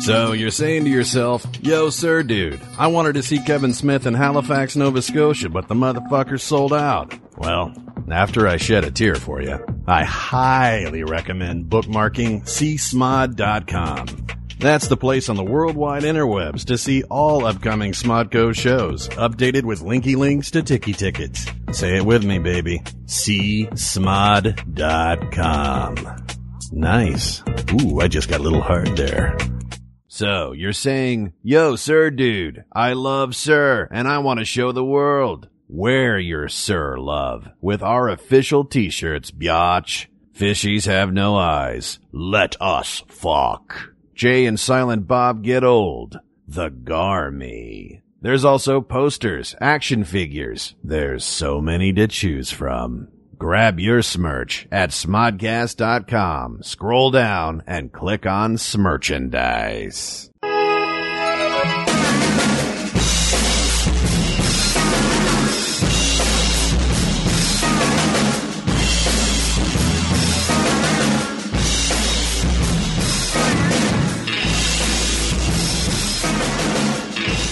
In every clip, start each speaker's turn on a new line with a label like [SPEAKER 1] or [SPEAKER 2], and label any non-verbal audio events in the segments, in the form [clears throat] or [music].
[SPEAKER 1] So you're saying to yourself, yo, sir, dude, I wanted to see Kevin Smith in Halifax, Nova Scotia, but the motherfucker sold out. Well, after I shed a tear for you, I highly recommend bookmarking csmod.com. That's the place on the worldwide interwebs to see all upcoming Smodco shows, updated with linky links to Tiki Tickets. Say it with me, baby. csmod.com. Nice. Ooh, I just got a little hard there. So you're saying, yo, sir, dude, I love sir, and I want to show the world. Wear your sir love with our official t-shirts, biatch. Fishies have no eyes. Let us fuck. Jay and Silent Bob get old. The Garmy. There's also posters, action figures. There's so many to choose from. Grab your smirch at smodcast.com. Scroll down and click on smerchandise.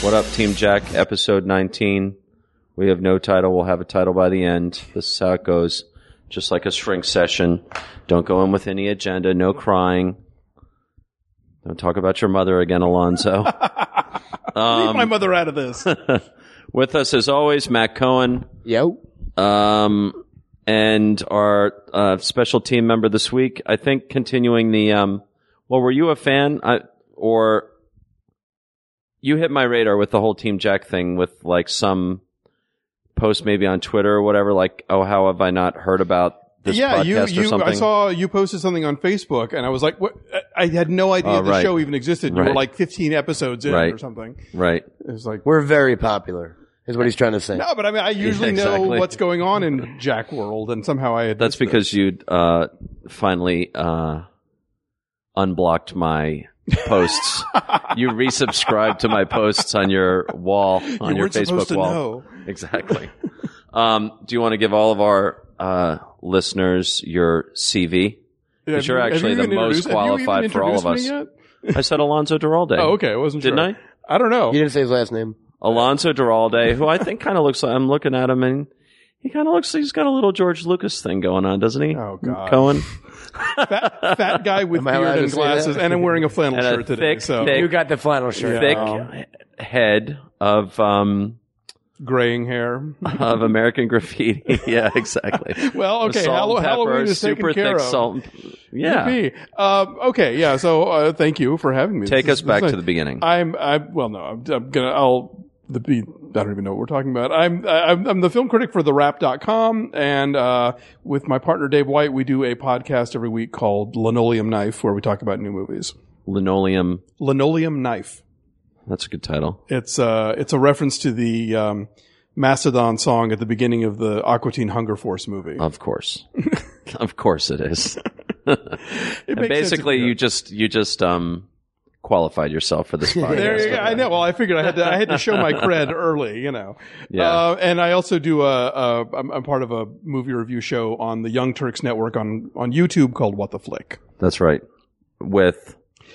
[SPEAKER 2] What up, Team Jack? Episode 19. We have no title. We'll have a title by the end. This is how it goes. Just like a shrink session. Don't go in with any agenda. No crying. Don't talk about your mother again, Alonzo. [laughs]
[SPEAKER 3] Leave my mother out of this.
[SPEAKER 2] with us, as always, Matt Cohen.
[SPEAKER 4] Yo.
[SPEAKER 2] Um, and our uh, special team member this week, I think, continuing the. Um, well, were you a fan, I, or you hit my radar with the whole Team Jack thing with like some post maybe on Twitter or whatever, like, oh, how have I not heard about this
[SPEAKER 3] yeah, you,
[SPEAKER 2] podcast
[SPEAKER 3] you.
[SPEAKER 2] or something?
[SPEAKER 3] I saw you posted something on Facebook, and I was like, what? I I had no idea
[SPEAKER 2] Oh,
[SPEAKER 3] the
[SPEAKER 2] right.
[SPEAKER 3] show even existed. You were
[SPEAKER 2] Right.
[SPEAKER 3] like 15 episodes in
[SPEAKER 2] Right.
[SPEAKER 3] or something.
[SPEAKER 2] right.
[SPEAKER 3] It was like,
[SPEAKER 4] We're very popular, is what he's trying to say.
[SPEAKER 3] no, but
[SPEAKER 2] [laughs]
[SPEAKER 3] I mean, I usually know
[SPEAKER 2] exactly.
[SPEAKER 3] what's going on in Jack World, and somehow I had.
[SPEAKER 2] That's
[SPEAKER 3] missed it.
[SPEAKER 2] because you uh, finally uh, unblocked my
[SPEAKER 3] [laughs]
[SPEAKER 2] posts. you resubscribed to my posts on your wall on
[SPEAKER 3] You
[SPEAKER 2] your
[SPEAKER 3] weren't
[SPEAKER 2] Facebook
[SPEAKER 3] supposed to
[SPEAKER 2] wall.
[SPEAKER 3] know.
[SPEAKER 2] Exactly. um, do you want to give all of our uh, listeners your CV?
[SPEAKER 3] Have
[SPEAKER 2] you're
[SPEAKER 3] have
[SPEAKER 2] actually the
[SPEAKER 3] even
[SPEAKER 2] most
[SPEAKER 3] introduced- have you even
[SPEAKER 2] qualified for all of
[SPEAKER 3] introduced me
[SPEAKER 2] us.
[SPEAKER 3] yet?
[SPEAKER 2] I said Alonzo Duralde.
[SPEAKER 3] Oh, okay. I wasn't
[SPEAKER 2] Didn't
[SPEAKER 3] sure. I? I don't
[SPEAKER 2] [laughs]
[SPEAKER 3] know.
[SPEAKER 4] You didn't say his last name.
[SPEAKER 2] I? Alonzo Duralde, who I think kind of looks like I'm looking at him and he kind of looks like he's got a little George Lucas thing going on, doesn't he?
[SPEAKER 3] Oh, God.
[SPEAKER 2] Cohen.
[SPEAKER 3] Fat, fat
[SPEAKER 2] [laughs]
[SPEAKER 3] guy with
[SPEAKER 4] Am I allowed
[SPEAKER 3] beard
[SPEAKER 4] to
[SPEAKER 3] and
[SPEAKER 4] say
[SPEAKER 3] glasses,
[SPEAKER 4] that?
[SPEAKER 3] and I'm wearing a flannel
[SPEAKER 2] And a
[SPEAKER 3] shirt today.
[SPEAKER 2] thick,
[SPEAKER 3] so
[SPEAKER 2] thick-
[SPEAKER 4] You got the flannel shirt.
[SPEAKER 2] Thick
[SPEAKER 3] Oh.
[SPEAKER 2] he- head of um, [laughs]
[SPEAKER 3] graying hair.
[SPEAKER 2] of American graffiti. [laughs]
[SPEAKER 3] [laughs]
[SPEAKER 2] yeah, exactly.
[SPEAKER 3] Well,
[SPEAKER 2] With
[SPEAKER 3] okay,
[SPEAKER 2] salt
[SPEAKER 3] Hallow-
[SPEAKER 2] and pepper,
[SPEAKER 3] Halloween is taken
[SPEAKER 2] super
[SPEAKER 3] care
[SPEAKER 2] thick
[SPEAKER 3] of.
[SPEAKER 2] salt. and- Yeah,
[SPEAKER 3] Yippee. Um, okay, yeah. So uh, thank you for having me.
[SPEAKER 2] take
[SPEAKER 3] This
[SPEAKER 2] us
[SPEAKER 3] is-
[SPEAKER 2] back
[SPEAKER 3] this is
[SPEAKER 2] to the beginning.
[SPEAKER 3] I'm I well no I'm, I'm gonna I'll the be I don't even know what we're talking about. I'm I- I'm, I'm the film critic for therap.com and uh, with my partner Dave White we do a podcast every week called Linoleum Knife where we talk about new movies.
[SPEAKER 2] Linoleum.
[SPEAKER 3] Linoleum Knife.
[SPEAKER 2] That's a good title.
[SPEAKER 3] It's uh it's a reference to the um, Mastodon song at the beginning of the Aqua Teen Hunger Force movie.
[SPEAKER 2] Of
[SPEAKER 3] [laughs]
[SPEAKER 2] course, of course it is.
[SPEAKER 3] It
[SPEAKER 2] And
[SPEAKER 3] makes sense if
[SPEAKER 2] basically,
[SPEAKER 3] do it.
[SPEAKER 2] you just you just um qualified yourself for
[SPEAKER 3] [laughs]
[SPEAKER 2] this podcast.
[SPEAKER 3] There you go. I know. Well, I figured I had to. I had to show
[SPEAKER 2] [laughs]
[SPEAKER 3] my cred early, you know.
[SPEAKER 2] Yeah.
[SPEAKER 3] Uh, and I also do a. a I'm, I'm part of a movie review show on the Young Turks Network on on YouTube called What the Flick
[SPEAKER 2] That's right. With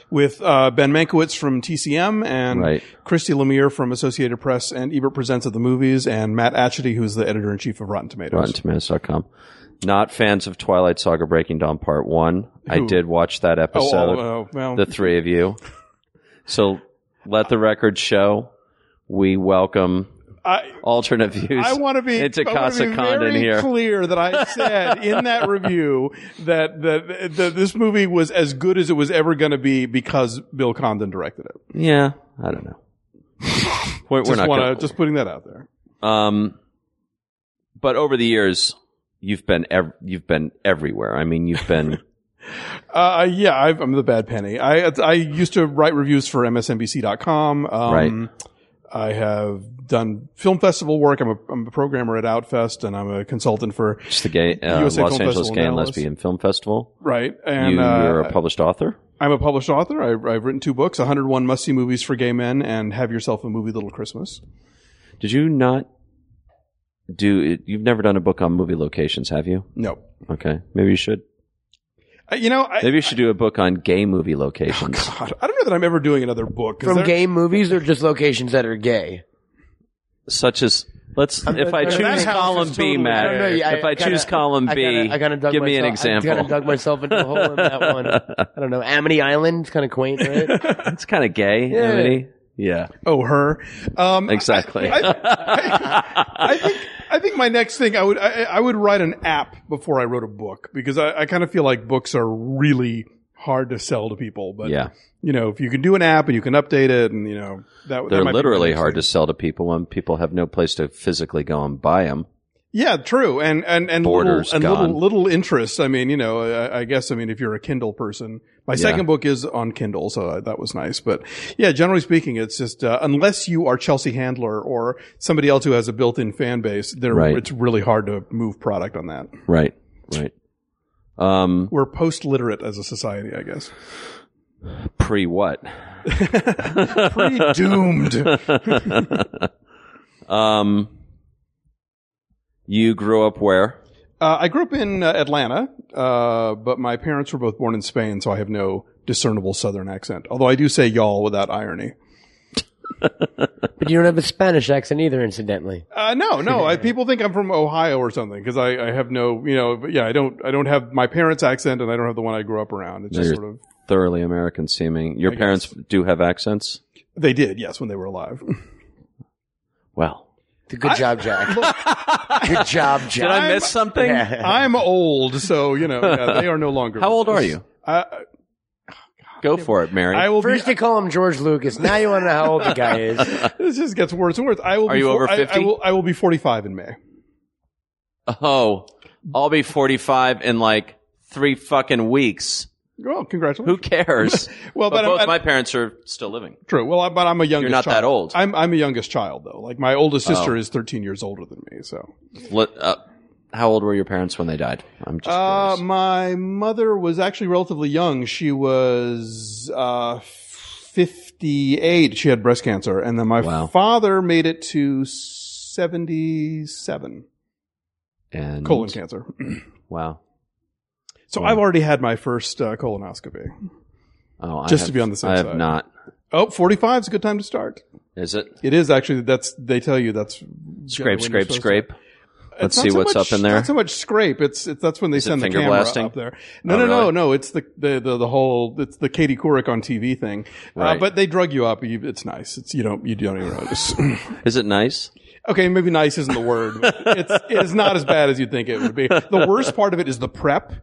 [SPEAKER 3] with uh, Ben Mankiewicz from TCM and
[SPEAKER 2] Right.
[SPEAKER 3] Christy Lemire from Associated Press and Ebert Presents at the Movies and Matt Atchity, who's the editor in chief of Rotten Tomatoes.
[SPEAKER 2] RottenTomatoes.com. Not fans of Twilight Saga: Breaking Dawn Part One. I
[SPEAKER 3] Who?
[SPEAKER 2] did watch that
[SPEAKER 3] Oh,
[SPEAKER 2] episode.
[SPEAKER 3] all- oh, well,
[SPEAKER 2] the three of you. So let the record show we welcome
[SPEAKER 3] I,
[SPEAKER 2] alternate views.
[SPEAKER 3] I want to be
[SPEAKER 2] into
[SPEAKER 3] I wanna be
[SPEAKER 2] Casa Condon
[SPEAKER 3] very
[SPEAKER 2] here.
[SPEAKER 3] Clear
[SPEAKER 2] [laughs]
[SPEAKER 3] that I said in that review that that, that this movie was as good as it was ever going to be because Bill Condon directed it.
[SPEAKER 2] yeah, I don't
[SPEAKER 3] [laughs]
[SPEAKER 2] know. we're, we're
[SPEAKER 3] Just
[SPEAKER 2] not
[SPEAKER 3] want to
[SPEAKER 2] gonna-
[SPEAKER 3] just putting that out there.
[SPEAKER 2] um, but over the years, you've been ev- you've been everywhere. I mean, you've
[SPEAKER 3] [laughs]
[SPEAKER 2] been
[SPEAKER 3] Uh, yeah, I've, I'm the bad penny. I I used to write reviews for MSNBC.com. Um,
[SPEAKER 2] Right.
[SPEAKER 3] I have done film festival work. I'm a, I'm a programmer at Outfest, and I'm a consultant for
[SPEAKER 2] just the gay uh, Los
[SPEAKER 3] USA Film
[SPEAKER 2] Angeles
[SPEAKER 3] Festival
[SPEAKER 2] Gay
[SPEAKER 3] in
[SPEAKER 2] and
[SPEAKER 3] Dallas.
[SPEAKER 2] Lesbian Film Festival.
[SPEAKER 3] right. And
[SPEAKER 2] you, are
[SPEAKER 3] uh,
[SPEAKER 2] a published author.
[SPEAKER 3] I'm a published author. I, I've written two books: 101 Must See Movies for Gay Men and Have Yourself a Movie Little Christmas.
[SPEAKER 2] Did you not do? You've never done a book on movie locations, have you?
[SPEAKER 3] No,
[SPEAKER 2] Okay, maybe you should.
[SPEAKER 3] Uh, You know, I,
[SPEAKER 2] Maybe you should do a book on gay movie locations.
[SPEAKER 3] Oh, God, I don't know that I'm ever doing another book. Is
[SPEAKER 4] From
[SPEAKER 3] there-
[SPEAKER 4] gay movies or just locations that are gay?
[SPEAKER 2] such as let's if I
[SPEAKER 4] that
[SPEAKER 2] choose
[SPEAKER 4] house
[SPEAKER 2] column
[SPEAKER 3] is
[SPEAKER 2] B,
[SPEAKER 3] totally
[SPEAKER 2] Matt.
[SPEAKER 3] gay.
[SPEAKER 4] No, no, yeah,
[SPEAKER 2] if I,
[SPEAKER 4] kinda-
[SPEAKER 2] choose column
[SPEAKER 4] I
[SPEAKER 2] B,
[SPEAKER 4] kinda- I kinda dug
[SPEAKER 2] give me an
[SPEAKER 4] myself- I kind
[SPEAKER 2] example.
[SPEAKER 4] of dug myself into a hole in
[SPEAKER 2] [laughs]
[SPEAKER 4] that one. I don't know. Amity Island, kind of quaint, right?
[SPEAKER 2] It's kind of
[SPEAKER 4] [laughs]
[SPEAKER 2] gay, yeah. Yeah,
[SPEAKER 3] Oh, her. Um,
[SPEAKER 2] exactly.
[SPEAKER 3] I, I, I think I think my next thing I would I, I would write an app before I wrote a book because I, I kind of feel like books are really hard to sell to people.
[SPEAKER 2] [laughs]
[SPEAKER 3] But
[SPEAKER 2] yeah,
[SPEAKER 3] you know, if you can do an app and you can update it, and you know that
[SPEAKER 2] they're literally hard to sell to people when people have no place to physically go and buy them.
[SPEAKER 3] Yeah, true, and and and
[SPEAKER 2] Borders
[SPEAKER 3] little, and
[SPEAKER 2] gone.
[SPEAKER 3] little little interest. I mean, you know, I, I guess I mean if you're a Kindle person, my second book is on Kindle, so uh, that was nice. But yeah, generally speaking, it's just uh, unless you are Chelsea Handler or somebody else who has a built-in fan base, there
[SPEAKER 2] Right.
[SPEAKER 3] it's really hard to move product on that.
[SPEAKER 2] Right, right. Um,
[SPEAKER 3] We're post-literate as a society, I guess.
[SPEAKER 2] pre what?
[SPEAKER 3] Pretty [laughs] doomed. Uh,
[SPEAKER 2] Um, you grew up where?
[SPEAKER 3] Uh, I grew up in uh, Atlanta, uh, but my parents were both born in Spain, so I have no discernible Southern accent. Although I do say y'all without irony.
[SPEAKER 4] but you don't have a Spanish accent either, incidentally.
[SPEAKER 3] Uh,
[SPEAKER 2] [laughs]
[SPEAKER 3] no, no. I, people think I'm from Ohio or something because I, I have no, you know, but yeah, I don't, I don't have my parents' accent and I don't have the one I grew up around. It's just
[SPEAKER 2] You're-
[SPEAKER 3] sort of
[SPEAKER 2] Thoroughly American seeming. Your
[SPEAKER 3] guess.
[SPEAKER 2] parents do have accents.
[SPEAKER 3] they did, yes, when they were alive.
[SPEAKER 2] [laughs] Well,
[SPEAKER 4] Good
[SPEAKER 2] [laughs]
[SPEAKER 4] job, Jack. Good job, Jack.
[SPEAKER 2] did I miss
[SPEAKER 4] [laughs]
[SPEAKER 2] something?
[SPEAKER 3] I'm old, so you know yeah, they are no longer.
[SPEAKER 2] How old are you?
[SPEAKER 3] Uh,
[SPEAKER 2] Go for it, Mary.
[SPEAKER 3] I will
[SPEAKER 4] First,
[SPEAKER 3] be.
[SPEAKER 4] you call him George Lucas. Now you want to know how old the guy is.
[SPEAKER 3] [laughs] This just gets worse and worse. I will.
[SPEAKER 2] Are
[SPEAKER 3] be
[SPEAKER 2] you over
[SPEAKER 3] I-
[SPEAKER 2] 50?
[SPEAKER 3] I, will. I will be 45 in May.
[SPEAKER 2] Oh, I'll be 45 in like three fucking weeks.
[SPEAKER 3] Well,
[SPEAKER 2] Who
[SPEAKER 3] congratulations.
[SPEAKER 2] cares?
[SPEAKER 3] [laughs] Well,
[SPEAKER 2] but
[SPEAKER 3] but
[SPEAKER 2] both
[SPEAKER 3] I'm-
[SPEAKER 2] my parents are still living.
[SPEAKER 3] True. Well, I, but I'm a youngest.
[SPEAKER 2] not
[SPEAKER 3] child.
[SPEAKER 2] that old. Oh.
[SPEAKER 3] I'm I'm a youngest child though. Like my oldest sister is 13 years older than me, so.
[SPEAKER 2] Let- uh, how old were your parents when they died? I'm just
[SPEAKER 3] Uh,
[SPEAKER 2] curious.
[SPEAKER 3] my mother was actually relatively young. She was uh, 58. She had breast cancer. And then my
[SPEAKER 2] Wow.
[SPEAKER 3] father made it to 77
[SPEAKER 2] and
[SPEAKER 3] colon cancer.
[SPEAKER 2] Wow.
[SPEAKER 3] So
[SPEAKER 2] Wow.
[SPEAKER 3] I've already had my first uh, colonoscopy.
[SPEAKER 2] Oh, I
[SPEAKER 3] Just
[SPEAKER 2] have-
[SPEAKER 3] to be on the safe
[SPEAKER 2] I have
[SPEAKER 3] side.
[SPEAKER 2] not.
[SPEAKER 3] Oh, 45 is a good time to start.
[SPEAKER 2] Is it
[SPEAKER 3] It is actually. That's They tell you that's. generally when
[SPEAKER 2] scrape,
[SPEAKER 3] you're
[SPEAKER 2] scrape,
[SPEAKER 3] supposed to-
[SPEAKER 2] scrape?
[SPEAKER 3] It's
[SPEAKER 2] Let's
[SPEAKER 3] not
[SPEAKER 2] see
[SPEAKER 3] so
[SPEAKER 2] what's
[SPEAKER 3] much-
[SPEAKER 2] up in there.
[SPEAKER 3] Not so much scrape. It's, it's that's when they
[SPEAKER 2] it
[SPEAKER 3] send the
[SPEAKER 2] finger
[SPEAKER 3] camera
[SPEAKER 2] blasting?
[SPEAKER 3] up there. No,
[SPEAKER 2] Oh,
[SPEAKER 3] no, no,
[SPEAKER 2] really?
[SPEAKER 3] no. It's the, the the the whole it's the Katie Couric on TV thing. Uh,
[SPEAKER 2] Right.
[SPEAKER 3] but they drug you up. You, it's nice. It's you don't you don't even notice. [clears throat]
[SPEAKER 2] Is it nice?
[SPEAKER 3] okay, maybe nice isn't the word. but It's it's not as bad as you think it would be. The worst part of it is the prep.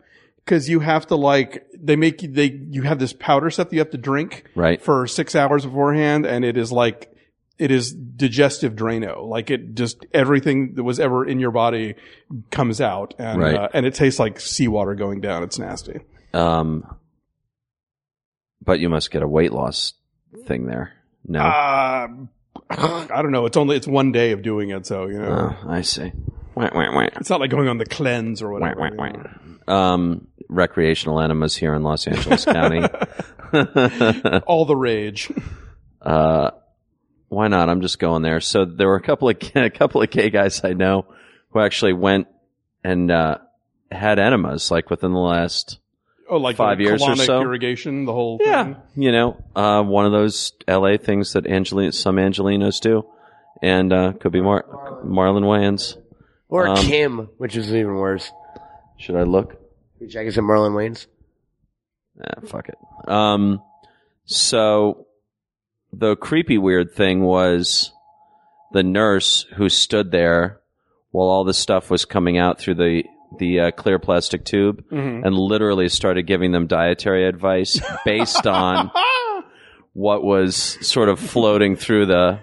[SPEAKER 3] Because you have to like they make you they you have this powder stuff that you have to drink
[SPEAKER 2] Right.
[SPEAKER 3] for six hours beforehand, and it is like it is digestive Drano. Like it just everything that was ever in your body comes out, and
[SPEAKER 2] Right.
[SPEAKER 3] uh, and it tastes like seawater going down. It's nasty.
[SPEAKER 2] Um, but you must get a weight loss thing there. No.
[SPEAKER 3] Uh, I don't know. It's only it's one day of doing it, so you know
[SPEAKER 2] oh, I see. Wah, wah, wah.
[SPEAKER 3] it's not like going on the cleanse or
[SPEAKER 2] Wah,
[SPEAKER 3] whatever.
[SPEAKER 2] wah,
[SPEAKER 3] you
[SPEAKER 2] wah.
[SPEAKER 3] know.
[SPEAKER 2] Um, recreational enemas here in Los Angeles County. [laughs]
[SPEAKER 3] All the rage. [laughs]
[SPEAKER 2] uh, why not? I'm just going there. So there were a couple of [laughs] a couple of gay guys I know who actually went and uh, had enemas like within the last
[SPEAKER 3] Oh, like
[SPEAKER 2] Five
[SPEAKER 3] the
[SPEAKER 2] years or
[SPEAKER 3] colonic
[SPEAKER 2] so?
[SPEAKER 3] irrigation, the whole thing.
[SPEAKER 2] you know uh, one of those L.A. things that Angelina some Angelinos do, and uh, could be Mar- Marlon Wayans.
[SPEAKER 4] Or
[SPEAKER 2] Um,
[SPEAKER 4] Kim, which is even worse.
[SPEAKER 2] Should I look?
[SPEAKER 4] Jack is a Marlon Wayne's.
[SPEAKER 2] Ah, fuck it. Um, so the creepy weird thing was the nurse who stood there while all this stuff was coming out through the the uh, clear plastic tube
[SPEAKER 3] Mm-hmm.
[SPEAKER 2] and literally started giving them dietary advice based
[SPEAKER 3] [laughs]
[SPEAKER 2] on what was sort of floating through the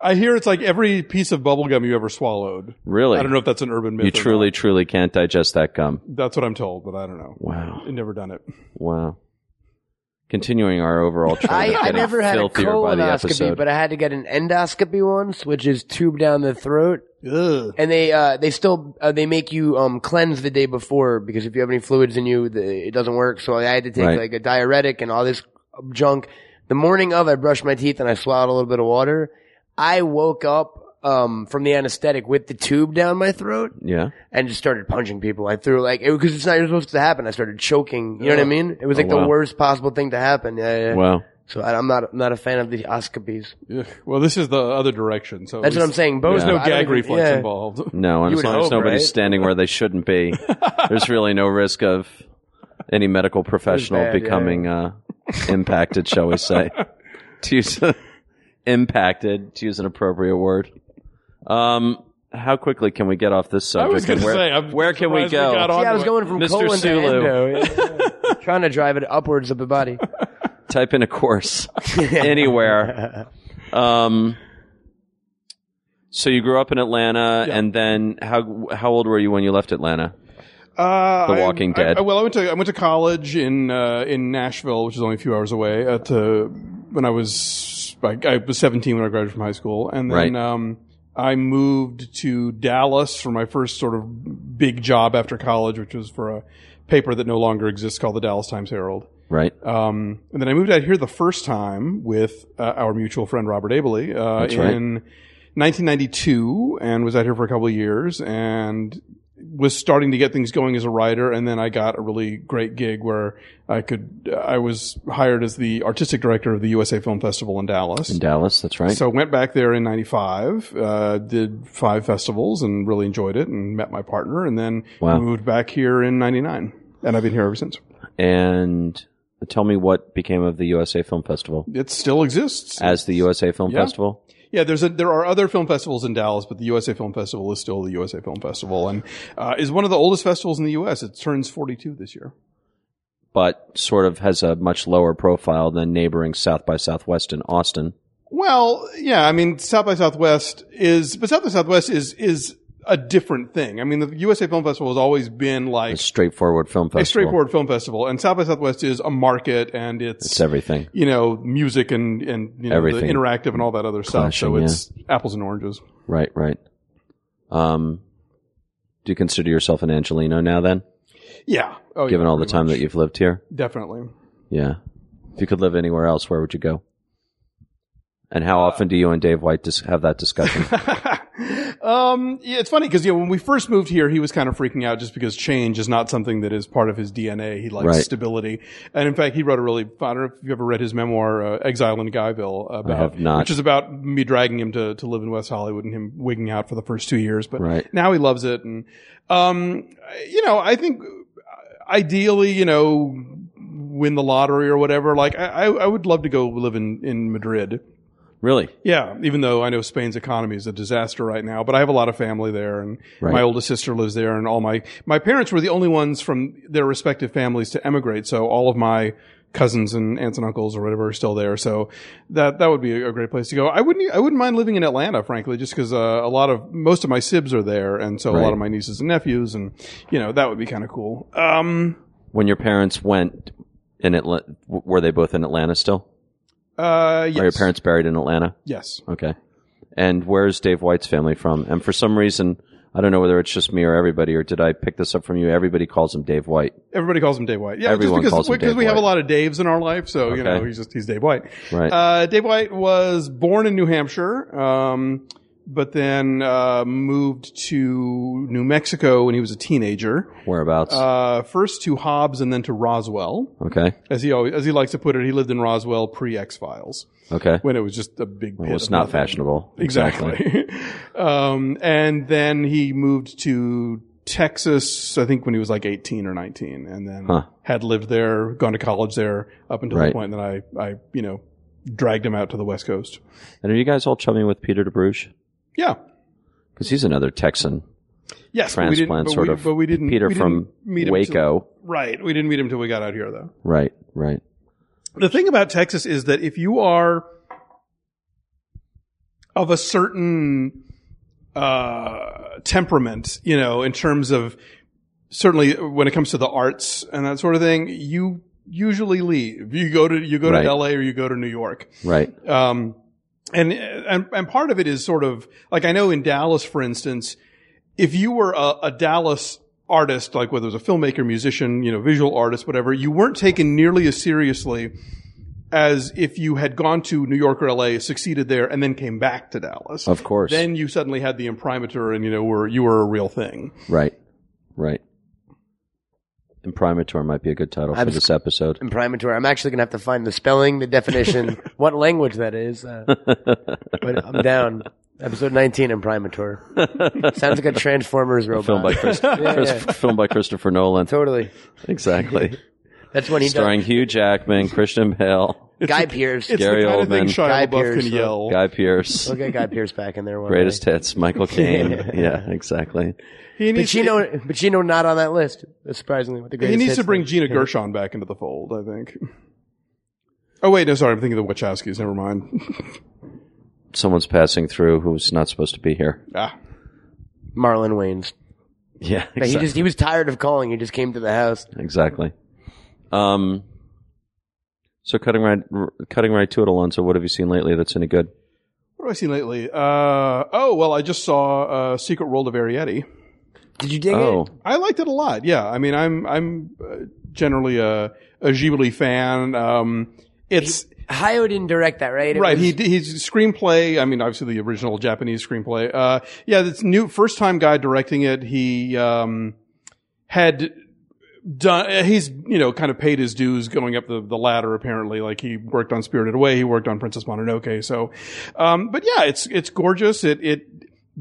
[SPEAKER 3] I hear it's like every piece of bubble gum you ever swallowed.
[SPEAKER 2] really
[SPEAKER 3] I don't know if that's an urban myth.
[SPEAKER 2] you
[SPEAKER 3] or not.
[SPEAKER 2] truly truly can't digest that gum
[SPEAKER 3] That's what I'm told, but I don't know.
[SPEAKER 2] wow
[SPEAKER 3] I've never done it.
[SPEAKER 2] wow continuing our overall trend
[SPEAKER 4] I,
[SPEAKER 2] of
[SPEAKER 4] I
[SPEAKER 2] getting
[SPEAKER 4] never had a
[SPEAKER 2] filthier by the episode
[SPEAKER 4] colonoscopy, but I had to get an endoscopy once, which is tube down the throat. And they uh, they still uh, they make you um, cleanse the day before because if you have any fluids in you, the, it doesn't work. So I had to take
[SPEAKER 2] Right.
[SPEAKER 4] like a diuretic and all this junk. The morning of, I brushed my teeth and I swallowed a little bit of water. I woke up um, from the anesthetic with the tube down my throat
[SPEAKER 2] Yeah.
[SPEAKER 4] and just started punching people. I threw like it because it's not even supposed to happen. I started choking. You know what I mean? It was like
[SPEAKER 2] Oh, wow.
[SPEAKER 4] the worst possible thing to happen. Yeah, [laughs] yeah, yeah.
[SPEAKER 2] Wow.
[SPEAKER 4] So I, I'm not not a fan of the oscopies.
[SPEAKER 3] Yeah. Well, this is the other direction. So
[SPEAKER 4] That's what I'm saying. Both
[SPEAKER 3] There's no
[SPEAKER 4] I don't
[SPEAKER 3] gag
[SPEAKER 4] even-
[SPEAKER 3] reflex
[SPEAKER 4] yeah.
[SPEAKER 3] involved. [laughs]
[SPEAKER 2] No, and
[SPEAKER 4] You
[SPEAKER 2] as
[SPEAKER 4] would
[SPEAKER 2] long as
[SPEAKER 4] hope,
[SPEAKER 2] nobody's
[SPEAKER 4] right?
[SPEAKER 2] standing where they shouldn't
[SPEAKER 4] [laughs]
[SPEAKER 2] be, there's really no risk of any medical professional
[SPEAKER 4] bad, yeah.
[SPEAKER 2] becoming uh, impacted, shall we
[SPEAKER 4] [laughs]
[SPEAKER 2] say? to use impacted, to use an appropriate word. Um, how quickly can we get off this
[SPEAKER 3] I
[SPEAKER 2] subject?
[SPEAKER 3] was going
[SPEAKER 2] and
[SPEAKER 3] to
[SPEAKER 2] where,
[SPEAKER 3] say, I'm
[SPEAKER 2] where can we
[SPEAKER 3] surprised
[SPEAKER 2] go?
[SPEAKER 3] got
[SPEAKER 4] Yeah, I
[SPEAKER 3] onto
[SPEAKER 4] was
[SPEAKER 3] it.
[SPEAKER 4] going from
[SPEAKER 2] Mr.
[SPEAKER 4] colon
[SPEAKER 2] Sulu.
[SPEAKER 4] to endo. yeah,
[SPEAKER 3] [laughs]
[SPEAKER 4] yeah. Trying to drive it upwards of the body. [laughs]
[SPEAKER 2] Type in a course anywhere. Um, so you grew up in Atlanta, and then how how old were you when you left Atlanta?
[SPEAKER 3] Uh,
[SPEAKER 2] The
[SPEAKER 3] I-
[SPEAKER 2] Walking
[SPEAKER 3] I-
[SPEAKER 2] Dead.
[SPEAKER 3] I- well, I went to I went to college in uh, in Nashville, which is only a few hours away. At to when I was I, I was seventeen when I graduated from high school, and then
[SPEAKER 2] Right.
[SPEAKER 3] um, I moved to Dallas for my first sort of big job after college, which was for a paper that no longer exists called the Dallas Times Herald.
[SPEAKER 2] Right.
[SPEAKER 3] Um, and then I moved out here the first time with uh, our mutual friend Robert Abley uh,
[SPEAKER 2] That's
[SPEAKER 3] in
[SPEAKER 2] right.
[SPEAKER 3] 1992, and was out here for a couple of years, and was starting to get things going as a writer. And then I got a really great gig where I could I was hired as the artistic director of the USA Film Festival in Dallas.
[SPEAKER 2] In Dallas. That's right.
[SPEAKER 3] So went back there in '95, uh, did five festivals, and really enjoyed it, and met my partner, and then
[SPEAKER 2] Wow.
[SPEAKER 3] moved back here in '99, and I've been here ever since.
[SPEAKER 2] and tell me what became of the USA Film Festival
[SPEAKER 3] It still exists
[SPEAKER 2] as the USA Film
[SPEAKER 3] Yeah.
[SPEAKER 2] Festival.
[SPEAKER 3] Yeah, there's a, there are other film festivals in Dallas, but the USA Film Festival is still the USA Film Festival, and uh, is one of the oldest festivals in the U.S. It turns 42 this year.
[SPEAKER 2] But sort of has a much lower profile than neighboring South by Southwest in Austin.
[SPEAKER 3] Well, yeah, I mean, South by Southwest is, but South by Southwest is is a different thing. I mean, the USA Film Festival has always been
[SPEAKER 2] A
[SPEAKER 3] like
[SPEAKER 2] straightforward film festival.
[SPEAKER 3] a straightforward film festival, and South by Southwest is a market, and
[SPEAKER 2] It's everything.
[SPEAKER 3] you know, music and and you know, the
[SPEAKER 2] Everything.
[SPEAKER 3] interactive and all that other stuff. So
[SPEAKER 2] Clashing,
[SPEAKER 3] it's apples and oranges.
[SPEAKER 2] Right. Right. Um, do you consider yourself an Angelino now? Then,
[SPEAKER 3] Yeah, oh,
[SPEAKER 2] given
[SPEAKER 3] yeah,
[SPEAKER 2] all the
[SPEAKER 3] pretty
[SPEAKER 2] time
[SPEAKER 3] much.
[SPEAKER 2] that you've lived here,
[SPEAKER 3] definitely.
[SPEAKER 2] yeah. If you could live anywhere else, where would you go? And
[SPEAKER 3] Uh,
[SPEAKER 2] how often do you and Dave White dis- have that
[SPEAKER 3] [laughs]
[SPEAKER 2] discussion?
[SPEAKER 3] um, yeah, it's funny because you know when we first moved here, he was kind of freaking out just because change is not something that is part of his DNA. He likes
[SPEAKER 2] Right.
[SPEAKER 3] stability, and in fact, he wrote a really. I don't know if you ever read his memoir, uh, "Exile in Guyville," about
[SPEAKER 2] have not.
[SPEAKER 3] which is about me dragging him to to live in West Hollywood and him wigging out for the first two years. But
[SPEAKER 2] Right.
[SPEAKER 3] now he loves it, and um, you know, I think uh, ideally, you know, win the lottery or whatever. Like, I I I would love to go live in in Madrid.
[SPEAKER 2] really?
[SPEAKER 3] Yeah, even though I know Spain's economy is a disaster right now, but I have a lot of family there, and
[SPEAKER 2] Right.
[SPEAKER 3] my oldest sister lives there, and all my my parents were the only ones from their respective families to emigrate, so all of my cousins and aunts and uncles or whatever are still there. So that that would be a great place to go. I wouldn't I wouldn't mind living in Atlanta, frankly, just because uh, a lot of most of my sibs are there, and so a
[SPEAKER 2] Right.
[SPEAKER 3] lot of my nieces and nephews, and you know that would be kind of cool. Um,
[SPEAKER 2] when your parents went in Atlanta, were they both in Atlanta still?
[SPEAKER 3] uh, yes,
[SPEAKER 2] Are your parents buried in Atlanta?
[SPEAKER 3] yes.
[SPEAKER 2] Okay. And where's Dave White's family from? And for some reason, I don't know whether it's just me or everybody, or did I pick this up from you? Everybody calls him Dave White.
[SPEAKER 3] Everybody calls him Dave White. Yeah,
[SPEAKER 2] Everyone
[SPEAKER 3] just because,
[SPEAKER 2] calls him
[SPEAKER 3] because
[SPEAKER 2] Dave
[SPEAKER 3] we have a
[SPEAKER 2] White.
[SPEAKER 3] lot of Daves in our life, so you know
[SPEAKER 2] Okay.
[SPEAKER 3] he's just he's Dave White.
[SPEAKER 2] Right.
[SPEAKER 3] Uh, Dave White was born in New Hampshire, um, but then uh, moved to New Mexico when he was a teenager.
[SPEAKER 2] Whereabouts?
[SPEAKER 3] Uh, first to Hobbs and then to Roswell,
[SPEAKER 2] okay.
[SPEAKER 3] as he always, as he likes to put it. He lived in Roswell pre X Files
[SPEAKER 2] Okay.
[SPEAKER 3] when it was just a big.
[SPEAKER 2] Well,
[SPEAKER 3] pit
[SPEAKER 2] it's
[SPEAKER 3] of
[SPEAKER 2] not
[SPEAKER 3] nothing.
[SPEAKER 2] fashionable.
[SPEAKER 3] Exactly. [laughs] um, and then he moved to Texas, I think when he was like 18 or 19, and then
[SPEAKER 2] Huh.
[SPEAKER 3] had lived there, gone to college there up until
[SPEAKER 2] Right.
[SPEAKER 3] the point that I, I, you know, dragged him out to the West Coast.
[SPEAKER 2] And are you guys all chummy with Peter DeBruge?
[SPEAKER 3] Yeah.
[SPEAKER 2] Because he's another Texan
[SPEAKER 3] Yes. but we didn't-
[SPEAKER 2] transplant,
[SPEAKER 3] but
[SPEAKER 2] sort
[SPEAKER 3] we-
[SPEAKER 2] of.
[SPEAKER 3] But we didn't.
[SPEAKER 2] Peter
[SPEAKER 3] we didn't
[SPEAKER 2] from
[SPEAKER 3] meet him till-
[SPEAKER 2] Waco.
[SPEAKER 3] right. We didn't meet him till we got out here, though.
[SPEAKER 2] Right. Right.
[SPEAKER 3] The thing about Texas is that if you are of a certain uh, temperament, you know, in terms of certainly when it comes to the arts and that sort of thing, you usually leave. You go to you go
[SPEAKER 2] Right.
[SPEAKER 3] to L.A. or you go to New York.
[SPEAKER 2] Right.
[SPEAKER 3] Um, and, and and part of it is sort of like I know in Dallas, for instance, if you were a, a Dallas artist, like whether it was a filmmaker, musician, you know, visual artist, whatever, you weren't taken nearly as seriously as if you had gone to New York or LA, succeeded there, and then came back to Dallas.
[SPEAKER 2] Of course.
[SPEAKER 3] Then you suddenly had the imprimatur, and you know were you were a real thing.
[SPEAKER 2] right. Right. Imprimatur might be a good title for
[SPEAKER 4] I'm-
[SPEAKER 2] this episode.
[SPEAKER 4] Imprimatur. I'm actually gonna have to find the spelling,
[SPEAKER 3] [laughs]
[SPEAKER 4] the definition, what language that is. Uh, but I'm down. Episode 19, Imprimatur. Sounds like a Transformers robot.
[SPEAKER 2] Filmed by, Chris,
[SPEAKER 4] [laughs] yeah,
[SPEAKER 2] Chris-
[SPEAKER 4] yeah.
[SPEAKER 2] filmed by Christopher Nolan.
[SPEAKER 4] Totally. [laughs]
[SPEAKER 2] Exactly.
[SPEAKER 4] That's when he
[SPEAKER 2] Starring
[SPEAKER 4] does.
[SPEAKER 2] Hugh Jackman, Christian Bale,
[SPEAKER 4] Guy Pierce.
[SPEAKER 3] It's
[SPEAKER 2] Gary
[SPEAKER 3] the kind of thing
[SPEAKER 2] Oldman.
[SPEAKER 3] Shia
[SPEAKER 4] Guy
[SPEAKER 3] LaBeouf
[SPEAKER 4] Pearce,
[SPEAKER 3] can
[SPEAKER 4] uh,
[SPEAKER 3] yell.
[SPEAKER 2] Guy Pierce,
[SPEAKER 4] We'll get Guy Pierce back in there
[SPEAKER 2] [laughs]
[SPEAKER 4] one
[SPEAKER 2] greatest
[SPEAKER 4] day.
[SPEAKER 2] hits, Michael
[SPEAKER 4] [laughs]
[SPEAKER 2] Caine. yeah, exactly.
[SPEAKER 3] He needs to-
[SPEAKER 4] Pacino, Pacino not on that list, surprisingly. With the
[SPEAKER 3] He
[SPEAKER 4] greatest
[SPEAKER 3] needs to
[SPEAKER 4] hits
[SPEAKER 3] bring
[SPEAKER 4] list.
[SPEAKER 3] Gina Gershon back into the fold, I think. Oh wait, no, sorry, I'm thinking of the Wachowskis. Never mind. [laughs]
[SPEAKER 2] Someone's passing through who's not supposed to be here. [laughs]
[SPEAKER 3] ah,
[SPEAKER 4] Marlon Wayans.
[SPEAKER 2] Yeah,
[SPEAKER 4] But
[SPEAKER 2] exactly.
[SPEAKER 4] He just he was tired of calling. He just came to the house.
[SPEAKER 2] exactly. Um, so cutting right, r- cutting right to it, Alonso. What have you seen lately that's any good?
[SPEAKER 3] what have I seen lately? Uh, oh well, I just saw uh, Secret World of Arietti.
[SPEAKER 4] Did you dig
[SPEAKER 2] oh,
[SPEAKER 4] it?
[SPEAKER 3] I liked it a lot. Yeah, I mean, I'm I'm uh, generally a, a Ghibli fan. Um, it's
[SPEAKER 4] Hayao didn't direct that, right? It
[SPEAKER 3] right.
[SPEAKER 4] was-
[SPEAKER 3] He he's screenplay. I mean, obviously the original Japanese screenplay. Uh, yeah, this new first time guy directing it. He um, had done. He's you know kind of paid his dues going up the, the ladder. Apparently, like he worked on Spirited Away. He worked on Princess Mononoke. So, um, but yeah, it's it's gorgeous. It it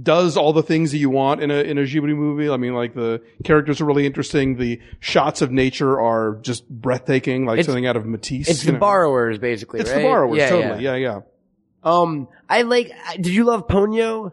[SPEAKER 3] does all the things that you want in a in a Ghibli movie. I mean, like the characters are really interesting. The shots of nature are just breathtaking, like
[SPEAKER 4] It's-
[SPEAKER 3] something out of Matisse.
[SPEAKER 4] it's
[SPEAKER 3] you
[SPEAKER 4] the
[SPEAKER 3] know.
[SPEAKER 4] borrowers, basically.
[SPEAKER 3] It's
[SPEAKER 4] right?
[SPEAKER 3] the borrowers,
[SPEAKER 4] Yeah,
[SPEAKER 3] totally. yeah. yeah.
[SPEAKER 4] Um, I like. I- Did you love Ponyo?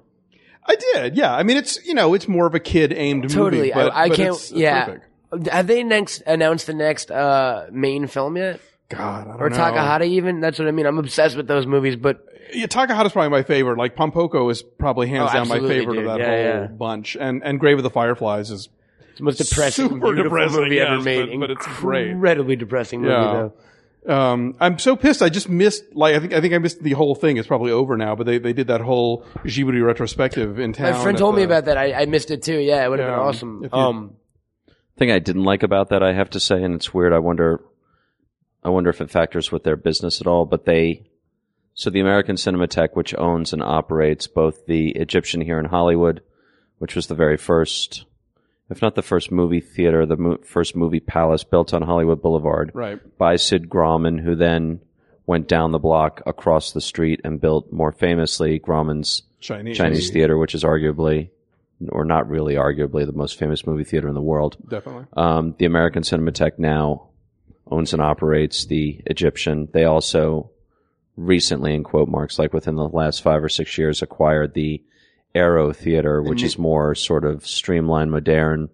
[SPEAKER 3] I did, yeah. I mean, it's you know, it's more of a kid aimed
[SPEAKER 4] Totally.
[SPEAKER 3] movie. But,
[SPEAKER 4] I, I
[SPEAKER 3] but
[SPEAKER 4] can't.
[SPEAKER 3] It's, it's
[SPEAKER 4] yeah.
[SPEAKER 3] terrific.
[SPEAKER 4] Have they next announced the next uh, main film yet?
[SPEAKER 3] God, I don't
[SPEAKER 4] Or
[SPEAKER 3] know.
[SPEAKER 4] Takahata? Even that's what I mean. I'm obsessed with those movies, but
[SPEAKER 3] Yeah, Takahata's probably my favorite. Like Pompoko is probably hands
[SPEAKER 4] Oh,
[SPEAKER 3] down my
[SPEAKER 4] absolutely,
[SPEAKER 3] favorite
[SPEAKER 4] dude.
[SPEAKER 3] of that
[SPEAKER 4] Yeah,
[SPEAKER 3] whole
[SPEAKER 4] yeah.
[SPEAKER 3] bunch. And and Grave of the Fireflies is
[SPEAKER 4] it's the most depressing,
[SPEAKER 3] Super
[SPEAKER 4] beautiful
[SPEAKER 3] depressing,
[SPEAKER 4] movie ever
[SPEAKER 3] yes,
[SPEAKER 4] made.
[SPEAKER 3] but- but it's great.
[SPEAKER 4] incredibly depressing movie
[SPEAKER 3] Yeah.
[SPEAKER 4] though.
[SPEAKER 3] Um, I'm so pissed. I just missed. Like, I think I think I missed the whole thing. It's probably over now. But they, they did that whole Ghibli retrospective in town.
[SPEAKER 4] My friend
[SPEAKER 3] at
[SPEAKER 4] told me
[SPEAKER 3] the-
[SPEAKER 4] about that. I, I missed it too. Yeah, it would have
[SPEAKER 3] Yeah,
[SPEAKER 4] been awesome.
[SPEAKER 3] if you-
[SPEAKER 4] Um,
[SPEAKER 2] thing I didn't like about that, I have to say, and it's weird. I wonder, I wonder if it factors with their business at all. But they, so the American Cinematheque, which owns and operates both the Egyptian here in Hollywood, which was the very first, if not the first movie theater, the mo- first movie palace built on Hollywood Boulevard
[SPEAKER 3] Right.
[SPEAKER 2] by Sid Grauman, who then went down the block across the street and built more famously Grauman's
[SPEAKER 3] Chinese.
[SPEAKER 2] Chinese Theater, which is arguably, or not really arguably, the most famous movie theater in the world.
[SPEAKER 3] Definitely.
[SPEAKER 2] Um, the American Cinematheque now owns and operates the Egyptian. They also recently, in quote marks, like within the last five or six years, acquired the Arrow Theater, which
[SPEAKER 3] Mm-hmm.
[SPEAKER 2] is more sort of streamlined, modern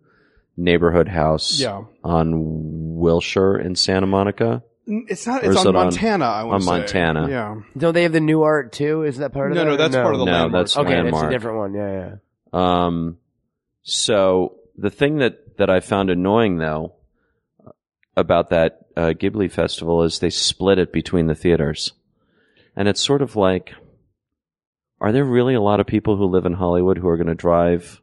[SPEAKER 2] neighborhood house
[SPEAKER 3] Yeah.
[SPEAKER 2] on Wilshire in Santa Monica,
[SPEAKER 3] N- It's not.
[SPEAKER 2] Or
[SPEAKER 3] It's
[SPEAKER 2] is
[SPEAKER 3] on
[SPEAKER 2] it on-
[SPEAKER 3] Montana. I want
[SPEAKER 2] on
[SPEAKER 3] to say.
[SPEAKER 2] Montana.
[SPEAKER 3] Yeah.
[SPEAKER 4] don't they have the new art too? Is that part of
[SPEAKER 3] No,
[SPEAKER 4] that?
[SPEAKER 3] no,
[SPEAKER 4] or
[SPEAKER 3] that's part of the
[SPEAKER 2] No,
[SPEAKER 3] landmark.
[SPEAKER 2] that's
[SPEAKER 4] Okay, that's a
[SPEAKER 2] landmark.
[SPEAKER 4] different one. Yeah, yeah. [laughs]
[SPEAKER 2] Um, so the thing that, that I found annoying though about that uh, Ghibli festival is they split it between the theaters, and it's sort of like, are there really a lot of people who live in Hollywood who are going to drive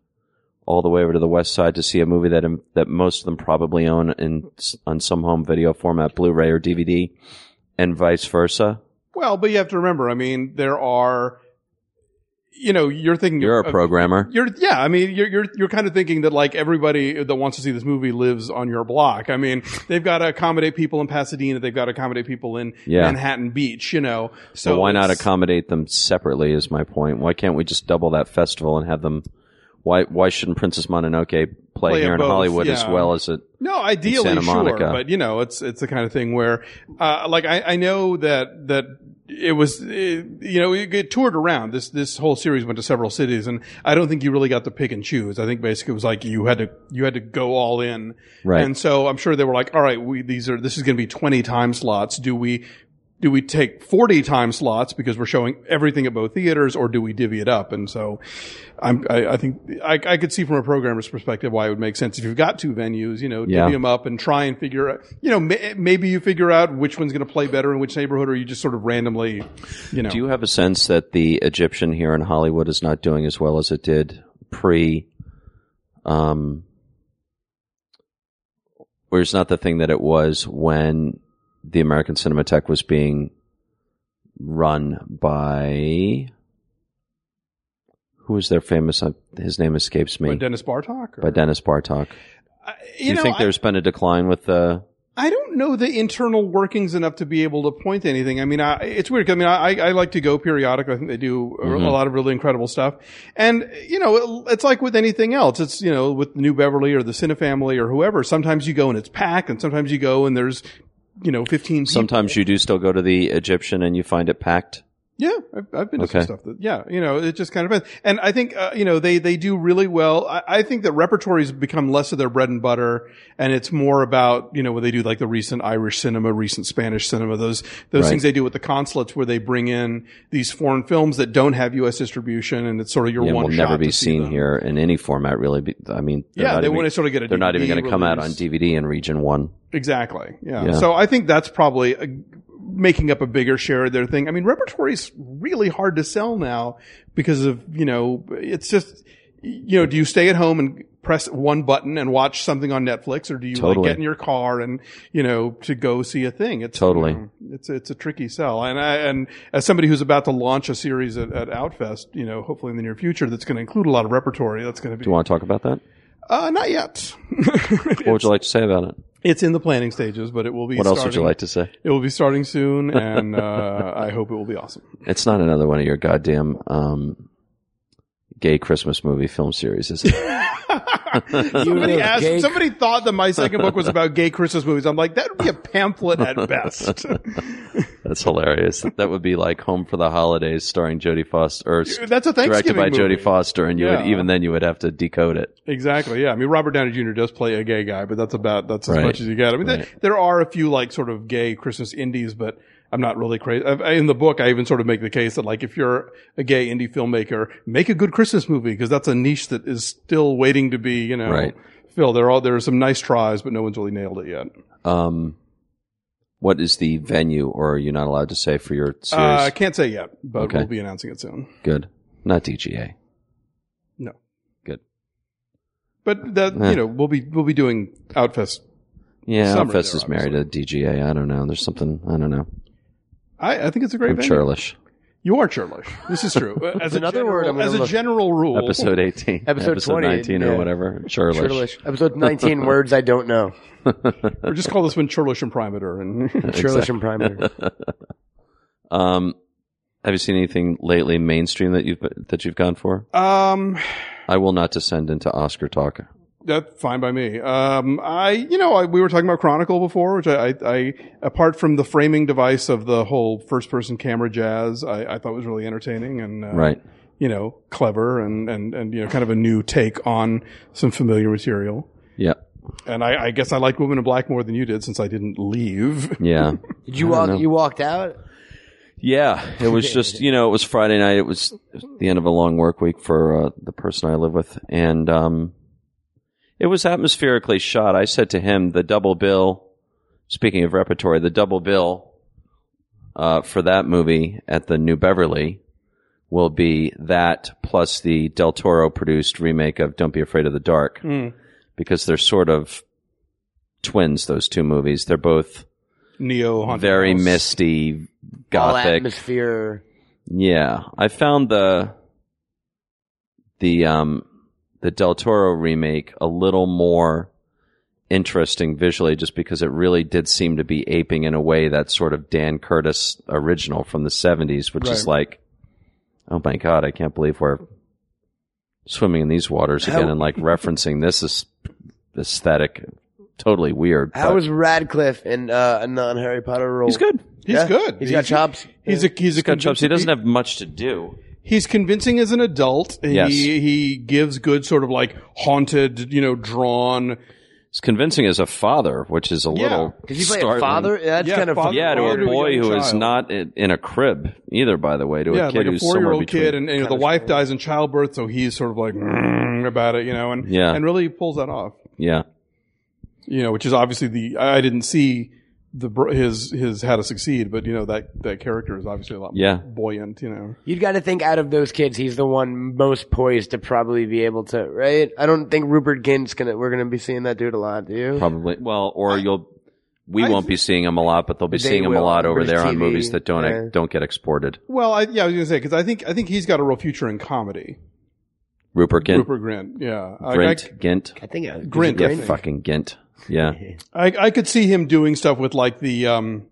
[SPEAKER 2] all the way over to the West Side to see a movie that that most of them probably own in on some home video format, Blu-ray or DVD, and vice versa?
[SPEAKER 3] Well, but you have to remember. I mean, there are. You know, you're thinking
[SPEAKER 2] You're
[SPEAKER 3] of-
[SPEAKER 2] a programmer.
[SPEAKER 3] You're yeah, I mean you're you're you're kind of thinking that like everybody that wants to see this movie lives on your block. I mean, they've got to accommodate people in Pasadena, they've got to accommodate people in
[SPEAKER 2] Yeah.
[SPEAKER 3] Manhattan Beach, you know. So
[SPEAKER 2] So why not
[SPEAKER 3] it's-
[SPEAKER 2] accommodate them separately? Is my point. Why can't we just double that festival and have them? Why Why shouldn't Princess Mononoke play,
[SPEAKER 3] at
[SPEAKER 2] here in
[SPEAKER 3] both,
[SPEAKER 2] Hollywood as
[SPEAKER 3] yeah.
[SPEAKER 2] well as it?
[SPEAKER 3] No, ideally,
[SPEAKER 2] Santa Monica.
[SPEAKER 3] sure, but you know, it's it's the kind of thing where, uh, like I, I know that that it was, it, you know, it, it toured around. This this whole series went to several cities, and I don't think you really got to pick and choose. I think basically it was like you had to you had to go all in,
[SPEAKER 2] Right.
[SPEAKER 3] And so I'm sure they were like, all right, we these are this is going to be 20 time slots. Do we do we take 40 time slots because we're showing everything at both theaters or do we divvy it up? And so I'm, I, I think I, I could see from a programmer's perspective why it would make sense. If you've got two venues, you know, divvy
[SPEAKER 2] Yeah.
[SPEAKER 3] them up and try and figure out, you know, may, maybe you figure out which one's going to play better in which neighborhood or you just sort of randomly, you know.
[SPEAKER 2] Do you have a sense that the Egyptian here in Hollywood is not doing as well as it did pre? Um, or it's not the thing that it was when the American Cinematheque was being run by who was their famous? uh, His name escapes me.
[SPEAKER 3] By Dennis Bartok? or-
[SPEAKER 2] by Dennis Bartok.
[SPEAKER 3] I,
[SPEAKER 2] Do you
[SPEAKER 3] know,
[SPEAKER 2] think
[SPEAKER 3] I-
[SPEAKER 2] there's been a decline with the?
[SPEAKER 3] I don't know the internal workings enough to be able to point to anything. I mean, I, it's weird. 'cause, I mean, I, I like to go periodic. I think they do a- a
[SPEAKER 2] Mhm.
[SPEAKER 3] lot of really incredible stuff. And, you know, it- it's like with anything else. It's, you know, with New Beverly or the Cine family or whoever. Sometimes you go and it's packed and sometimes you go and there's, you know, 15 people.
[SPEAKER 2] Sometimes you do still go to the Egyptian and you find it packed.
[SPEAKER 3] Yeah, I've, I've been to some
[SPEAKER 2] Okay.
[SPEAKER 3] stuff that, yeah, you know, it just kind of is. And I think, uh, you know, they, they do really well. I, I think that repertories become less of their bread and butter and it's more about, you know, when they do like the recent Irish cinema, recent Spanish cinema, those, those
[SPEAKER 2] Right.
[SPEAKER 3] things they do with the consulates where they bring in these foreign films that don't have U.S. distribution and it's sort of your
[SPEAKER 2] Yeah,
[SPEAKER 3] one
[SPEAKER 2] will
[SPEAKER 3] shot
[SPEAKER 2] never
[SPEAKER 3] to
[SPEAKER 2] be
[SPEAKER 3] see
[SPEAKER 2] seen
[SPEAKER 3] them.
[SPEAKER 2] here in any format, really. Be- I mean, they're
[SPEAKER 3] Yeah,
[SPEAKER 2] not
[SPEAKER 3] they
[SPEAKER 2] even-
[SPEAKER 3] want to sort of get a
[SPEAKER 2] they're not even
[SPEAKER 3] DVD
[SPEAKER 2] going to come out on
[SPEAKER 3] release.
[SPEAKER 2] DVD in region one.
[SPEAKER 3] Exactly. Yeah.
[SPEAKER 2] Yeah.
[SPEAKER 3] So I think that's probably uh making up a bigger share of their thing. I mean, repertory is really hard to sell now because of, you know, it's just, you know, do you stay at home and press one button and watch something on Netflix or do you
[SPEAKER 2] Totally.
[SPEAKER 3] like get in your car and, you know, to go see a thing? It's
[SPEAKER 2] Totally.
[SPEAKER 3] you know, it's, it's a tricky sell. And I, and as somebody who's about to launch a series at, at Outfest, you know, hopefully in the near future, that's going to include a lot of repertory. That's going to
[SPEAKER 2] Do
[SPEAKER 3] be,
[SPEAKER 2] you want to talk about that?
[SPEAKER 3] uh, not yet. [laughs]
[SPEAKER 2] What would you like to say about it?
[SPEAKER 3] it's in the planning stages, but it will be
[SPEAKER 2] What else would you
[SPEAKER 3] starting-
[SPEAKER 2] like to say?
[SPEAKER 3] it will be starting soon, and uh, I hope it will be awesome.
[SPEAKER 2] It's not another one of your goddamn um, gay Christmas movie film series, is
[SPEAKER 3] [laughs]
[SPEAKER 2] it?
[SPEAKER 3] somebody
[SPEAKER 4] little
[SPEAKER 3] asked.
[SPEAKER 4] gay-
[SPEAKER 3] Somebody thought that my second book was about gay Christmas movies. I'm like, that would be a
[SPEAKER 2] [laughs]
[SPEAKER 3] pamphlet at best.
[SPEAKER 2] That's hilarious. That would be like Home for the Holidays, starring Jodie Foster, or s-
[SPEAKER 3] That's a
[SPEAKER 2] directed
[SPEAKER 3] Thanksgiving
[SPEAKER 2] by
[SPEAKER 3] movie.
[SPEAKER 2] Jodie Foster, and you
[SPEAKER 3] Yeah.
[SPEAKER 2] would even then you would have to decode it.
[SPEAKER 3] Exactly. Yeah. I mean, Robert Downey Jr. does play a gay guy, but that's about that's as
[SPEAKER 2] Right.
[SPEAKER 3] much as you get. I mean, there-
[SPEAKER 2] Right.
[SPEAKER 3] there, are a few like sort of gay Christmas indies, but I'm not really crazy. I, I- in the book, I even sort of make the case that like if you're a gay indie filmmaker, make a good Christmas movie because that's a niche that is still waiting to be you know
[SPEAKER 2] Right.
[SPEAKER 3] filled. There are there are some nice tries, but no one's really nailed it yet.
[SPEAKER 2] Um, what is the venue, or are you not allowed to say for your series?
[SPEAKER 3] Uh, I can't say yet, but
[SPEAKER 2] Okay.
[SPEAKER 3] we'll be announcing it soon.
[SPEAKER 2] Good, not DGA.
[SPEAKER 3] No.
[SPEAKER 2] Good.
[SPEAKER 3] But that
[SPEAKER 2] Eh.
[SPEAKER 3] you know we'll be we'll be doing Outfest.
[SPEAKER 2] Yeah,
[SPEAKER 3] Summer
[SPEAKER 2] Outfest
[SPEAKER 3] there,
[SPEAKER 2] is married to DGA. I don't know. There's something I don't know.
[SPEAKER 3] I, I think it's a great
[SPEAKER 2] I'm
[SPEAKER 3] venue.
[SPEAKER 2] churlish.
[SPEAKER 3] You are churlish. This is
[SPEAKER 4] [laughs]
[SPEAKER 3] true. As a
[SPEAKER 4] another
[SPEAKER 3] general,
[SPEAKER 4] word I'm gonna
[SPEAKER 3] as a
[SPEAKER 4] look-
[SPEAKER 3] general rule,
[SPEAKER 2] Episode 18,
[SPEAKER 4] [laughs] Episode 20,
[SPEAKER 2] 19, or
[SPEAKER 4] yeah.
[SPEAKER 2] whatever. Churlish.
[SPEAKER 4] Churlish.
[SPEAKER 2] [laughs]
[SPEAKER 4] Episode 19, words I don't know.
[SPEAKER 3] or just call this one churlish and primator.
[SPEAKER 2] [laughs]
[SPEAKER 3] And [laughs]
[SPEAKER 4] Churlish and primator.
[SPEAKER 2] Um, have you seen anything lately mainstream that you've that you've gone for?
[SPEAKER 4] Uh,
[SPEAKER 3] um,
[SPEAKER 2] I will not descend into Oscar talk.
[SPEAKER 3] that's fine by me. Um, I you know I, we were talking about Chronicle before, which I, I, I apart from the framing device of the whole first person camera jazz, I, I thought was really entertaining and uh,
[SPEAKER 2] Right.
[SPEAKER 3] you know clever and and and you know kind of a new take on some familiar material.
[SPEAKER 2] Yeah.
[SPEAKER 3] And I, I guess I liked Women in Black more than you did since I didn't leave.
[SPEAKER 2] Yeah.
[SPEAKER 4] [laughs] Did you
[SPEAKER 2] I don't
[SPEAKER 4] walk?
[SPEAKER 2] know.
[SPEAKER 4] You walked out.
[SPEAKER 2] Yeah. It was just you know it was Friday night. It was the end of a long work week for uh, the person I live with, and um, it was atmospherically shot. I said to him, the double bill. Speaking of repertory, the double bill uh, for that movie at the New Beverly will be that plus the Del Toro produced remake of Don't Be Afraid of the Dark. because they're sort of twins. Those two movies, they're both
[SPEAKER 3] Neo haunted
[SPEAKER 2] very
[SPEAKER 3] house.
[SPEAKER 2] misty,
[SPEAKER 4] All
[SPEAKER 2] gothic.
[SPEAKER 4] atmosphere.
[SPEAKER 2] Yeah, I found the the um the Del Toro remake a little more interesting visually, just because it really did seem to be aping in a way that sort of Dan Curtis original from the '70s, which is like, oh my god, I can't believe we're swimming in these waters again
[SPEAKER 4] How-
[SPEAKER 2] and like
[SPEAKER 4] [laughs]
[SPEAKER 2] referencing this is aesthetic. Totally weird.
[SPEAKER 4] How
[SPEAKER 2] but
[SPEAKER 4] was Radcliffe in uh, a non Harry Potter role?
[SPEAKER 2] he's good?
[SPEAKER 3] He's
[SPEAKER 4] Yeah?
[SPEAKER 3] good.
[SPEAKER 4] He's got chops.
[SPEAKER 3] He's a he's a
[SPEAKER 2] He's got chops. He
[SPEAKER 3] convincing-
[SPEAKER 2] doesn't have much to do.
[SPEAKER 3] He's convincing as an adult.
[SPEAKER 2] Yes.
[SPEAKER 3] He he gives good sort of like haunted, you know, drawn.
[SPEAKER 2] It's convincing as a father, which is a little.
[SPEAKER 4] Did he play a
[SPEAKER 2] startling.
[SPEAKER 4] father? That's
[SPEAKER 3] Yeah,
[SPEAKER 4] kind of
[SPEAKER 3] father-
[SPEAKER 2] Yeah, to a
[SPEAKER 3] Father to a
[SPEAKER 2] boy
[SPEAKER 3] young
[SPEAKER 2] who is
[SPEAKER 3] child.
[SPEAKER 2] not in, in a crib either. By the way, to
[SPEAKER 3] Yeah,
[SPEAKER 2] a kid
[SPEAKER 3] like a
[SPEAKER 2] who's somewhere
[SPEAKER 3] four-year-old
[SPEAKER 2] between.
[SPEAKER 3] kid, and, you know, the wife dies in childbirth, so he's sort of like "Mm," about it, you know, and
[SPEAKER 2] Yeah.
[SPEAKER 3] and really pulls that off,
[SPEAKER 2] yeah,
[SPEAKER 3] you know, which is obviously the I I didn't see the br- his his how to succeed, but you know that that character is obviously a lot more
[SPEAKER 2] yeah.
[SPEAKER 3] buoyant, you know.
[SPEAKER 4] You'd got to think out of those kids, he's the one most poised to probably be able to, right? I don't think Rupert Gint's gonna. We're gonna be seeing that dude a lot, do you?
[SPEAKER 2] Probably. Well, or you'll we
[SPEAKER 3] I-
[SPEAKER 2] won't be seeing them a lot, but they'll be
[SPEAKER 4] They
[SPEAKER 2] seeing them a
[SPEAKER 4] will
[SPEAKER 2] lot
[SPEAKER 4] on
[SPEAKER 2] over there
[SPEAKER 4] British
[SPEAKER 2] on
[SPEAKER 4] TV,
[SPEAKER 2] movies that don't
[SPEAKER 4] yeah.
[SPEAKER 2] don't get exported.
[SPEAKER 3] Well, I, yeah, I was going to say because I think I think he's got a real future in comedy.
[SPEAKER 2] Rupert Gint,
[SPEAKER 3] Rupert Grint, yeah, Like, I,
[SPEAKER 2] Grint, Gint,
[SPEAKER 4] I think uh,
[SPEAKER 3] Grint,
[SPEAKER 2] yeah,
[SPEAKER 3] Grint.
[SPEAKER 2] fucking Gint, yeah.
[SPEAKER 3] I, I could see him doing stuff with like the um,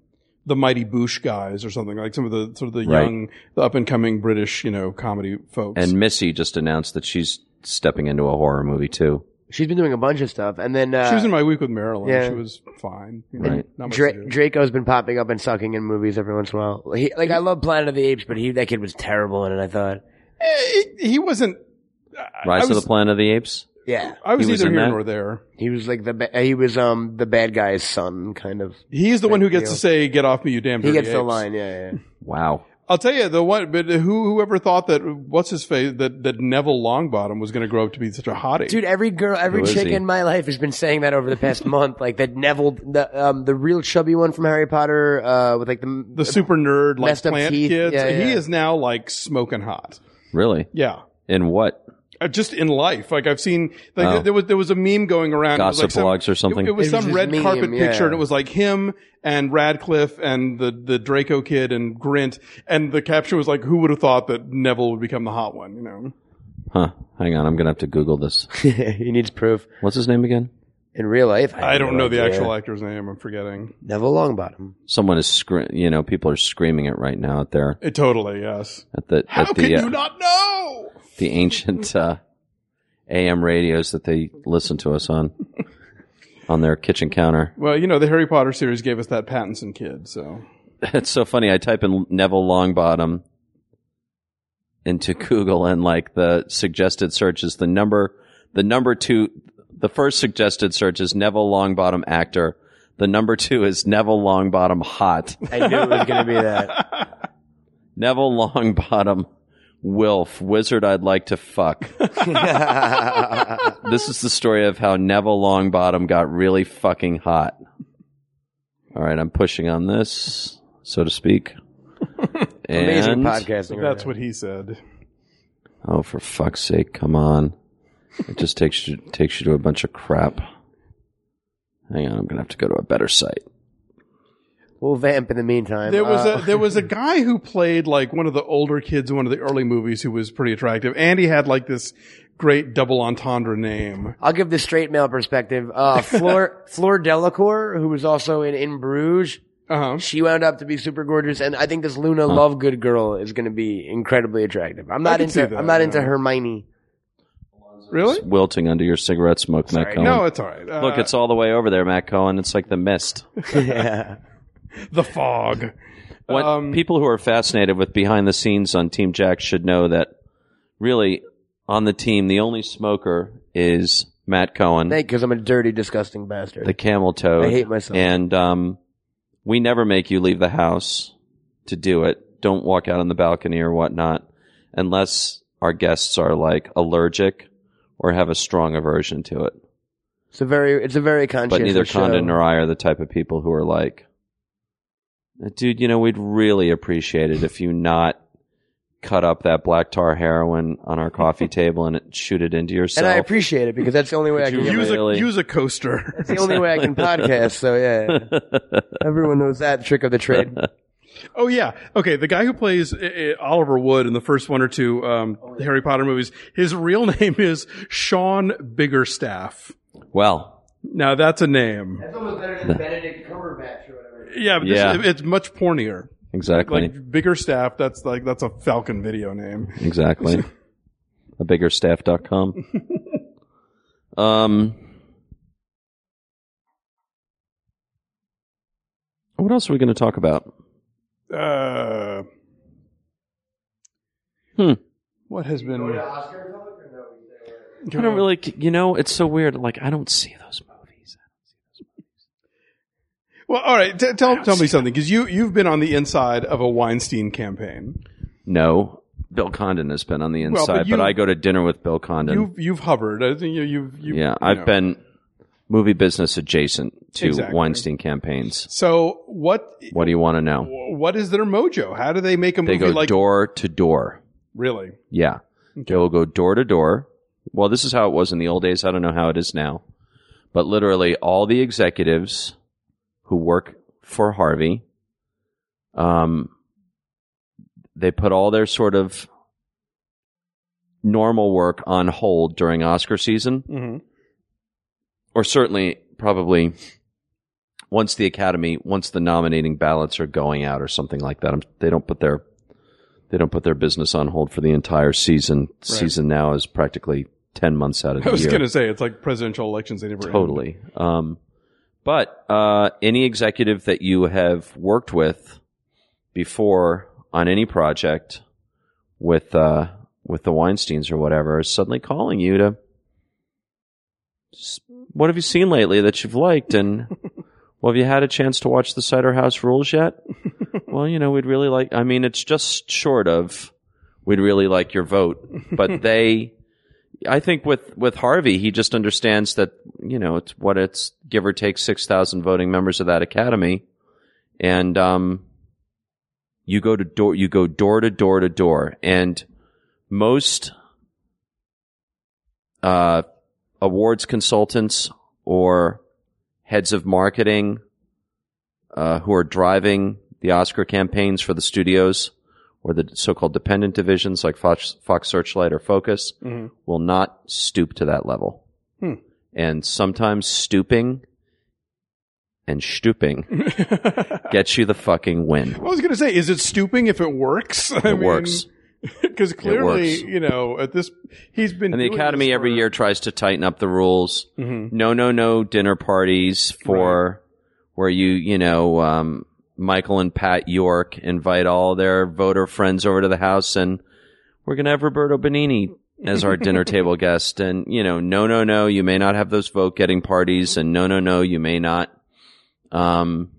[SPEAKER 3] the Mighty Boosh guys or something like some of the sort of the
[SPEAKER 2] Right.
[SPEAKER 3] young, the up and coming British, you know, comedy folks.
[SPEAKER 2] And Missy just announced that she's stepping into a horror movie too.
[SPEAKER 4] She's been doing a bunch of stuff, and then uh,
[SPEAKER 3] she was in my week with Marilyn.
[SPEAKER 4] yeah.
[SPEAKER 3] She was fine. You
[SPEAKER 2] Right.
[SPEAKER 3] Not much to
[SPEAKER 4] Dra-
[SPEAKER 3] do.
[SPEAKER 4] Draco's been popping up and sucking in movies every once in a while. He, like I love Planet of the Apes, but he that kid was terrible in it. I thought,
[SPEAKER 3] Eh, he, he wasn't. I-
[SPEAKER 2] Rise
[SPEAKER 3] I was,
[SPEAKER 2] of the Planet of the Apes.
[SPEAKER 4] yeah,
[SPEAKER 3] I was
[SPEAKER 2] he was
[SPEAKER 3] either
[SPEAKER 2] in
[SPEAKER 3] here
[SPEAKER 2] that?
[SPEAKER 3] nor there.
[SPEAKER 4] he was like the ba- he was um the bad guy's son, kind of.
[SPEAKER 3] He's the one who gets to
[SPEAKER 4] you.
[SPEAKER 3] say, "Get off me, you damn."
[SPEAKER 4] He
[SPEAKER 3] dirty
[SPEAKER 4] gets the
[SPEAKER 3] apes."
[SPEAKER 4] line,
[SPEAKER 3] [laughs]
[SPEAKER 4] yeah, yeah.
[SPEAKER 2] Wow.
[SPEAKER 3] I'll tell you the one. But who, whoever thought that what's his face that that Neville Longbottom was going to grow up to be such a hottie?
[SPEAKER 4] Dude, every girl, every
[SPEAKER 2] Who is
[SPEAKER 4] chick
[SPEAKER 2] he?
[SPEAKER 4] in my life has been saying that over
[SPEAKER 3] [laughs]
[SPEAKER 4] the past month. Like that Neville, the um the real chubby one from Harry Potter, uh, with like the
[SPEAKER 3] the super nerd like
[SPEAKER 4] Messed up
[SPEAKER 3] plant
[SPEAKER 4] teeth.
[SPEAKER 3] kids.
[SPEAKER 4] Yeah,
[SPEAKER 3] He
[SPEAKER 4] yeah.
[SPEAKER 3] is now like smoking hot.
[SPEAKER 2] Really?
[SPEAKER 3] Yeah.
[SPEAKER 2] In what?
[SPEAKER 3] Uh, just in life, like I've seen, like
[SPEAKER 2] Oh.
[SPEAKER 3] there- there was there was a meme going around. It was,
[SPEAKER 2] Gossip
[SPEAKER 3] like, some-
[SPEAKER 2] blogs or something?
[SPEAKER 3] It, it was
[SPEAKER 4] It was
[SPEAKER 3] some
[SPEAKER 4] this
[SPEAKER 3] red
[SPEAKER 4] meme,
[SPEAKER 3] carpet
[SPEAKER 4] yeah.
[SPEAKER 3] picture, and it was like him and Radcliffe and the the Draco kid and Grint, and the caption was like, "Who would have thought that Neville would become the hot one?" You know,
[SPEAKER 2] Huh. Hang on, I'm gonna have to Google this.
[SPEAKER 4] [laughs] he needs proof
[SPEAKER 2] What's his name again?
[SPEAKER 4] in real life.
[SPEAKER 3] I don't know the
[SPEAKER 4] idea.
[SPEAKER 3] actual actor's name. I'm forgetting.
[SPEAKER 4] Neville Longbottom.
[SPEAKER 2] Someone is scre- you know, people are screaming it right now out there
[SPEAKER 3] It totally yes.
[SPEAKER 2] at the
[SPEAKER 3] How
[SPEAKER 2] at
[SPEAKER 3] can
[SPEAKER 2] the uh,
[SPEAKER 3] you not know?
[SPEAKER 2] the ancient uh, AM radios that they listen to us
[SPEAKER 3] [laughs]
[SPEAKER 2] on on their kitchen counter.
[SPEAKER 3] Well, you know the Harry Potter series gave us that Pattinson kid, so
[SPEAKER 2] It's so funny. I type in Neville Longbottom into Google, and like the suggested search is the number the number two. The first suggested search is Neville Longbottom actor. The number two is Neville Longbottom hot.
[SPEAKER 4] I knew it was going
[SPEAKER 2] [laughs]
[SPEAKER 4] to be that.
[SPEAKER 2] Neville Longbottom Wilf Wizard. I'd like to
[SPEAKER 3] [laughs]
[SPEAKER 2] fuck. this is the story of how Neville Longbottom got really fucking hot. All right, I'm pushing on this, so to speak.
[SPEAKER 3] [laughs]
[SPEAKER 2] And,
[SPEAKER 4] Amazing podcasting.
[SPEAKER 3] that's what he said.
[SPEAKER 2] Oh, for fuck's sake, come on! It just takes you takes you to a bunch of crap. Hang on, I'm gonna have to go to a better site.
[SPEAKER 4] We'll vamp in the meantime.
[SPEAKER 3] There was
[SPEAKER 4] Uh,
[SPEAKER 3] a there was a guy who played like one of the older kids in one of the early movies who was pretty attractive, and he had like this great double entendre name.
[SPEAKER 4] I'll give the straight male perspective.
[SPEAKER 2] [laughs]
[SPEAKER 4] Uh, Flor Flor Delacour, who was also in In Bruges,
[SPEAKER 3] Uh huh.
[SPEAKER 4] she wound up to be super gorgeous, and I think this Luna Lovegood girl is going to be incredibly attractive. I'm not
[SPEAKER 3] can see
[SPEAKER 4] into
[SPEAKER 3] that,
[SPEAKER 4] I'm not
[SPEAKER 3] yeah.
[SPEAKER 4] into Hermione.
[SPEAKER 3] Really?
[SPEAKER 2] Wilting under your cigarette smoke, Matt Cohen.
[SPEAKER 3] No, it's all right. Uh,
[SPEAKER 2] Look, it's all the way over there, Matt Cohen. It's like the mist.
[SPEAKER 4] yeah.
[SPEAKER 3] the
[SPEAKER 2] [laughs]
[SPEAKER 3] fog.
[SPEAKER 2] What
[SPEAKER 3] Um,
[SPEAKER 2] people who are fascinated with behind the scenes on Team Jack should know that really on the team the only smoker is Matt Cohen,
[SPEAKER 4] because I'm a dirty, disgusting bastard.
[SPEAKER 2] the camel toad.
[SPEAKER 4] I hate myself.
[SPEAKER 2] And um, we never make you leave the house to do it. Don't walk out on the balcony or whatnot, unless our guests are like allergic or have a strong aversion to it.
[SPEAKER 4] It's a very it's a very conscious.
[SPEAKER 2] But neither Condon
[SPEAKER 4] show.
[SPEAKER 2] nor I are the type of people who are like, dude, you know, we'd really appreciate it if you not cut up that black tar heroin on our
[SPEAKER 4] [laughs]
[SPEAKER 2] coffee table and shoot it into
[SPEAKER 4] and
[SPEAKER 2] yourself.
[SPEAKER 4] I appreciate it because that's the only way I
[SPEAKER 2] Could
[SPEAKER 4] can.
[SPEAKER 2] you
[SPEAKER 4] Get
[SPEAKER 3] use
[SPEAKER 4] my,
[SPEAKER 2] really-
[SPEAKER 3] a use a coaster. [laughs]
[SPEAKER 4] that's the only way I
[SPEAKER 2] [laughs]
[SPEAKER 4] can podcast. So yeah, everyone knows that trick of
[SPEAKER 2] [laughs]
[SPEAKER 4] the trade.
[SPEAKER 3] oh yeah. Okay. The guy who plays uh, uh, Oliver Wood in the first one or two um,
[SPEAKER 2] Oh,
[SPEAKER 3] Harry Potter movies, his real [laughs] name is Sean Biggerstaff.
[SPEAKER 2] well,
[SPEAKER 3] Now that's a name.
[SPEAKER 4] That's almost better than Benedict Cumberbatch or whatever.
[SPEAKER 3] Yeah. But this-
[SPEAKER 2] Yeah.
[SPEAKER 3] it- it's much pornier.
[SPEAKER 2] exactly.
[SPEAKER 3] Like Biggerstaff. That's like that's a Falcon video name.
[SPEAKER 4] [laughs]
[SPEAKER 2] exactly. A bigger staff.com. um, what else are we going to talk about?
[SPEAKER 3] Uh,
[SPEAKER 2] Hmm.
[SPEAKER 3] What has been?
[SPEAKER 2] I don't really, you know, it's so weird. Like, I don't see those movies.
[SPEAKER 3] Well, all right. T- tell tell me something, because you you've been on the inside of a Weinstein campaign.
[SPEAKER 2] No, Bill Condon has been on the
[SPEAKER 3] Well,
[SPEAKER 2] inside,
[SPEAKER 3] but
[SPEAKER 2] but,
[SPEAKER 3] you-
[SPEAKER 2] I go to dinner with Bill Condon.
[SPEAKER 3] You've you've hovered. I think you, you've, you've
[SPEAKER 2] yeah,
[SPEAKER 3] you
[SPEAKER 2] I've
[SPEAKER 3] know.
[SPEAKER 2] been movie business adjacent to
[SPEAKER 3] Exactly.
[SPEAKER 2] Weinstein campaigns.
[SPEAKER 3] So what
[SPEAKER 2] What do you want to know?
[SPEAKER 3] what is their mojo? How do they make a
[SPEAKER 2] They
[SPEAKER 3] movie
[SPEAKER 2] go
[SPEAKER 3] like
[SPEAKER 2] door to door.
[SPEAKER 3] really?
[SPEAKER 2] Yeah. They will go door to door. Well, this is how it was in the old days. I don't know how it is now. But literally, all the executives who work for Harvey. Um, they put all their sort of normal work on hold during Oscar season,
[SPEAKER 3] hmm
[SPEAKER 2] or certainly probably once the Academy, once the nominating ballots are going out or something like that. I'm, they don't put their they don't put their business on hold for the entire season. Season now is practically ten months out of the
[SPEAKER 3] I was
[SPEAKER 2] year
[SPEAKER 3] going to say it's like presidential elections. They never end.
[SPEAKER 2] totally. Um, but uh, any executive that you have worked with before on any project with uh, with the Weinstein's or whatever is suddenly calling you to, "S- what have you seen lately that you've liked, and well, have you had a chance to watch the Cider House Rules yet? well, you know, we'd really like. I mean, it's just short of we'd really like your vote, but they. I think with with Harvey, he just understands that you know it's what it's give or take six thousand voting members of that academy, and um, you go to door you go door to door to door, and most uh, awards consultants or heads of marketing uh, who are driving the Oscar campaigns for the studios or the so-called dependent divisions like Fox, Fox Searchlight or Focus
[SPEAKER 3] Mhm.
[SPEAKER 2] will not stoop to that level.
[SPEAKER 3] Hmm.
[SPEAKER 2] And sometimes stooping and stooping
[SPEAKER 3] I
[SPEAKER 2] gets you the fucking win.
[SPEAKER 3] was going to say, is it stooping if it works? [laughs]
[SPEAKER 2] It works.
[SPEAKER 3] because clearly,
[SPEAKER 2] works.
[SPEAKER 3] you know, at this he's been
[SPEAKER 2] And the
[SPEAKER 3] doing this
[SPEAKER 2] Academy every
[SPEAKER 3] for-
[SPEAKER 2] year tries to tighten up the rules.
[SPEAKER 3] Mhm.
[SPEAKER 2] No, no, no dinner parties for where you, you know, um, Michael and Pat York invite all their voter friends over to the house and we're going to have Roberto Benini as our dinner table guest. And, you know, no, no, no, you may not have those vote getting parties. And no, no, no, you may not. Um,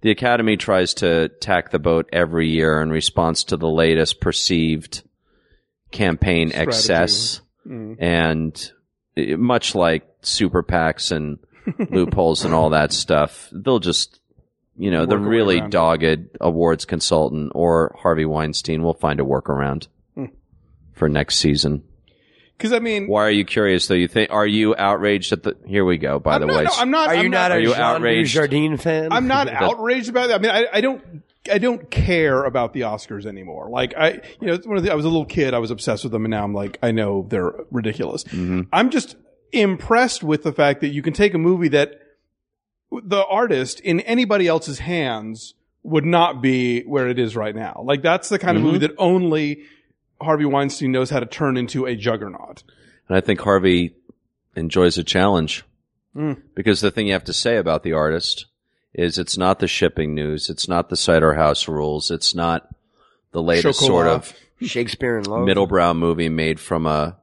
[SPEAKER 2] the Academy tries to tack the boat every year in response to the latest perceived campaign
[SPEAKER 3] Strategy.
[SPEAKER 2] excess
[SPEAKER 3] Mhm.
[SPEAKER 2] and it- much like super PACs
[SPEAKER 3] [laughs]
[SPEAKER 2] and loopholes and all that stuff, they'll just, you know,
[SPEAKER 3] Work
[SPEAKER 2] the
[SPEAKER 3] a way
[SPEAKER 2] really
[SPEAKER 3] around it.
[SPEAKER 2] dogged awards consultant or Harvey Weinstein will find a workaround
[SPEAKER 3] Hmm.
[SPEAKER 2] for next season.
[SPEAKER 3] Because I mean,
[SPEAKER 2] Why are you curious though? You think are you outraged at the? Here we go. By
[SPEAKER 3] I'm
[SPEAKER 2] the
[SPEAKER 3] not,
[SPEAKER 2] way,
[SPEAKER 3] no, I'm not.
[SPEAKER 4] Are
[SPEAKER 3] I'm
[SPEAKER 4] you not,
[SPEAKER 3] not
[SPEAKER 4] a
[SPEAKER 2] Are you
[SPEAKER 4] Jean
[SPEAKER 2] outraged?
[SPEAKER 4] Dujardin fan?
[SPEAKER 3] I'm not outraged about it. I mean, I, I don't. I don't care about the Oscars anymore. Like I, you know, it's one of the, I was a little kid. I was obsessed with them, and now I'm like, I know they're ridiculous. I'm just impressed with the fact that you can take a movie that the artist in anybody else's hands would not be where it is right now. Like that's the kind of movie that only Harvey Weinstein knows how to turn into a juggernaut.
[SPEAKER 2] and I think Harvey enjoys a challenge
[SPEAKER 3] Mm.
[SPEAKER 2] because the thing you have to say about the artist is it's not the shipping news, it's not the cider house rules, it's not the latest sort
[SPEAKER 3] Chocolat.
[SPEAKER 2] of
[SPEAKER 4] Shakespeare and Love.
[SPEAKER 2] middle brow movie made from a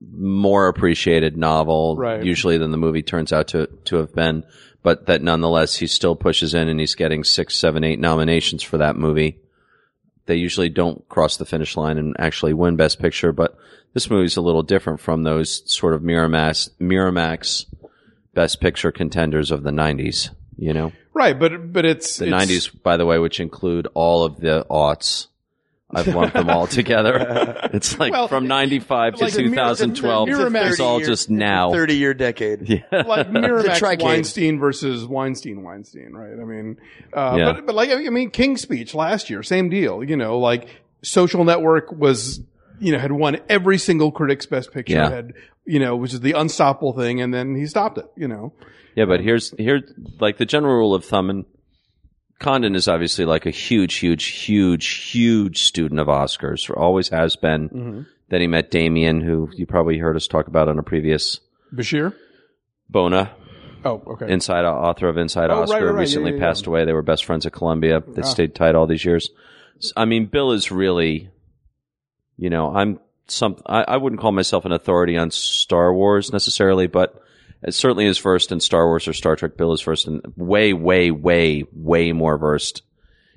[SPEAKER 2] more appreciated novel,
[SPEAKER 3] Right.
[SPEAKER 2] usually than the movie turns out to to have been, but that nonetheless he still pushes in and he's getting six, seven, eight nominations for that movie. They usually don't cross the finish line and actually win Best Picture, but this movie's a little different from those sort of Miramax Miramax Best Picture contenders of the '90s. You know,
[SPEAKER 3] Right, but but it's
[SPEAKER 2] the
[SPEAKER 3] it's-
[SPEAKER 2] '90s, by the way, which include all of the aughts. I've lumped them
[SPEAKER 3] [laughs]
[SPEAKER 2] all together. It's like
[SPEAKER 3] Well,
[SPEAKER 2] from '95 to
[SPEAKER 3] like the Mir-
[SPEAKER 2] 2012.
[SPEAKER 3] the Miramax-
[SPEAKER 2] It's all just now.
[SPEAKER 4] Thirty year decade.
[SPEAKER 2] [laughs]
[SPEAKER 3] like Miramax
[SPEAKER 4] tricade.
[SPEAKER 3] Weinstein versus Weinstein Weinstein, right? I mean, uh,
[SPEAKER 2] Yeah.
[SPEAKER 3] but but like I mean, King's Speech last year, same deal. You know, like Social Network was you know had won every single critic's best picture,
[SPEAKER 2] Yeah.
[SPEAKER 3] had you know, which is the unstoppable thing, and then he stopped it. You know,
[SPEAKER 2] Yeah, but here's here like the general rule of thumb, and Condon is obviously like a huge, huge, huge, huge student of Oscars, or always has been.
[SPEAKER 3] Mm-hmm.
[SPEAKER 2] Then he met Damien, who you probably heard us talk about on a previous
[SPEAKER 3] Bashir.
[SPEAKER 2] Bona.
[SPEAKER 3] Oh, okay.
[SPEAKER 2] Inside author of Inside
[SPEAKER 3] Oh, right,
[SPEAKER 2] Oscar
[SPEAKER 3] right, right.
[SPEAKER 2] recently
[SPEAKER 3] Yeah, Ah. yeah, yeah.
[SPEAKER 2] passed away. They were best friends at Columbia. They stayed tight all these years. S- I mean, Bill is really, you know, I'm some. I, I wouldn't call myself an authority on Star Wars necessarily, but it certainly is versed in Star Wars or Star Trek. Bill is versed in way, way, way, way more versed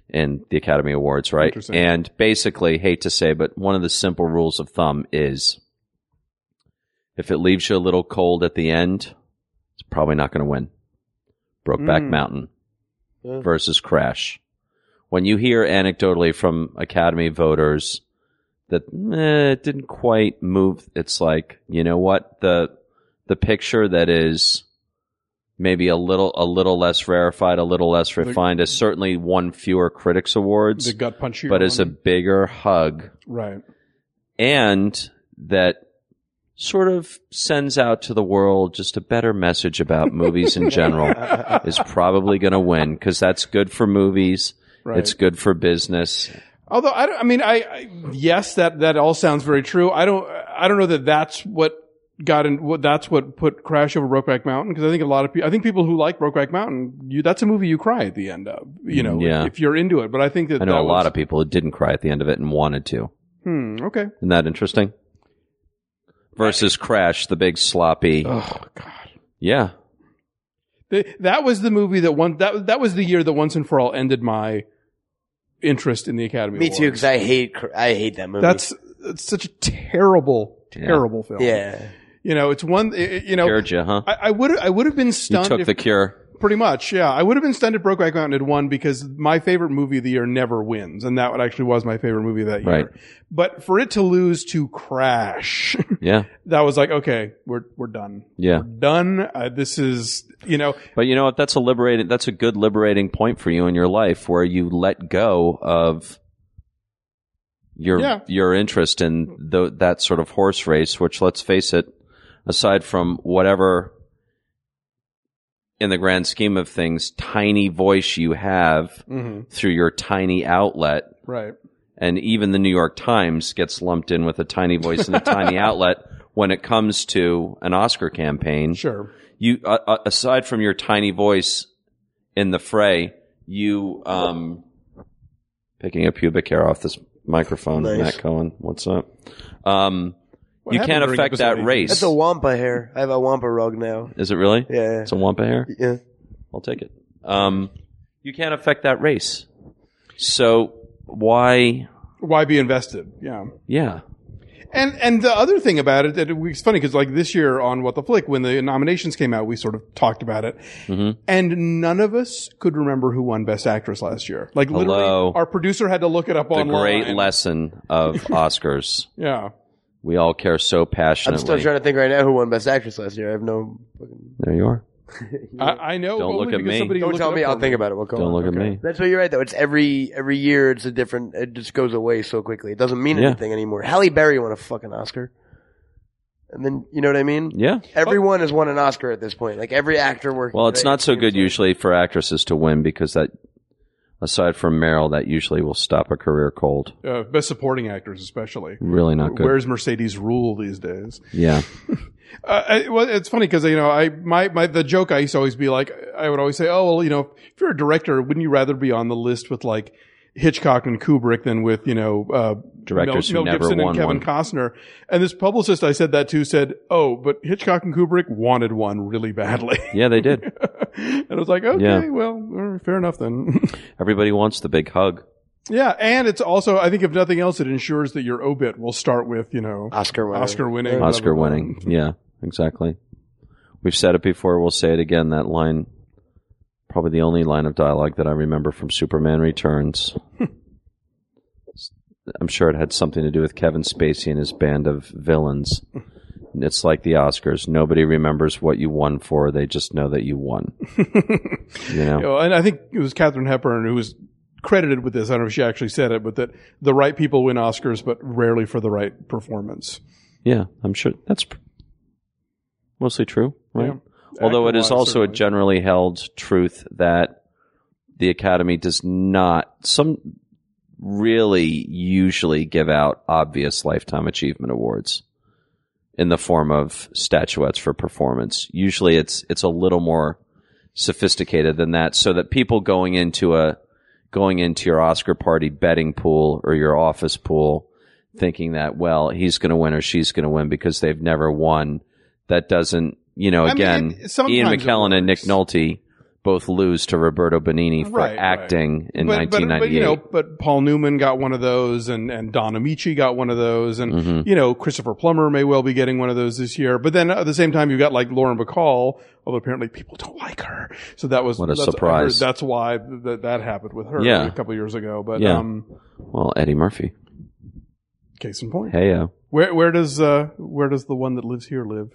[SPEAKER 2] in the Academy Awards, right?
[SPEAKER 3] Interesting.
[SPEAKER 2] And basically, hate to say, but one of the simple rules of thumb is if it leaves you a little cold at the end, it's probably not going to win. Brokeback
[SPEAKER 3] Mm.
[SPEAKER 2] Mountain
[SPEAKER 4] Yeah.
[SPEAKER 2] versus Crash. When you hear anecdotally from Academy voters that eh, it didn't quite move, it's like you know what the the picture that is maybe a little a little less rarefied, a little less refined. It's certainly won fewer critics awards,
[SPEAKER 3] The gut punch you
[SPEAKER 2] but it's a
[SPEAKER 3] want.
[SPEAKER 2] bigger hug,
[SPEAKER 3] right.
[SPEAKER 2] and that sort of sends out to the world just a better message about movies in
[SPEAKER 3] [laughs]
[SPEAKER 2] general is probably going to win because that's good for movies.
[SPEAKER 3] Right.
[SPEAKER 2] It's good for business.
[SPEAKER 3] Although I don't, I mean, I, I yes, that that all sounds very true. I don't, I don't know that that's what got in. What that's what put Crash over Brokeback Mountain because I think a lot of people, I think people who like Brokeback Mountain, you that's a movie you cry at the end of, you know,
[SPEAKER 2] Mm, Yeah.
[SPEAKER 3] if you're into it. But I think that
[SPEAKER 2] I know
[SPEAKER 3] that
[SPEAKER 2] a
[SPEAKER 3] was-
[SPEAKER 2] lot of people who didn't cry at the end of it and wanted to.
[SPEAKER 3] Hmm, okay.
[SPEAKER 2] Isn't that interesting? Versus Crash, the big sloppy.
[SPEAKER 3] Oh God,
[SPEAKER 2] Yeah.
[SPEAKER 3] Th- that was the movie that one that that was the year that Once and for All ended my interest in the Academy.
[SPEAKER 4] Me too,
[SPEAKER 3] Awards.
[SPEAKER 4] because I hate cr- I hate that movie.
[SPEAKER 3] That's, that's such a terrible,
[SPEAKER 2] Yeah.
[SPEAKER 3] terrible film.
[SPEAKER 4] yeah.
[SPEAKER 3] you know, it's one. it- it- you know,
[SPEAKER 2] Cured you, huh?
[SPEAKER 3] I, I would I would have been
[SPEAKER 2] You
[SPEAKER 3] stunned.
[SPEAKER 2] took
[SPEAKER 3] if,
[SPEAKER 2] the cure.
[SPEAKER 3] Pretty much, yeah. I would have been stunned if Brokeback Mountain had won because my favorite movie of the year never wins, and that actually was my favorite movie that year.
[SPEAKER 2] Right.
[SPEAKER 3] But for it to lose to Crash, [laughs]
[SPEAKER 2] Yeah.
[SPEAKER 3] that was like, okay, we're we're done,
[SPEAKER 2] Yeah.
[SPEAKER 3] done. Uh, this is, you know,
[SPEAKER 2] But you know what? That's a liberating, that's a good liberating point for you in your life where you let go of your,
[SPEAKER 3] Yeah.
[SPEAKER 2] your interest in tho- that sort of horse race, which let's face it, aside from whatever in the grand scheme of things, tiny voice you have through your tiny outlet,
[SPEAKER 3] right,
[SPEAKER 2] and even the New York Times gets lumped in with a tiny voice and a tiny outlet when it comes to an Oscar campaign.
[SPEAKER 3] sure,
[SPEAKER 2] You, uh, uh, aside from your tiny voice in the fray, you um, picking a pubic hair off this microphone,
[SPEAKER 4] Nice.
[SPEAKER 2] Matt Cohen. What's up? Um,
[SPEAKER 3] What
[SPEAKER 2] you
[SPEAKER 3] happened
[SPEAKER 2] can't
[SPEAKER 3] during
[SPEAKER 2] affect
[SPEAKER 3] episode
[SPEAKER 2] that
[SPEAKER 3] eight?
[SPEAKER 2] race.
[SPEAKER 4] That's a wampa hair. I have a wampa rug now.
[SPEAKER 2] Is it really?
[SPEAKER 4] Yeah.
[SPEAKER 2] It's a wampa hair.
[SPEAKER 4] Yeah.
[SPEAKER 2] I'll take it. Um, you can't affect that race. So why?
[SPEAKER 3] why be invested? Yeah.
[SPEAKER 2] Yeah.
[SPEAKER 3] And and the other thing about it that we- it's funny because like this year on What the Flick, when the nominations came out, we sort of talked about it,
[SPEAKER 2] Mm-hmm.
[SPEAKER 3] and none of us could remember who won Best Actress last year. Like literally,
[SPEAKER 2] Hello.
[SPEAKER 3] our producer had to look it up
[SPEAKER 2] The
[SPEAKER 3] online.
[SPEAKER 2] great lesson of
[SPEAKER 4] [laughs]
[SPEAKER 2] Oscars.
[SPEAKER 3] yeah.
[SPEAKER 2] We all care so
[SPEAKER 4] I'm
[SPEAKER 2] passionately.
[SPEAKER 4] still trying to think right now who won Best Actress last year. I have no.
[SPEAKER 2] there you are.
[SPEAKER 3] I, I know.
[SPEAKER 2] Don't
[SPEAKER 3] only
[SPEAKER 2] look at
[SPEAKER 3] because
[SPEAKER 2] me.
[SPEAKER 3] somebody
[SPEAKER 4] Don't
[SPEAKER 3] looked
[SPEAKER 4] tell
[SPEAKER 3] it
[SPEAKER 4] me.
[SPEAKER 3] up
[SPEAKER 4] I'll
[SPEAKER 3] for
[SPEAKER 4] think about it. We'll call
[SPEAKER 2] Don't
[SPEAKER 4] it.
[SPEAKER 2] look at
[SPEAKER 3] Okay.
[SPEAKER 2] me.
[SPEAKER 4] That's what you're right though. It's every every year. It's a different. It just goes away so quickly. It doesn't mean
[SPEAKER 2] Yeah.
[SPEAKER 4] anything anymore. Halle Berry won a fucking Oscar, and then you know what I mean.
[SPEAKER 2] Yeah.
[SPEAKER 4] Everyone has won an Oscar at this point. Like every actor working.
[SPEAKER 2] Well, it's
[SPEAKER 4] today,
[SPEAKER 2] not so
[SPEAKER 4] it
[SPEAKER 2] good
[SPEAKER 4] seems like.
[SPEAKER 2] usually for actresses to win because that, aside from Meryl, that usually will stop a career cold.
[SPEAKER 3] Uh, best Supporting Actors, especially.
[SPEAKER 2] Really not good.
[SPEAKER 3] Where's Mercedes Rule these days?
[SPEAKER 2] yeah.
[SPEAKER 3] Uh, I, well, it's funny because you know, I my, my the joke I used to always be like, I would always say, oh well, you know, if you're a director, wouldn't you rather be on the list with like Hitchcock and Kubrick than with you know uh,
[SPEAKER 2] Directors
[SPEAKER 3] Mel,
[SPEAKER 2] who
[SPEAKER 3] Mel
[SPEAKER 2] never
[SPEAKER 3] Gibson
[SPEAKER 2] won
[SPEAKER 3] and Kevin
[SPEAKER 2] one.
[SPEAKER 3] Costner? And this publicist I said that to said, oh, but Hitchcock and Kubrick wanted one really badly, [laughs]
[SPEAKER 2] yeah, they did.
[SPEAKER 3] and I was like, okay,
[SPEAKER 2] Yeah.
[SPEAKER 3] well, all right, fair enough then. [laughs]
[SPEAKER 2] Everybody wants the big hug.
[SPEAKER 3] yeah, and it's also I think if nothing else, it ensures that your obit will start with you know
[SPEAKER 4] Oscar winner.
[SPEAKER 3] Oscar winning,
[SPEAKER 2] Oscar winning. Yeah, exactly. We've said it before. We'll say it again. That line, probably the only line of dialogue that I remember from Superman Returns. [laughs] I'm sure it had something to do with Kevin Spacey and his band of villains. And It's like the Oscars. Nobody remembers what you won for. They just know that you won. You know?
[SPEAKER 3] You know, and I think it was Katherine Hepburn who was credited with this. I don't know if she actually said it, but that the right people win Oscars, but rarely for the right performance.
[SPEAKER 2] Yeah, I'm sure that's pr- mostly true, right?
[SPEAKER 3] Yeah.
[SPEAKER 2] Although it is
[SPEAKER 3] Acting-wise,
[SPEAKER 2] also a
[SPEAKER 3] certainly.
[SPEAKER 2] generally held truth that the Academy does not, some really usually give out obvious lifetime achievement awards in the form of statuettes for performance. Usually it's, it's a little more sophisticated than that so that people going into a, going into your Oscar party betting pool or your office pool thinking that, well, he's going to win or she's going to win because they've never won. That doesn't, you know,
[SPEAKER 3] I mean,
[SPEAKER 2] again,
[SPEAKER 3] it- sometimes
[SPEAKER 2] Ian
[SPEAKER 3] it
[SPEAKER 2] McKellen and Nick
[SPEAKER 3] works.
[SPEAKER 2] Nolte both lose to Roberto Benini for
[SPEAKER 3] Right, right.
[SPEAKER 2] acting in
[SPEAKER 3] But, but,
[SPEAKER 2] 1998.
[SPEAKER 3] but you know, but Paul Newman got one of those, and and Don Amici got one of those, and
[SPEAKER 2] Mm-hmm.
[SPEAKER 3] you know Christopher Plummer may well be getting one of those this year. But then at the same time, you got like Lauren Bacall, although apparently people don't like her. So that was
[SPEAKER 2] What a
[SPEAKER 3] that's, I heard
[SPEAKER 2] surprise.
[SPEAKER 3] That's why that that happened with her
[SPEAKER 2] Yeah.
[SPEAKER 3] a couple years ago. But
[SPEAKER 2] Yeah.
[SPEAKER 3] um,
[SPEAKER 2] well, Eddie Murphy.
[SPEAKER 3] case in point,
[SPEAKER 2] Hey, uh,
[SPEAKER 3] where where does uh where does the one that lives here live?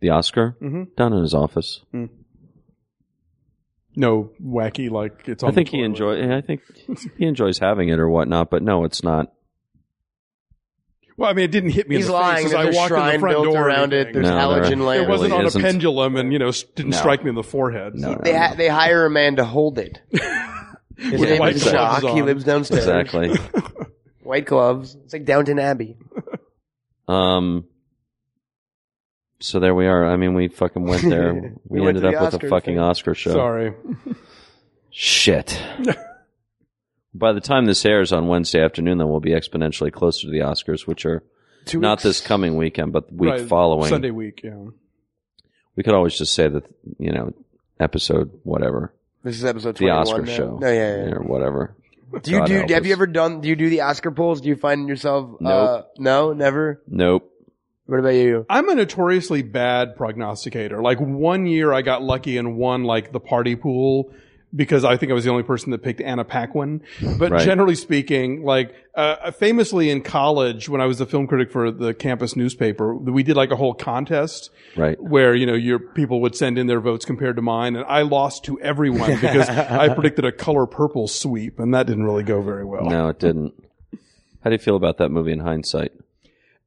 [SPEAKER 2] the Oscar
[SPEAKER 3] Mhm.
[SPEAKER 2] down in his office.
[SPEAKER 3] Mm. no wacky like it's. On
[SPEAKER 2] I think he
[SPEAKER 3] the toilet.
[SPEAKER 2] enjoy. yeah, I think he enjoys having it or whatnot. But no, it's not.
[SPEAKER 3] Well, I mean, it didn't hit me.
[SPEAKER 4] He's
[SPEAKER 3] in the
[SPEAKER 4] lying.
[SPEAKER 3] Face as
[SPEAKER 4] that
[SPEAKER 3] I
[SPEAKER 4] There's
[SPEAKER 3] walked in the
[SPEAKER 4] shrine
[SPEAKER 3] front
[SPEAKER 4] built
[SPEAKER 3] door or
[SPEAKER 4] around it.
[SPEAKER 3] anything.
[SPEAKER 4] There's
[SPEAKER 2] No, there-
[SPEAKER 4] halogen
[SPEAKER 2] there
[SPEAKER 3] it
[SPEAKER 4] lamps.
[SPEAKER 3] wasn't
[SPEAKER 2] really
[SPEAKER 3] on
[SPEAKER 2] isn't.
[SPEAKER 3] a pendulum, and you know, s- didn't
[SPEAKER 2] No.
[SPEAKER 3] strike me in the forehead. so.
[SPEAKER 2] No,
[SPEAKER 4] They, ha- they hire a man to
[SPEAKER 3] [laughs]
[SPEAKER 4] hold it. His
[SPEAKER 2] Yeah,
[SPEAKER 4] name
[SPEAKER 3] white
[SPEAKER 4] is
[SPEAKER 3] gloves
[SPEAKER 4] Jacques. He
[SPEAKER 3] on.
[SPEAKER 4] lives downstairs.
[SPEAKER 3] [laughs]
[SPEAKER 2] Exactly.
[SPEAKER 4] White gloves. It's like Downton Abbey.
[SPEAKER 2] um. So there we are. I mean, we fucking went there.
[SPEAKER 4] [laughs]
[SPEAKER 2] We,
[SPEAKER 4] We went
[SPEAKER 2] ended
[SPEAKER 4] to
[SPEAKER 2] up
[SPEAKER 4] the
[SPEAKER 2] with
[SPEAKER 4] Oscar
[SPEAKER 2] a fucking
[SPEAKER 4] thing.
[SPEAKER 2] Oscar show.
[SPEAKER 3] Sorry. [laughs]
[SPEAKER 2] Shit. By the time this airs on Wednesday afternoon, then we'll be exponentially closer to the Oscars, which are
[SPEAKER 4] Two
[SPEAKER 2] not
[SPEAKER 4] weeks.
[SPEAKER 2] this coming weekend, but the week
[SPEAKER 3] Right,
[SPEAKER 2] following.
[SPEAKER 3] Sunday week. Yeah.
[SPEAKER 2] We could always just say that you know, episode whatever,
[SPEAKER 4] This is episode
[SPEAKER 2] the
[SPEAKER 4] 21
[SPEAKER 2] Oscar
[SPEAKER 4] now.
[SPEAKER 2] show,
[SPEAKER 4] No, yeah, yeah.
[SPEAKER 2] or whatever.
[SPEAKER 4] Do you
[SPEAKER 2] God
[SPEAKER 4] do?
[SPEAKER 2] help
[SPEAKER 4] Have you
[SPEAKER 2] us.
[SPEAKER 4] ever done? Do you do the Oscar polls? Do you find yourself? Uh,
[SPEAKER 2] Nope.
[SPEAKER 4] no, never.
[SPEAKER 2] Nope.
[SPEAKER 4] What about you?
[SPEAKER 3] I'm a notoriously bad prognosticator. Like one year I got lucky and won like the party pool because I think I was the only person that picked Anna Paquin. But
[SPEAKER 2] Right.
[SPEAKER 3] generally speaking, like uh, famously in college when I was the film critic for the campus newspaper, we did like a whole contest
[SPEAKER 2] Right.
[SPEAKER 3] where you know your people would send in their votes compared to mine, and I lost to everyone because I predicted a color purple sweep, and that didn't really go very well.
[SPEAKER 2] No, it didn't. How do you feel about that movie in hindsight?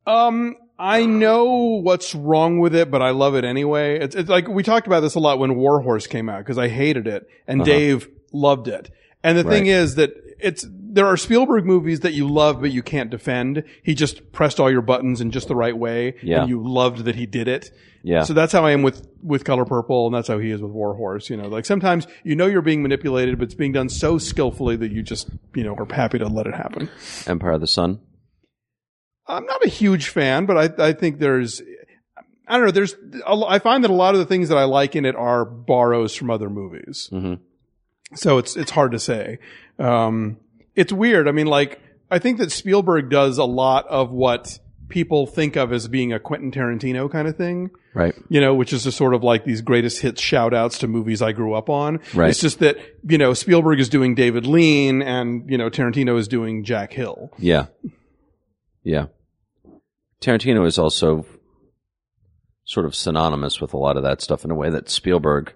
[SPEAKER 3] Um, I know what's wrong with it, but I love it anyway. It's, it's like we talked about this a lot when Warhorse came out because I hated it and Dave loved it. And the thing
[SPEAKER 2] Uh-huh. Right.
[SPEAKER 3] is that it's there are Spielberg movies that you love but you can't defend. He just pressed all your buttons in just the right way,
[SPEAKER 2] Yeah.
[SPEAKER 3] and you loved that he did it.
[SPEAKER 2] Yeah.
[SPEAKER 3] So that's how I am with with Color Purple, and that's how he is with Warhorse. You know, like sometimes you know you're being manipulated, but it's being done so skillfully that you just you know are happy to let it happen.
[SPEAKER 2] Empire of the Sun.
[SPEAKER 3] I'm not a huge fan, but I, I think there's, I don't know, there's, a lo- I find that a lot of the things that I like in it are borrows from other movies.
[SPEAKER 2] Mhm.
[SPEAKER 3] So it's, it's hard to say. Um, it's weird. I mean, like, I think that Spielberg does a lot of what people think of as being a Quentin Tarantino kind of thing
[SPEAKER 2] Right.
[SPEAKER 3] you know, which is just sort of like these greatest hits shout outs to movies I grew up on.
[SPEAKER 2] Right.
[SPEAKER 3] It's just that, you know, Spielberg is doing David Lean and, you know, Tarantino is doing Jack Hill.
[SPEAKER 2] Yeah. Yeah. Tarantino is also sort of synonymous with a lot of that stuff in a way that Spielberg.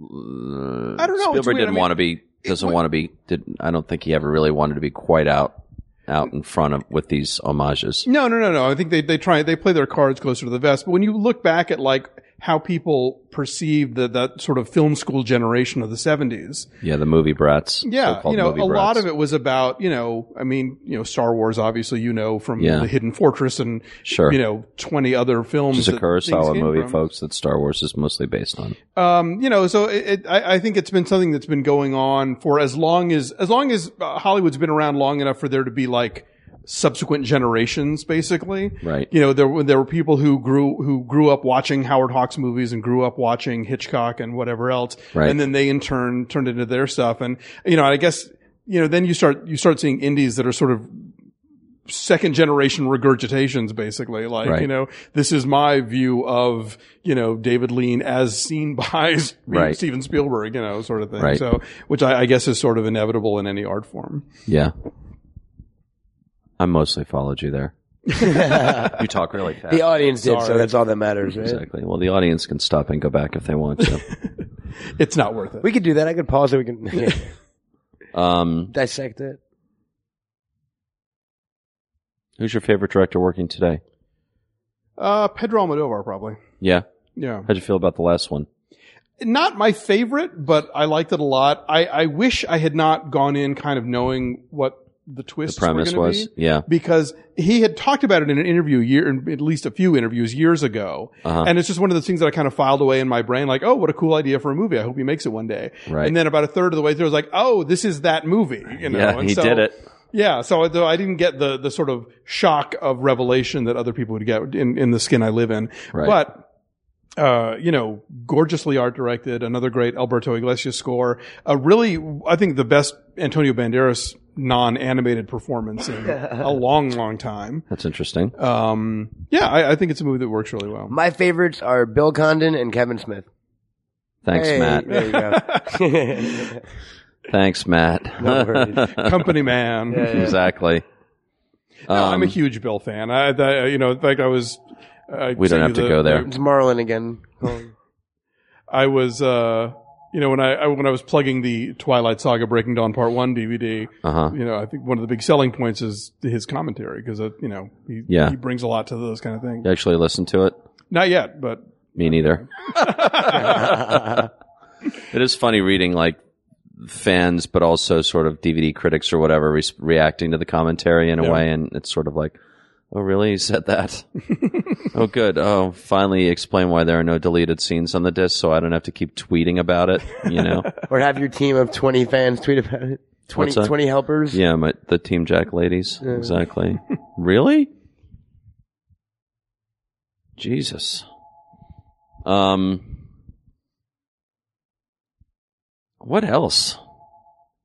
[SPEAKER 3] I don't know.
[SPEAKER 2] Uh, Spielberg
[SPEAKER 3] it's weird.
[SPEAKER 2] didn't
[SPEAKER 3] I mean,
[SPEAKER 2] want to be. Doesn't want to be. Didn't. I don't think he ever really wanted to be quite out, out in front of with these homages.
[SPEAKER 3] No, no, no, no. I think they, they try, they play their cards closer to the vest. But when you look back at like how people perceive the, that sort of film school generation of the 70s,
[SPEAKER 2] Yeah, the movie brats.
[SPEAKER 3] Yeah,
[SPEAKER 2] so-called
[SPEAKER 3] you know,
[SPEAKER 2] movie
[SPEAKER 3] a lot
[SPEAKER 2] brats.
[SPEAKER 3] of it was about you know, I mean, you know, Star Wars, obviously, you know, from
[SPEAKER 2] Yeah.
[SPEAKER 3] the Hidden Fortress and
[SPEAKER 2] Sure.
[SPEAKER 3] you know, twenty other films.
[SPEAKER 2] Which is a
[SPEAKER 3] that things
[SPEAKER 2] Kurosawa
[SPEAKER 3] came
[SPEAKER 2] movie,
[SPEAKER 3] from.
[SPEAKER 2] folks. That Star Wars is mostly based on.
[SPEAKER 3] Um, you know, so it, it, I, I think it's been something that's been going on for as long as as long as uh, Hollywood's been around long enough for there to be like subsequent generations, basically.
[SPEAKER 2] Right.
[SPEAKER 3] You know, there were there were people who grew who grew up watching Howard Hawks movies and grew up watching Hitchcock and whatever else,
[SPEAKER 2] Right.
[SPEAKER 3] and then they in turn turned into their stuff. And you know, I guess you know, then you start you start seeing indies that are sort of second generation regurgitations basically like
[SPEAKER 2] Right.
[SPEAKER 3] you know this is my view of you know david lean as seen [laughs] by
[SPEAKER 2] Right.
[SPEAKER 3] steven spielberg you know sort of thing
[SPEAKER 2] Right.
[SPEAKER 3] so which I, I guess is sort of inevitable in any art form
[SPEAKER 2] Yeah. I mostly followed you
[SPEAKER 4] [laughs]
[SPEAKER 2] there. you talk really fast.
[SPEAKER 4] The audience did, so
[SPEAKER 3] Sorry.
[SPEAKER 4] that's all that matters, right?
[SPEAKER 2] Exactly. Well, the audience can stop and go back if they want to.
[SPEAKER 3] it's not worth it
[SPEAKER 4] We could do that. I could [laughs] pause it. We can yeah,
[SPEAKER 2] [laughs] um,
[SPEAKER 4] dissect it.
[SPEAKER 2] who's your favorite director working today?
[SPEAKER 3] uh pedro almodovar probably
[SPEAKER 2] Yeah.
[SPEAKER 3] yeah
[SPEAKER 2] How'd you feel about the last one?
[SPEAKER 3] not my favorite but i liked it a lot i i wish i had not gone in kind of knowing what the
[SPEAKER 2] The
[SPEAKER 3] twist
[SPEAKER 2] premise was, yeah,
[SPEAKER 3] because he had talked about it in an interview year, in at least a few interviews years ago.
[SPEAKER 2] Uh-huh.
[SPEAKER 3] And it's just one of those things that I kind of filed away in my brain, like, oh, what a cool idea for a movie. I hope he makes it one day.
[SPEAKER 2] Right.
[SPEAKER 3] And then about a third of the way through, I was like, oh, this is that movie. You know?
[SPEAKER 2] yeah,
[SPEAKER 3] and
[SPEAKER 2] he
[SPEAKER 3] so-
[SPEAKER 2] did it.
[SPEAKER 3] Yeah. So though I didn't get the, the sort of shock of revelation that other people would get in, in the skin I live in.
[SPEAKER 2] Right.
[SPEAKER 3] But, uh, you know, gorgeously art directed, another great Alberto Iglesias score, a really, I think the best Antonio Banderas non-animated
[SPEAKER 2] [laughs]
[SPEAKER 3] performance in a long, long time.
[SPEAKER 2] That's interesting.
[SPEAKER 3] Um, yeah, I, I think it's a movie that works really well.
[SPEAKER 4] My favorites are Bill Condon and Kevin Smith.
[SPEAKER 2] Thanks,
[SPEAKER 4] Hey,
[SPEAKER 2] Matt.
[SPEAKER 4] There you
[SPEAKER 2] [laughs]
[SPEAKER 4] go.
[SPEAKER 2] Thanks, Matt.
[SPEAKER 4] No worries.
[SPEAKER 3] Company Man.
[SPEAKER 2] [laughs] exactly.
[SPEAKER 3] No, I'm a
[SPEAKER 2] Um,
[SPEAKER 3] huge Bill fan. I, I you know, in fact, I was. I
[SPEAKER 2] We don't
[SPEAKER 3] sent
[SPEAKER 2] have
[SPEAKER 3] you
[SPEAKER 2] to
[SPEAKER 3] the-
[SPEAKER 2] go there.
[SPEAKER 4] it's Marlon again.
[SPEAKER 3] I was, uh, you know, when I, I when I was plugging the Twilight Saga Breaking Dawn Part One DVD,
[SPEAKER 2] Uh huh.
[SPEAKER 3] you know, I think one of the big selling points is his commentary because, uh, you know, he,
[SPEAKER 2] Yeah.
[SPEAKER 3] he brings a lot to those kind of things.
[SPEAKER 2] You actually listen to it?
[SPEAKER 3] Not yet, but
[SPEAKER 2] Me neither. it is funny reading like fans, but also sort of DVD critics or whatever re- reacting to the commentary in a
[SPEAKER 3] Yeah.
[SPEAKER 2] way, and it's sort of like, oh, really? He said that? oh, good. Oh, finally, explain why there are no deleted scenes on the disc, so I don't have to keep tweeting about it. You know?
[SPEAKER 4] Or have your team of 20 fans tweet about it. 20,
[SPEAKER 2] What's that?
[SPEAKER 4] 20 helpers.
[SPEAKER 2] yeah, my, the Team Jack ladies, exactly. [laughs] really? Jesus. Um. What else?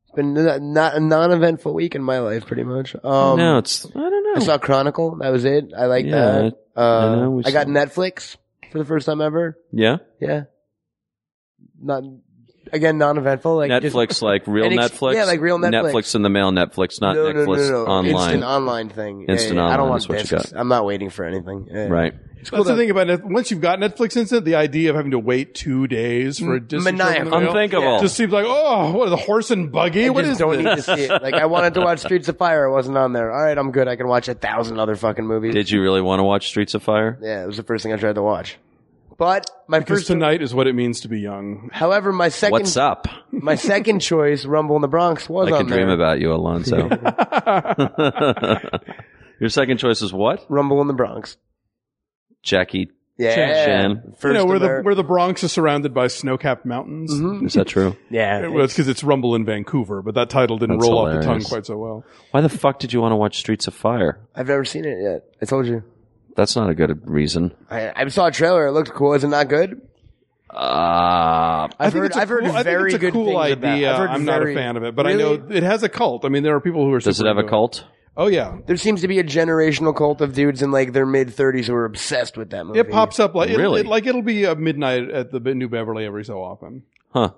[SPEAKER 4] It's been n- not a non-eventful week in my life, pretty much. Um,
[SPEAKER 2] no, it's I don't
[SPEAKER 4] I
[SPEAKER 2] know.
[SPEAKER 4] saw Chronicle. That was it. I like
[SPEAKER 2] Yeah,
[SPEAKER 4] that. Uh,
[SPEAKER 2] I know, we
[SPEAKER 4] I got
[SPEAKER 2] saw-
[SPEAKER 4] Netflix for the first time ever.
[SPEAKER 2] yeah,
[SPEAKER 4] Yeah. Not again non-eventful. Like just-
[SPEAKER 2] Netflix, like real
[SPEAKER 4] and ex-
[SPEAKER 2] Netflix.
[SPEAKER 4] yeah, like real Netflix.
[SPEAKER 2] Netflix in the mail, Netflix, not
[SPEAKER 4] no, no, no,
[SPEAKER 2] Netflix
[SPEAKER 4] no, no.
[SPEAKER 2] online.
[SPEAKER 4] Instant online thing. Yeah,
[SPEAKER 2] Instant
[SPEAKER 4] yeah, yeah. I don't
[SPEAKER 2] online
[SPEAKER 4] want
[SPEAKER 2] is what you
[SPEAKER 4] discs. I'm not waiting for anything. Yeah.
[SPEAKER 2] right?
[SPEAKER 4] It's cool
[SPEAKER 3] that's the
[SPEAKER 4] though.
[SPEAKER 3] thing about it. Once you've got Netflix Instant, the idea of having to wait two days for a disc to show up in the
[SPEAKER 4] Mm. Maniacal.
[SPEAKER 3] mail
[SPEAKER 2] Unthinkable.
[SPEAKER 3] just seems like oh, what the horse and buggy?
[SPEAKER 4] I
[SPEAKER 3] What
[SPEAKER 4] just
[SPEAKER 3] is
[SPEAKER 4] don't need
[SPEAKER 3] this?
[SPEAKER 4] to see it. Like I wanted to watch Streets of Fire. It wasn't on there. All right, I'm good. I can watch a thousand other fucking movies.
[SPEAKER 2] Did you really want to watch Streets of Fire?
[SPEAKER 4] yeah, it was the first thing I tried to watch. But my
[SPEAKER 3] Because
[SPEAKER 4] [laughs] first,
[SPEAKER 3] tonight is what it means to be young.
[SPEAKER 4] however, my second,
[SPEAKER 2] What's up? [laughs]
[SPEAKER 4] my second choice, Rumble in the Bronx, was
[SPEAKER 2] I
[SPEAKER 4] on
[SPEAKER 2] could dream
[SPEAKER 4] there.
[SPEAKER 2] about you,
[SPEAKER 4] [laughs]
[SPEAKER 2] Alonso. [laughs] Your second choice is what?
[SPEAKER 4] Rumble in the Bronx.
[SPEAKER 2] Jackie
[SPEAKER 4] Yeah,
[SPEAKER 2] Chan.
[SPEAKER 4] First
[SPEAKER 3] you know, where the
[SPEAKER 4] Ameri-
[SPEAKER 3] where the Bronx is surrounded by snow-capped mountains.
[SPEAKER 4] Mm-hmm.
[SPEAKER 2] Is that true?
[SPEAKER 4] yeah.
[SPEAKER 3] It was because it's Rumble in Vancouver, but that title didn't
[SPEAKER 2] That's
[SPEAKER 3] roll off the
[SPEAKER 2] hilarious.
[SPEAKER 3] tongue quite so well.
[SPEAKER 2] [laughs] Why the fuck did you want to watch Streets of Fire?
[SPEAKER 4] I've never seen it yet. I told you.
[SPEAKER 2] That's not a good reason.
[SPEAKER 4] I, I saw a trailer. It looked cool. Is it not good?
[SPEAKER 2] Uh,
[SPEAKER 4] I've
[SPEAKER 3] think
[SPEAKER 4] heard.
[SPEAKER 3] it's a
[SPEAKER 4] I've heard
[SPEAKER 3] cool- I think
[SPEAKER 4] very
[SPEAKER 3] it's a
[SPEAKER 4] good
[SPEAKER 3] cool
[SPEAKER 4] things
[SPEAKER 3] idea.
[SPEAKER 4] about. I've heard
[SPEAKER 3] I'm
[SPEAKER 4] very-
[SPEAKER 3] not a fan of it, but I
[SPEAKER 4] Really?
[SPEAKER 3] know it has a cult. I mean, there are people who are.
[SPEAKER 2] does it
[SPEAKER 3] super
[SPEAKER 2] have a
[SPEAKER 3] into
[SPEAKER 2] cult?
[SPEAKER 3] Oh yeah,
[SPEAKER 4] There seems to be a generational cult of dudes in like their mid thirties who are obsessed with that movie.
[SPEAKER 3] it pops up like it-
[SPEAKER 2] Really?
[SPEAKER 3] it, like it'll be uh, midnight at the New Beverly every so often.
[SPEAKER 2] Huh.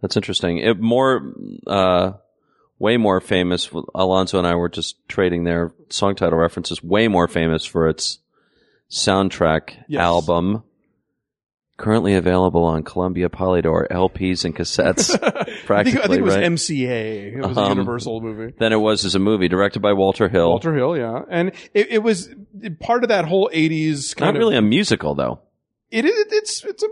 [SPEAKER 2] That's interesting. It more, uh, way more famous. Alonso and I were just trading their song title references. Way more famous for its soundtrack
[SPEAKER 3] Yes.
[SPEAKER 2] album, currently available on Columbia Polydor LPs and cassettes.
[SPEAKER 3] [laughs] I think,
[SPEAKER 2] practically,
[SPEAKER 3] I think it was
[SPEAKER 2] right?
[SPEAKER 3] MCA. It was a
[SPEAKER 2] Um,
[SPEAKER 3] Universal movie.
[SPEAKER 2] than it was as a movie, directed by Walter Hill.
[SPEAKER 3] Walter Hill, yeah, and it, it was part of that whole '80s kind
[SPEAKER 2] Not
[SPEAKER 3] of.
[SPEAKER 2] really a musical though.
[SPEAKER 3] It is. It's it's a.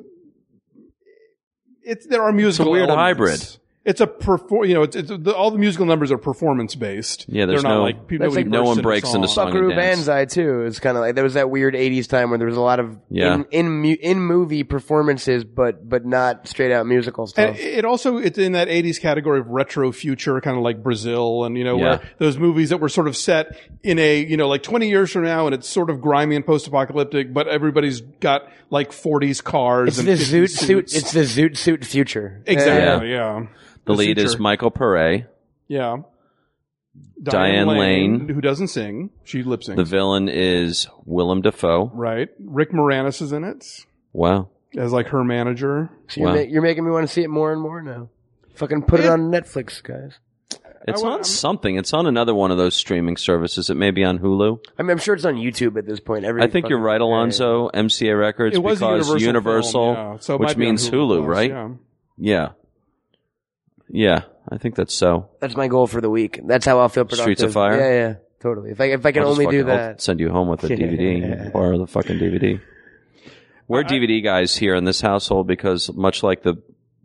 [SPEAKER 3] It's there are musical.
[SPEAKER 2] weird
[SPEAKER 3] elements.
[SPEAKER 2] hybrid.
[SPEAKER 3] It's a perform. You know, it's, it's the, all the musical numbers are performance based.
[SPEAKER 2] Yeah, there's
[SPEAKER 3] They're not
[SPEAKER 2] no-
[SPEAKER 3] like pe-
[SPEAKER 4] That's
[SPEAKER 3] nobody
[SPEAKER 4] like-
[SPEAKER 2] no
[SPEAKER 3] bursts
[SPEAKER 2] one breaks into song. and
[SPEAKER 4] Buckaroo
[SPEAKER 2] dance.
[SPEAKER 4] Banzai too. It's kind of like there was that weird '80s time where there was a lot of
[SPEAKER 2] Yeah.
[SPEAKER 4] in in, mu- in movie performances, but but not straight out musical
[SPEAKER 3] And
[SPEAKER 4] stuff.
[SPEAKER 3] it also it's in that '80s category of retro future, kind of like Brazil, and you know
[SPEAKER 2] Yeah.
[SPEAKER 3] where those movies that were sort of set in a you know like 20 years from now, and it's sort of grimy and post-apocalyptic, but everybody's got like 40s cars.
[SPEAKER 4] it's
[SPEAKER 3] and
[SPEAKER 4] the
[SPEAKER 3] 50s
[SPEAKER 4] zoot suit.
[SPEAKER 3] suits.
[SPEAKER 4] It's the zoot suit future.
[SPEAKER 3] exactly yeah. yeah.
[SPEAKER 2] The lead is
[SPEAKER 3] future.
[SPEAKER 2] Michael Pere.
[SPEAKER 3] Yeah.
[SPEAKER 2] Diane Lane.
[SPEAKER 3] who doesn't sing, she lip syncs.
[SPEAKER 2] The villain is Willem Dafoe.
[SPEAKER 3] Right. Rick Moranis is in it
[SPEAKER 2] Wow.
[SPEAKER 3] as like her manager.
[SPEAKER 4] So you're,
[SPEAKER 2] Wow.
[SPEAKER 4] ma- you're making me want to see it more and more now. Fucking put it
[SPEAKER 3] Yeah.
[SPEAKER 4] on Netflix, guys.
[SPEAKER 2] It's
[SPEAKER 3] I
[SPEAKER 2] on
[SPEAKER 3] wa- I'm-
[SPEAKER 2] something. It's on another one of those streaming services. It may be on Hulu.
[SPEAKER 4] I mean, I'm sure it's on YouTube at this point. Every
[SPEAKER 2] I think you're
[SPEAKER 4] fucking-
[SPEAKER 2] right, Alonso. MCA Records
[SPEAKER 3] It was a
[SPEAKER 2] because
[SPEAKER 3] Universal.
[SPEAKER 2] Universal,
[SPEAKER 3] film, yeah. So it
[SPEAKER 2] which
[SPEAKER 3] might be on
[SPEAKER 2] means Hulu,
[SPEAKER 3] Plus,
[SPEAKER 2] right?
[SPEAKER 3] yeah.
[SPEAKER 2] Yeah. yeah, I think that's so.
[SPEAKER 4] That's my goal for the week. That's how I'll feel productive.
[SPEAKER 2] Streets of Fire?
[SPEAKER 4] Yeah, yeah, totally. If I if I can
[SPEAKER 2] I'll just
[SPEAKER 4] only do
[SPEAKER 2] fucking- I'll
[SPEAKER 4] that,
[SPEAKER 2] send you home
[SPEAKER 4] [laughs]
[SPEAKER 2] with a DVD. Borrow the fucking DVD. We're
[SPEAKER 4] Uh,
[SPEAKER 2] DVD guys here in this household because much like the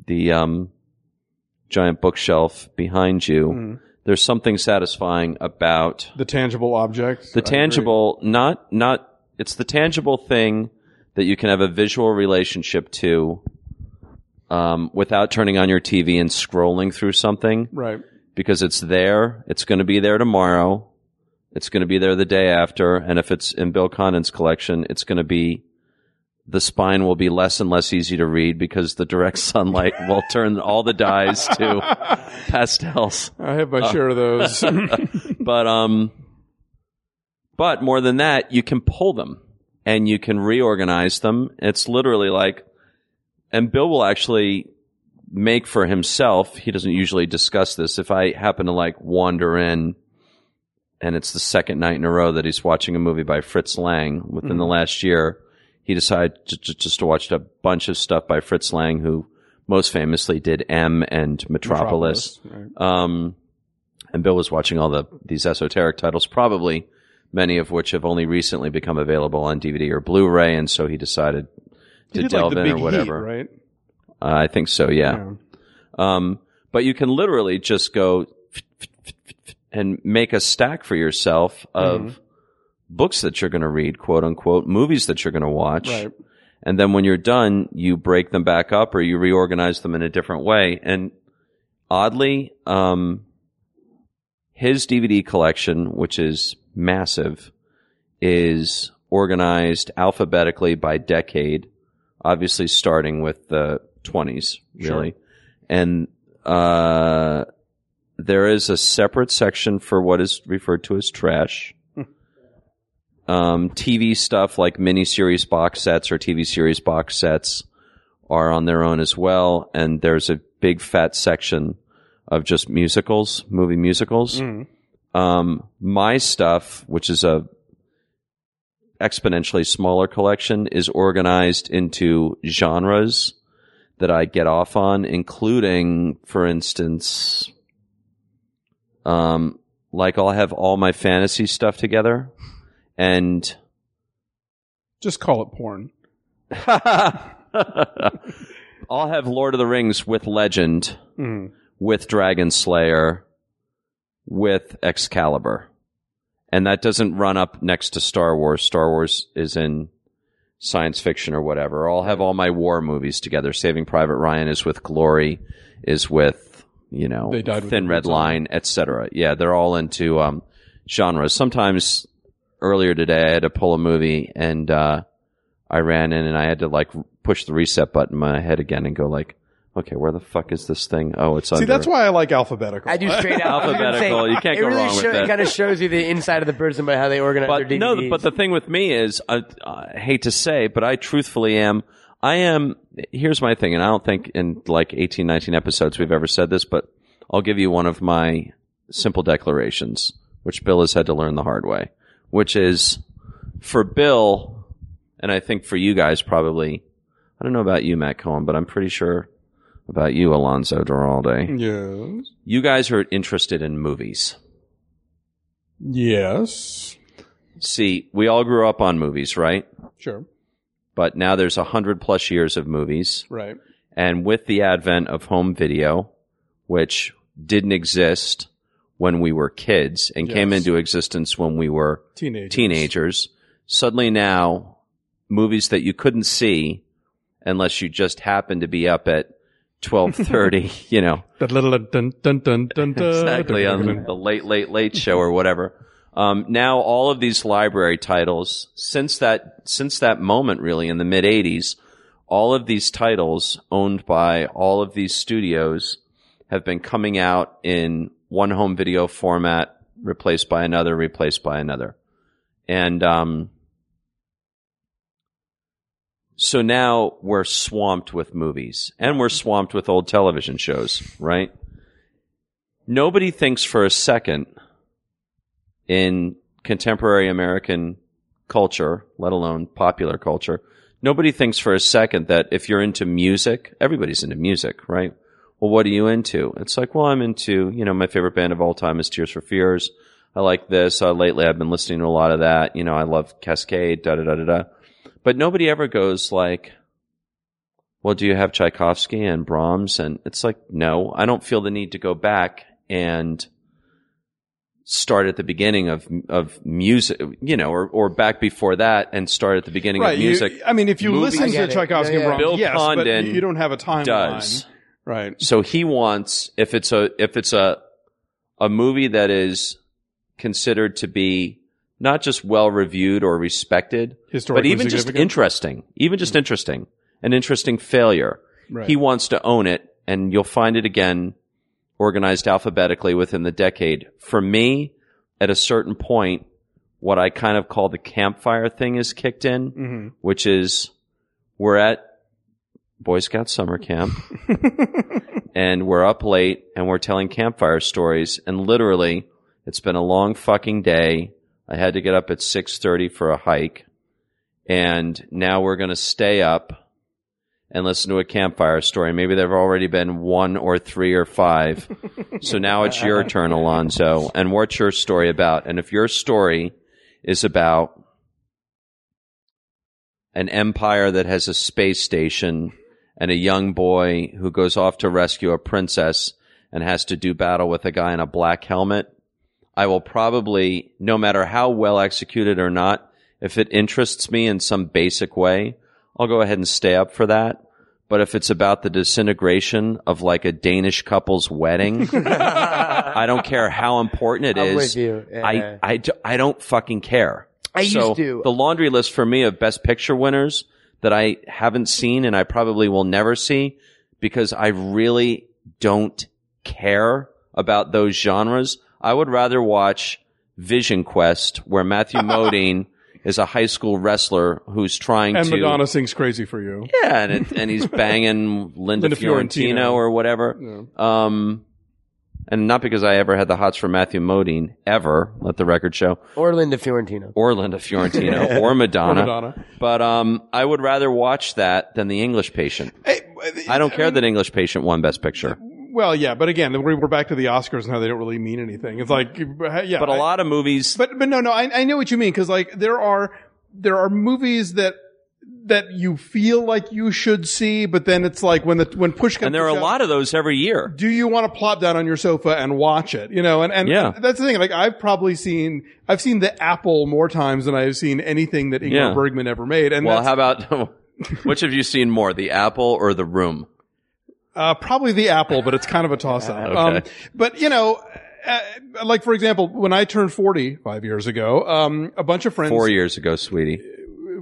[SPEAKER 2] the um, giant bookshelf behind you,
[SPEAKER 4] Hmm.
[SPEAKER 2] there's something satisfying about
[SPEAKER 3] The tangible object.
[SPEAKER 2] the
[SPEAKER 3] I agree.
[SPEAKER 2] tangible not not it's the tangible thing that you can have a visual relationship to um, without turning on your tv and scrolling through something
[SPEAKER 3] Right.
[SPEAKER 2] because it's there it's going to be there tomorrow it's going to be there the day after and if it's in bill condon's collection it's going to be the spine will be less and less easy to read because the direct [laughs] sunlight will turn all the dyes to pastels
[SPEAKER 3] I have
[SPEAKER 2] Uh,
[SPEAKER 3] my share
[SPEAKER 2] [laughs]
[SPEAKER 3] of those.
[SPEAKER 2] but um but more than that you can pull them and you can reorganize them it's literally like and bill will actually make for himself he doesn't usually discuss this if i happen to like wander in and it's the second night in a row that he's watching a movie by fritz lang within the last year he decided j- j- just to watch a bunch of stuff by Fritz Lang, who most famously did M and Metropolis.
[SPEAKER 3] Metropolis,
[SPEAKER 2] Um, and Bill was watching all the these esoteric titles, probably many of which have only recently become available on DVD or Blu-ray, and so he decided to
[SPEAKER 3] He did, like,
[SPEAKER 2] delve
[SPEAKER 3] the
[SPEAKER 2] in
[SPEAKER 3] big
[SPEAKER 2] or
[SPEAKER 3] heat,
[SPEAKER 2] whatever.
[SPEAKER 3] right?
[SPEAKER 2] Uh, I think so, yeah. Um, but you can literally just go and make a stack for yourself of
[SPEAKER 3] Mm-hmm.
[SPEAKER 2] books that you're going to read, quote unquote, movies that you're going to watch. [laughs]
[SPEAKER 3] Right.
[SPEAKER 2] And then when you're done, you break them back up or you reorganize them in a different way. And oddly, um, his DVD collection, which is massive, is organized alphabetically by decade, obviously starting with the 20s, really. And uh, there is a separate section for what is referred to as trash. um, TV stuff like miniseries box sets or TV series box sets are on their own as well. And there's a big fat section of just musicals, movie musicals.
[SPEAKER 3] Mm.
[SPEAKER 2] Um, my stuff, which is a exponentially smaller collection, is organized into genres that I get off on, including, for instance, um, like I'll have all my fantasy stuff together,
[SPEAKER 3] [laughs]
[SPEAKER 2] and
[SPEAKER 3] Just call it porn.
[SPEAKER 2] I'll have Lord of the Rings with Legend,
[SPEAKER 3] Mm.
[SPEAKER 2] with Dragon Slayer, with Excalibur. And that doesn't run up next to Star Wars. Star Wars is in science fiction or whatever. I'll have all my war movies together. Saving Private Ryan is with Glory, is with, you know,
[SPEAKER 3] They died with
[SPEAKER 2] Thin
[SPEAKER 3] the
[SPEAKER 2] Red
[SPEAKER 3] boots on.
[SPEAKER 2] Line, etc. Yeah, they're all into um, genres. Sometimes earlier today I had to pull a movie and uh, I ran in and I had to like push the reset button in my head again and go like, okay, where the fuck is this thing? Oh, it's
[SPEAKER 3] See,
[SPEAKER 2] under.
[SPEAKER 3] that's why I like alphabetical.
[SPEAKER 4] I do straight
[SPEAKER 2] [laughs]
[SPEAKER 4] out
[SPEAKER 2] Alphabetical, you can't
[SPEAKER 4] it
[SPEAKER 2] go
[SPEAKER 4] really
[SPEAKER 2] wrong with that.
[SPEAKER 4] It kind of shows you the inside of the person by how they organize
[SPEAKER 2] but
[SPEAKER 4] their DVDs.
[SPEAKER 2] no, but the thing with me is, I, I hate to say, but I truthfully am. I am. Here's my thing, and I don't think in like 18, 19 episodes we've ever said this, but I'll give you one of my simple declarations, which Bill has had to learn the hard way, which is for Bill, and I think for you guys probably. I don't know about you, Matt Cohen, but I'm pretty sure about you, Alonzo Duralde.
[SPEAKER 3] Yes.
[SPEAKER 2] You guys are interested in movies.
[SPEAKER 3] Yes.
[SPEAKER 2] See, we all grew up on movies, right?
[SPEAKER 3] Sure.
[SPEAKER 2] but now there's a hundred plus years of movies.
[SPEAKER 3] Right.
[SPEAKER 2] And with the advent of home video, which didn't exist when we were kids and came
[SPEAKER 3] Yes.
[SPEAKER 2] into existence when we were
[SPEAKER 3] Teenage.
[SPEAKER 2] teenagers, suddenly now movies that you couldn't see unless you just happened to be up at 1230, [laughs] you know,
[SPEAKER 3] Dun, dun, dun, dun, dun, dun, dun.
[SPEAKER 2] exactly Um, on the late late late show or whatever um, now all of these library titles since that since that moment really in the mid 80s all of these titles owned by all of these studios have been coming out in one home video format replaced by another replaced by another and um, so now we're swamped with movies and we're swamped with old television shows right nobody thinks for a second in contemporary American culture, let alone popular culture, nobody thinks for a second that if you're into music, everybody's into music, right? Well, what are you into? It's like, well, I'm into, you know, my favorite band of all time is Tears for Fears. I like this. Uh, lately, I've been listening to a lot of that. You know, I love Cascade, da da da da da. But nobody ever goes like, well, do you have Tchaikovsky and Brahms? And it's like, no, I don't feel the need to go back and start at the beginning of of music, you know, or or back before that and start at the beginning
[SPEAKER 3] Right.
[SPEAKER 2] of
[SPEAKER 3] you-
[SPEAKER 2] music.
[SPEAKER 3] I mean, if you
[SPEAKER 2] Movies.
[SPEAKER 3] listen
[SPEAKER 4] I
[SPEAKER 3] to
[SPEAKER 4] get it.
[SPEAKER 3] Tchaikovsky
[SPEAKER 4] Yeah, yeah.
[SPEAKER 3] and Brahms,
[SPEAKER 2] Bill
[SPEAKER 3] yes, but
[SPEAKER 2] Condon
[SPEAKER 3] you don't have a timeline.
[SPEAKER 2] does.
[SPEAKER 3] Right.
[SPEAKER 2] So he wants if it's a if it's a a movie that is considered to be not just well reviewed or respected, but
[SPEAKER 3] Historically
[SPEAKER 2] even just
[SPEAKER 3] significant.
[SPEAKER 2] interesting, even just interesting, an interesting failure.
[SPEAKER 3] Right.
[SPEAKER 2] He wants to own it, and you'll find it again organized alphabetically within the decade. For me, at a certain point, what I kind of call the campfire thing is kicked in,
[SPEAKER 3] Mhm.
[SPEAKER 2] which is we're at Boy Scout summer camp and we're up late and we're telling campfire stories and literally it's been a long fucking day. I had to get up at 6:30 for a hike and now we're going to stay up and listen to a campfire story. Maybe there have already been one or three or five. so now it's your turn, Alonzo. And what's your story about? And if your story is about an empire that has a space station and a young boy who goes off to rescue a princess and has to do battle with a guy in a black helmet, I will probably, no matter how well executed or not, if it interests me in some basic way, I'll go ahead and stay up for that. But if it's about the disintegration of like a Danish couple's
[SPEAKER 4] [laughs]
[SPEAKER 2] wedding, I don't care how important it
[SPEAKER 4] I'm
[SPEAKER 2] is.
[SPEAKER 4] with you. Yeah.
[SPEAKER 2] I, I, d- I don't fucking care.
[SPEAKER 4] I used
[SPEAKER 2] So,
[SPEAKER 4] to.
[SPEAKER 2] The laundry list for me of best picture winners that I haven't seen and I probably will never see because I really don't care about those genres. I would rather watch Vision Quest where
[SPEAKER 4] [laughs]
[SPEAKER 2] Matthew Modine is a high school wrestler who's trying
[SPEAKER 3] And
[SPEAKER 2] to
[SPEAKER 3] Madonna sings "Crazy for You."
[SPEAKER 2] yeah, and it,
[SPEAKER 3] [laughs]
[SPEAKER 2] and he's banging Linda,
[SPEAKER 3] Linda
[SPEAKER 2] Fiorentino,
[SPEAKER 3] Fiorentino.
[SPEAKER 2] or whatever. Um, and not because I ever had the hots for Matthew Modine ever. Let the record show,
[SPEAKER 4] or Linda Fiorentino.
[SPEAKER 2] or Linda
[SPEAKER 3] [laughs]
[SPEAKER 2] Fiorentino, or
[SPEAKER 3] Or
[SPEAKER 2] Madonna.
[SPEAKER 3] Madonna.
[SPEAKER 2] But um, I would rather watch that than the English Patient. I don't care that English Patient won Best Picture.
[SPEAKER 3] Well, yeah, but again, we're we're back to the Oscars and how they don't really mean anything. It's like, yeah,
[SPEAKER 2] But a
[SPEAKER 3] I-
[SPEAKER 2] lot of movies,
[SPEAKER 3] But but no no I I know what you mean because like there are there are movies that that you feel like you should see, but then it's like when the when push comes
[SPEAKER 2] and there are a
[SPEAKER 3] to shove,
[SPEAKER 2] lot of those every year.
[SPEAKER 3] do you want to plop down on your sofa and watch it? You know, and, and
[SPEAKER 2] Yeah.
[SPEAKER 3] that's the thing. Like I've probably seen, I've seen the Apple more times than I've seen anything that Ingmar
[SPEAKER 2] Yeah.
[SPEAKER 3] Bergman ever made. And
[SPEAKER 2] Well,
[SPEAKER 3] that's,
[SPEAKER 2] how
[SPEAKER 3] [laughs]
[SPEAKER 2] about [laughs] which have you seen more, The Apple or The Room?
[SPEAKER 3] Uh, probably the apple, but it's kind of a toss up.
[SPEAKER 2] [laughs]
[SPEAKER 3] um,
[SPEAKER 2] Okay.
[SPEAKER 3] but you know, uh, like for example, when I turned 40 five years ago, um, a bunch of friends,
[SPEAKER 2] Four years ago, sweetie.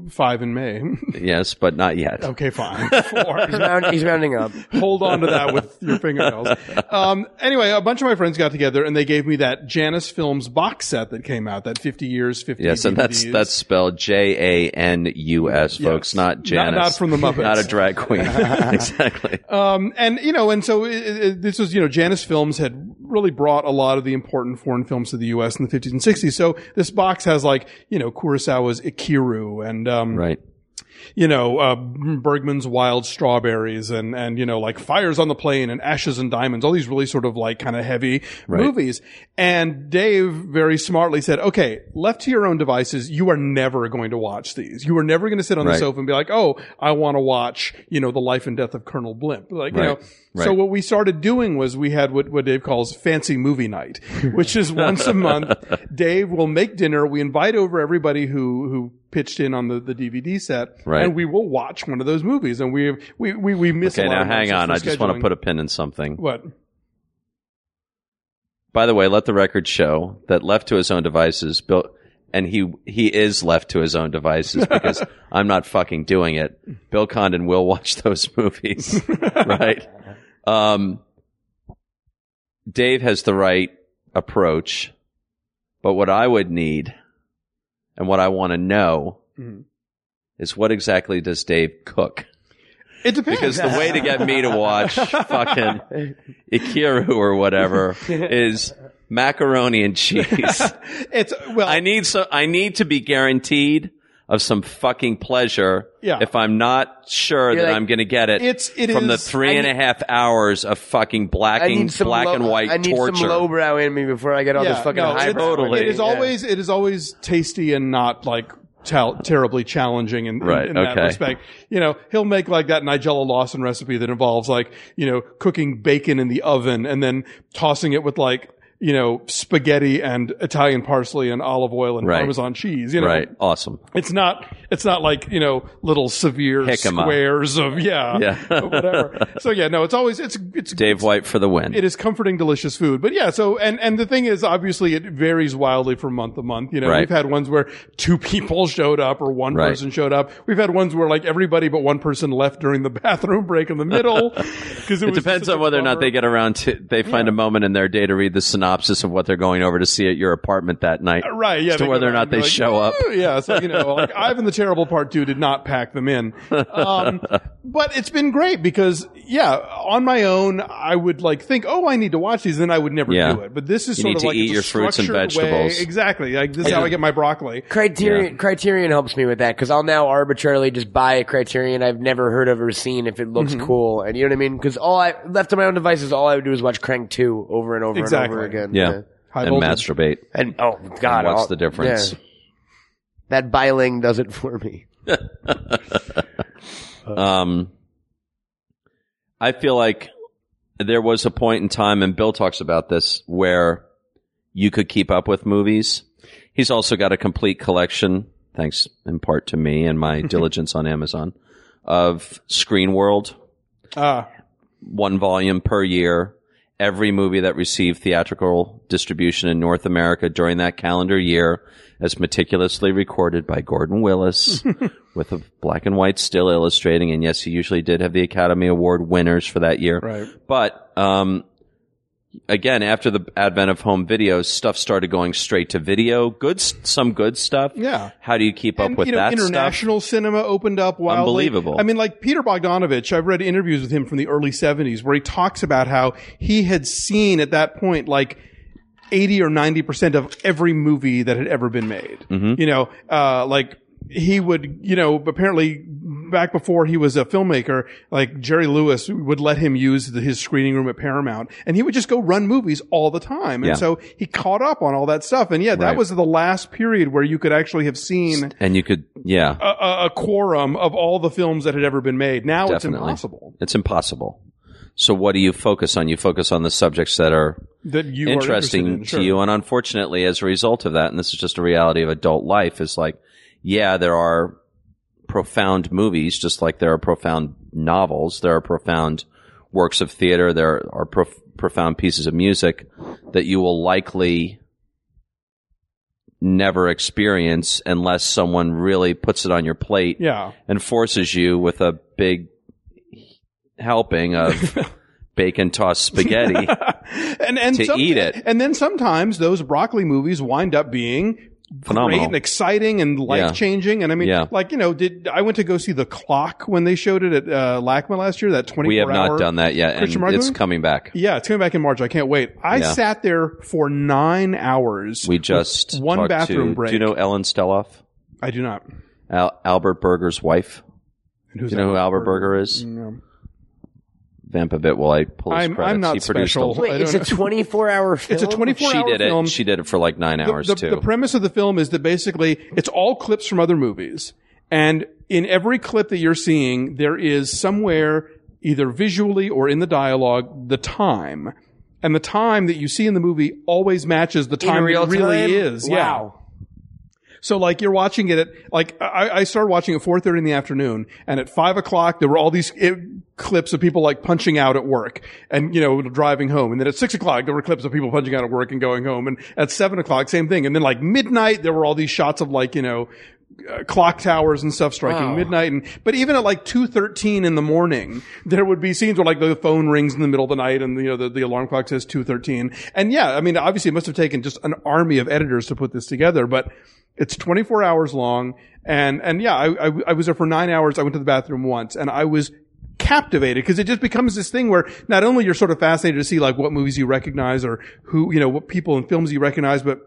[SPEAKER 3] five in May. [laughs]
[SPEAKER 2] Yes, but not yet.
[SPEAKER 3] okay, fine. Four. [laughs]
[SPEAKER 4] He's, round, he's rounding
[SPEAKER 2] [laughs]
[SPEAKER 4] up.
[SPEAKER 3] hold on to that with your fingernails. Um, anyway, a bunch of my friends got together and they gave me that Janus Films box set that came out, that 50 years, 50
[SPEAKER 2] Yes, and that's
[SPEAKER 3] DVDs.
[SPEAKER 2] that's spelled J A N U S, folks,
[SPEAKER 3] Yes.
[SPEAKER 2] not Janice.
[SPEAKER 3] Not, not from the Muppets.
[SPEAKER 2] [laughs] Not a drag
[SPEAKER 3] [laughs]
[SPEAKER 2] queen. exactly.
[SPEAKER 3] Um, and you know, and so it, it, this was, you know, Janus Films had really brought a lot of the important foreign films to the U.S. in the 50s and 60s. So this box has like, you know, Kurosawa's Ikiru and, um,
[SPEAKER 2] right.
[SPEAKER 3] you know, uh, Bergman's Wild Strawberries and, and, you know, like Fires on the Plain and Ashes and Diamonds, all these really sort of like kind of heavy
[SPEAKER 2] Right.
[SPEAKER 3] movies. And Dave very smartly said, okay, left to your own devices, you are never going to watch these. You are never going to sit on the
[SPEAKER 2] Right.
[SPEAKER 3] sofa and be like, oh, I want to watch, you know, the life and death of Colonel Blimp. Like, you know,
[SPEAKER 2] Right.
[SPEAKER 3] so
[SPEAKER 2] Right.
[SPEAKER 3] what we started doing was we had what, what Dave calls fancy movie night,
[SPEAKER 2] [laughs]
[SPEAKER 3] which is once a month. Dave will make dinner. We invite over everybody who, who pitched in on the, the DVD set
[SPEAKER 2] Right.
[SPEAKER 3] and we will watch one of those movies. And we we we we miss.
[SPEAKER 2] Okay,
[SPEAKER 3] a lot
[SPEAKER 2] now
[SPEAKER 3] of
[SPEAKER 2] hang on. I just want to put
[SPEAKER 3] a
[SPEAKER 2] a pin in something.
[SPEAKER 3] what?
[SPEAKER 2] By the way, let the record show that left to his own devices, Bill, and he he is left to his own devices because I'm not fucking doing it. Bill Condon will watch those [laughs] movies, right? Um, Dave has the right approach, but what I would need and what I want to know
[SPEAKER 3] Mhm.
[SPEAKER 2] is what exactly does Dave cook?
[SPEAKER 3] It depends.
[SPEAKER 2] Because the way to get me to watch fucking Ikiru or whatever is macaroni and
[SPEAKER 3] [laughs]
[SPEAKER 2] cheese.
[SPEAKER 3] [laughs] it's well,
[SPEAKER 2] I need so I need to be guaranteed of some fucking pleasure
[SPEAKER 3] Yeah.
[SPEAKER 2] if I'm not sure
[SPEAKER 4] You're
[SPEAKER 2] that
[SPEAKER 4] like,
[SPEAKER 2] I'm going to get it
[SPEAKER 3] it's it
[SPEAKER 2] from the
[SPEAKER 3] is-
[SPEAKER 2] three and a half hours of fucking
[SPEAKER 4] I
[SPEAKER 2] blacking,
[SPEAKER 4] need some
[SPEAKER 2] black
[SPEAKER 4] low,
[SPEAKER 2] and white
[SPEAKER 4] I need
[SPEAKER 2] torture.
[SPEAKER 4] some lowbrow in me before I get all this
[SPEAKER 3] yeah,
[SPEAKER 4] fucking
[SPEAKER 3] no,
[SPEAKER 4] high.
[SPEAKER 3] it's-
[SPEAKER 2] Totally.
[SPEAKER 3] It is
[SPEAKER 2] Yeah.
[SPEAKER 3] always it is always tasty and not like. tal- terribly challenging in, in-
[SPEAKER 2] Right,
[SPEAKER 3] in that
[SPEAKER 2] okay.
[SPEAKER 3] respect. You know, he'll make like that Nigella Lawson recipe that involves like, you know, cooking bacon in the oven and then tossing it with like, you know, spaghetti and Italian parsley and olive oil and
[SPEAKER 2] Right.
[SPEAKER 3] Parmesan cheese, you know,
[SPEAKER 2] right. Awesome.
[SPEAKER 3] It's not. It's not like you know little severe
[SPEAKER 2] Jicama.
[SPEAKER 3] squares of yeah,
[SPEAKER 2] Yeah. [laughs]
[SPEAKER 3] whatever. So yeah, no, it's always it's it's
[SPEAKER 2] Dave White for the win.
[SPEAKER 3] It is comforting, delicious food. But yeah, so and and the thing is, obviously, it varies wildly from month to month. You know,
[SPEAKER 2] Right.
[SPEAKER 3] we've had ones where two people showed up or one
[SPEAKER 2] Right.
[SPEAKER 3] person showed up. We've had ones where like everybody but one person left during the [laughs] bathroom
[SPEAKER 2] [laughs]
[SPEAKER 3] break in the middle because it,
[SPEAKER 2] It
[SPEAKER 3] was
[SPEAKER 2] depends
[SPEAKER 3] such a
[SPEAKER 2] on whether or not
[SPEAKER 3] bummer.
[SPEAKER 2] they get around to they find a moment in their day to read the synopsis of what they're going over to see at your apartment that night.
[SPEAKER 3] Uh, Right. Yeah.
[SPEAKER 2] As to
[SPEAKER 3] they
[SPEAKER 2] whether
[SPEAKER 3] go
[SPEAKER 2] or not
[SPEAKER 3] around and
[SPEAKER 2] they
[SPEAKER 3] be like, "Hmm."
[SPEAKER 2] show up.
[SPEAKER 3] "Ooh," Yeah. So you know, like Ivan the Terrible Part Two did not pack them in, um, but it's been great because yeah, on my own I would like think, oh, I need to watch these, and I would never
[SPEAKER 2] Yeah.
[SPEAKER 3] do it. But this is
[SPEAKER 2] You
[SPEAKER 3] sort
[SPEAKER 2] need
[SPEAKER 3] of
[SPEAKER 2] to
[SPEAKER 3] like
[SPEAKER 2] eat
[SPEAKER 3] it's a
[SPEAKER 2] your fruits and
[SPEAKER 3] structured way-
[SPEAKER 2] vegetables.
[SPEAKER 3] Exactly. Like this is how I get my broccoli.
[SPEAKER 4] Criterion Criterion helps me with that because I'll now arbitrarily just buy a Criterion I've never heard of or seen if it
[SPEAKER 3] Mm-hmm.
[SPEAKER 4] looks cool, and you know what I mean? Because all I left to my own devices, all I would do is watch Crank Two over and over and over
[SPEAKER 3] Exactly.
[SPEAKER 4] again.
[SPEAKER 2] Yeah.
[SPEAKER 3] High
[SPEAKER 2] and
[SPEAKER 3] voltage.
[SPEAKER 2] masturbate.
[SPEAKER 4] and oh god,
[SPEAKER 2] what's
[SPEAKER 4] all-
[SPEAKER 2] the difference?
[SPEAKER 4] yeah. That biling does it for
[SPEAKER 3] [laughs]
[SPEAKER 4] me.
[SPEAKER 2] Um, I feel like there was a point in time, and Bill talks about this, where you could keep up with movies. He's also got a complete collection, thanks in part to me and
[SPEAKER 3] [laughs]
[SPEAKER 2] my diligence on Amazon, of Screen World,
[SPEAKER 3] Ah,
[SPEAKER 2] one volume per year. Every movie that received theatrical distribution in North America during that calendar year as meticulously recorded by Gordon
[SPEAKER 3] [laughs]
[SPEAKER 2] Willis with a black and white still illustrating. And yes, he usually did have the Academy Award winners for that year.
[SPEAKER 3] right.
[SPEAKER 2] But um, again, after the advent of home videos, stuff started going straight to video. Good, s- some good stuff.
[SPEAKER 3] Yeah.
[SPEAKER 2] How do you keep
[SPEAKER 3] And,
[SPEAKER 2] up with
[SPEAKER 3] you know,
[SPEAKER 2] that stuff?
[SPEAKER 3] international cinema opened up wildly.
[SPEAKER 2] Unbelievable.
[SPEAKER 3] I mean, like Peter Bogdanovich, I've read interviews with him from the early 70s where he talks about how he had seen at that point like 80 or 90% of every movie that had ever been made.
[SPEAKER 2] Mm-hmm.
[SPEAKER 3] You know, uh, like he would, you know, apparently back before he was a filmmaker, like Jerry Lewis would let him use the, his screening room at Paramount and he would just go run movies all the time. And
[SPEAKER 2] Yeah.
[SPEAKER 3] so he caught up on all that stuff. And yeah, that
[SPEAKER 2] Right.
[SPEAKER 3] was the last period where you could actually have seen
[SPEAKER 2] And you could, yeah.
[SPEAKER 3] a, a, a quorum of all the films that had ever been made. Now it's
[SPEAKER 2] Definitely.
[SPEAKER 3] impossible
[SPEAKER 2] It's impossible. So what do you focus on? You focus on the subjects that are
[SPEAKER 3] that
[SPEAKER 2] interesting
[SPEAKER 3] you are interested in, sure.
[SPEAKER 2] to you. And unfortunately, as a result of that, and this is just a reality of adult life, is like, yeah, there are profound movies, just like there are profound novels, there are profound works of theater, there are prof- profound pieces of music that you will likely never experience unless someone really puts it on your plate
[SPEAKER 3] Yeah,
[SPEAKER 2] and forces you with a big helping of
[SPEAKER 3] [laughs]
[SPEAKER 2] bacon tossed spaghetti.
[SPEAKER 3] and and
[SPEAKER 2] To
[SPEAKER 3] some-
[SPEAKER 2] eat it.
[SPEAKER 3] and then sometimes those broccoli movies wind up being.
[SPEAKER 2] Phenomenal.
[SPEAKER 3] Great and exciting and life changing, and I mean,
[SPEAKER 2] Yeah.
[SPEAKER 3] like you know, did I went to go see the clock when they showed it at uh, LACMA last year? That twenty.
[SPEAKER 2] We have not
[SPEAKER 3] hour,
[SPEAKER 2] done that yet, and
[SPEAKER 3] Christian
[SPEAKER 2] it's
[SPEAKER 3] Margolis?
[SPEAKER 2] coming back.
[SPEAKER 3] Yeah, it's coming back in March. I can't wait. I
[SPEAKER 2] Yeah.
[SPEAKER 3] sat there for nine hours.
[SPEAKER 2] We just
[SPEAKER 3] with [laughs] one
[SPEAKER 2] talked
[SPEAKER 3] bathroom
[SPEAKER 2] to,
[SPEAKER 3] break.
[SPEAKER 2] Do you know Ellen Steloff,
[SPEAKER 3] I do not.
[SPEAKER 2] Al- Albert Berger's wife?
[SPEAKER 3] And who's
[SPEAKER 2] Do you know
[SPEAKER 3] that?
[SPEAKER 2] who Albert Berger is?
[SPEAKER 3] No.
[SPEAKER 2] Vamp a bit while I pull his
[SPEAKER 3] I'm- I'm
[SPEAKER 2] credits.
[SPEAKER 3] not
[SPEAKER 2] he produced a-
[SPEAKER 3] special. I
[SPEAKER 4] Wait,
[SPEAKER 3] don't
[SPEAKER 4] it's
[SPEAKER 3] know.
[SPEAKER 4] a twenty four hour film.
[SPEAKER 3] It's a twenty-four
[SPEAKER 2] She
[SPEAKER 3] hour
[SPEAKER 2] did it.
[SPEAKER 3] film.
[SPEAKER 2] She did it for like nine
[SPEAKER 3] the-
[SPEAKER 2] hours
[SPEAKER 3] the,
[SPEAKER 2] too.
[SPEAKER 3] the premise of the film is that basically it's all clips from other movies, and in every clip that you're seeing, there is somewhere either visually or in the dialogue the time, and the time that you see in the movie always matches the
[SPEAKER 4] In
[SPEAKER 3] time
[SPEAKER 4] real
[SPEAKER 3] it really
[SPEAKER 4] time?
[SPEAKER 3] is. Yeah.
[SPEAKER 4] Wow.
[SPEAKER 3] So like you're watching it at like I, I started watching at 4:30 in the afternoon, and at five o'clock there were all these eh, clips of people like punching out at work and you know driving home, and then at six o'clock there were clips of people punching out at work and going home, and at seven o'clock same thing, and then like midnight there were all these shots of like you know uh, clock towers and stuff striking
[SPEAKER 4] Wow.
[SPEAKER 3] midnight and but even at like 2.13 in the morning there would be scenes where like the phone rings in the middle of the night and you know the, the alarm clock says 2.13 and yeah i mean obviously it must have taken just an army of editors to put this together but it's 24 hours long and and yeah i, I, I was there for nine hours i went to the bathroom once and i was captivated because it just becomes this thing where not only you're sort of fascinated to see like what movies you recognize or who you know what people and films you recognize but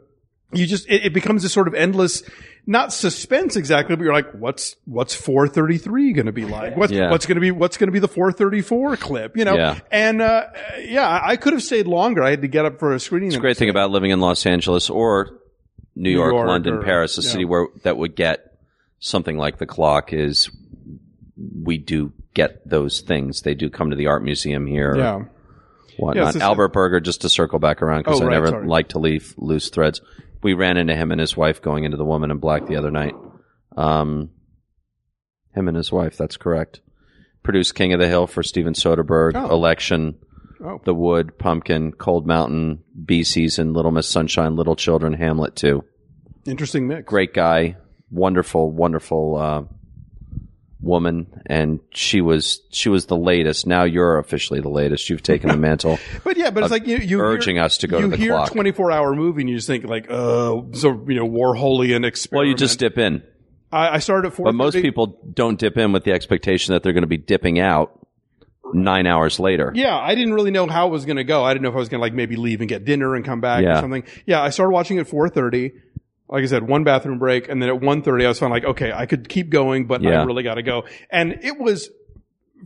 [SPEAKER 3] you just it, it becomes this sort of endless not suspense exactly but you're like what's what's 433 going to
[SPEAKER 2] [laughs]
[SPEAKER 3] be like what's
[SPEAKER 2] Yeah.
[SPEAKER 3] what's going to be what's going to be the 434 clip you know
[SPEAKER 2] Yeah.
[SPEAKER 3] and uh, yeah I- i could have stayed longer i had to get up for a screening
[SPEAKER 2] It's a great thing about living in Los Angeles or New York,
[SPEAKER 3] York
[SPEAKER 2] London,
[SPEAKER 3] or-
[SPEAKER 2] Paris, a
[SPEAKER 3] yeah.
[SPEAKER 2] city where that would get something like the clock is we do get those things. They do come to the art museum here.
[SPEAKER 3] yeah Yeah, it's
[SPEAKER 2] whatnot.
[SPEAKER 3] just-
[SPEAKER 2] Albert Berger, just to circle back around because
[SPEAKER 3] Oh,
[SPEAKER 2] I
[SPEAKER 3] right,
[SPEAKER 2] never
[SPEAKER 3] sorry.
[SPEAKER 2] like to leave loose threads. We ran into him and his wife going into the woman in black the other night. Um, him and his wife, that's correct. Produced King of the Hill for Steven Soderbergh,
[SPEAKER 3] Oh.
[SPEAKER 2] Election,
[SPEAKER 3] Oh.
[SPEAKER 2] The Wood, Pumpkin, Cold Mountain, Bee Season, Little Miss Sunshine, Little Children, Hamlet too
[SPEAKER 3] interesting mix
[SPEAKER 2] great guy, wonderful, wonderful uh, woman, and she was she was the latest. Now you're officially the latest. You've taken the mantle.
[SPEAKER 3] But yeah, but it's like you, you
[SPEAKER 2] Uh, urging
[SPEAKER 3] hear,
[SPEAKER 2] us to go to
[SPEAKER 3] you
[SPEAKER 2] the
[SPEAKER 3] hear
[SPEAKER 2] clock.
[SPEAKER 3] twenty four hour movie and you just think like, uh, so you know, Warholian experiment.
[SPEAKER 2] well, you just dip in,
[SPEAKER 3] I, I started at four.
[SPEAKER 2] but most people don't dip in with the expectation that they're going to be dipping out nine hours later.
[SPEAKER 3] Yeah, I didn't really know how it was going to go. I didn't know if I was going to like maybe leave and get dinner and come back or
[SPEAKER 2] Yeah.
[SPEAKER 3] something. Yeah, I started watching at 4:30. Like I said, one bathroom break and then at 1:30 I was kind of like, okay, I could keep going, but I
[SPEAKER 2] Yeah.
[SPEAKER 3] really got to go. And it was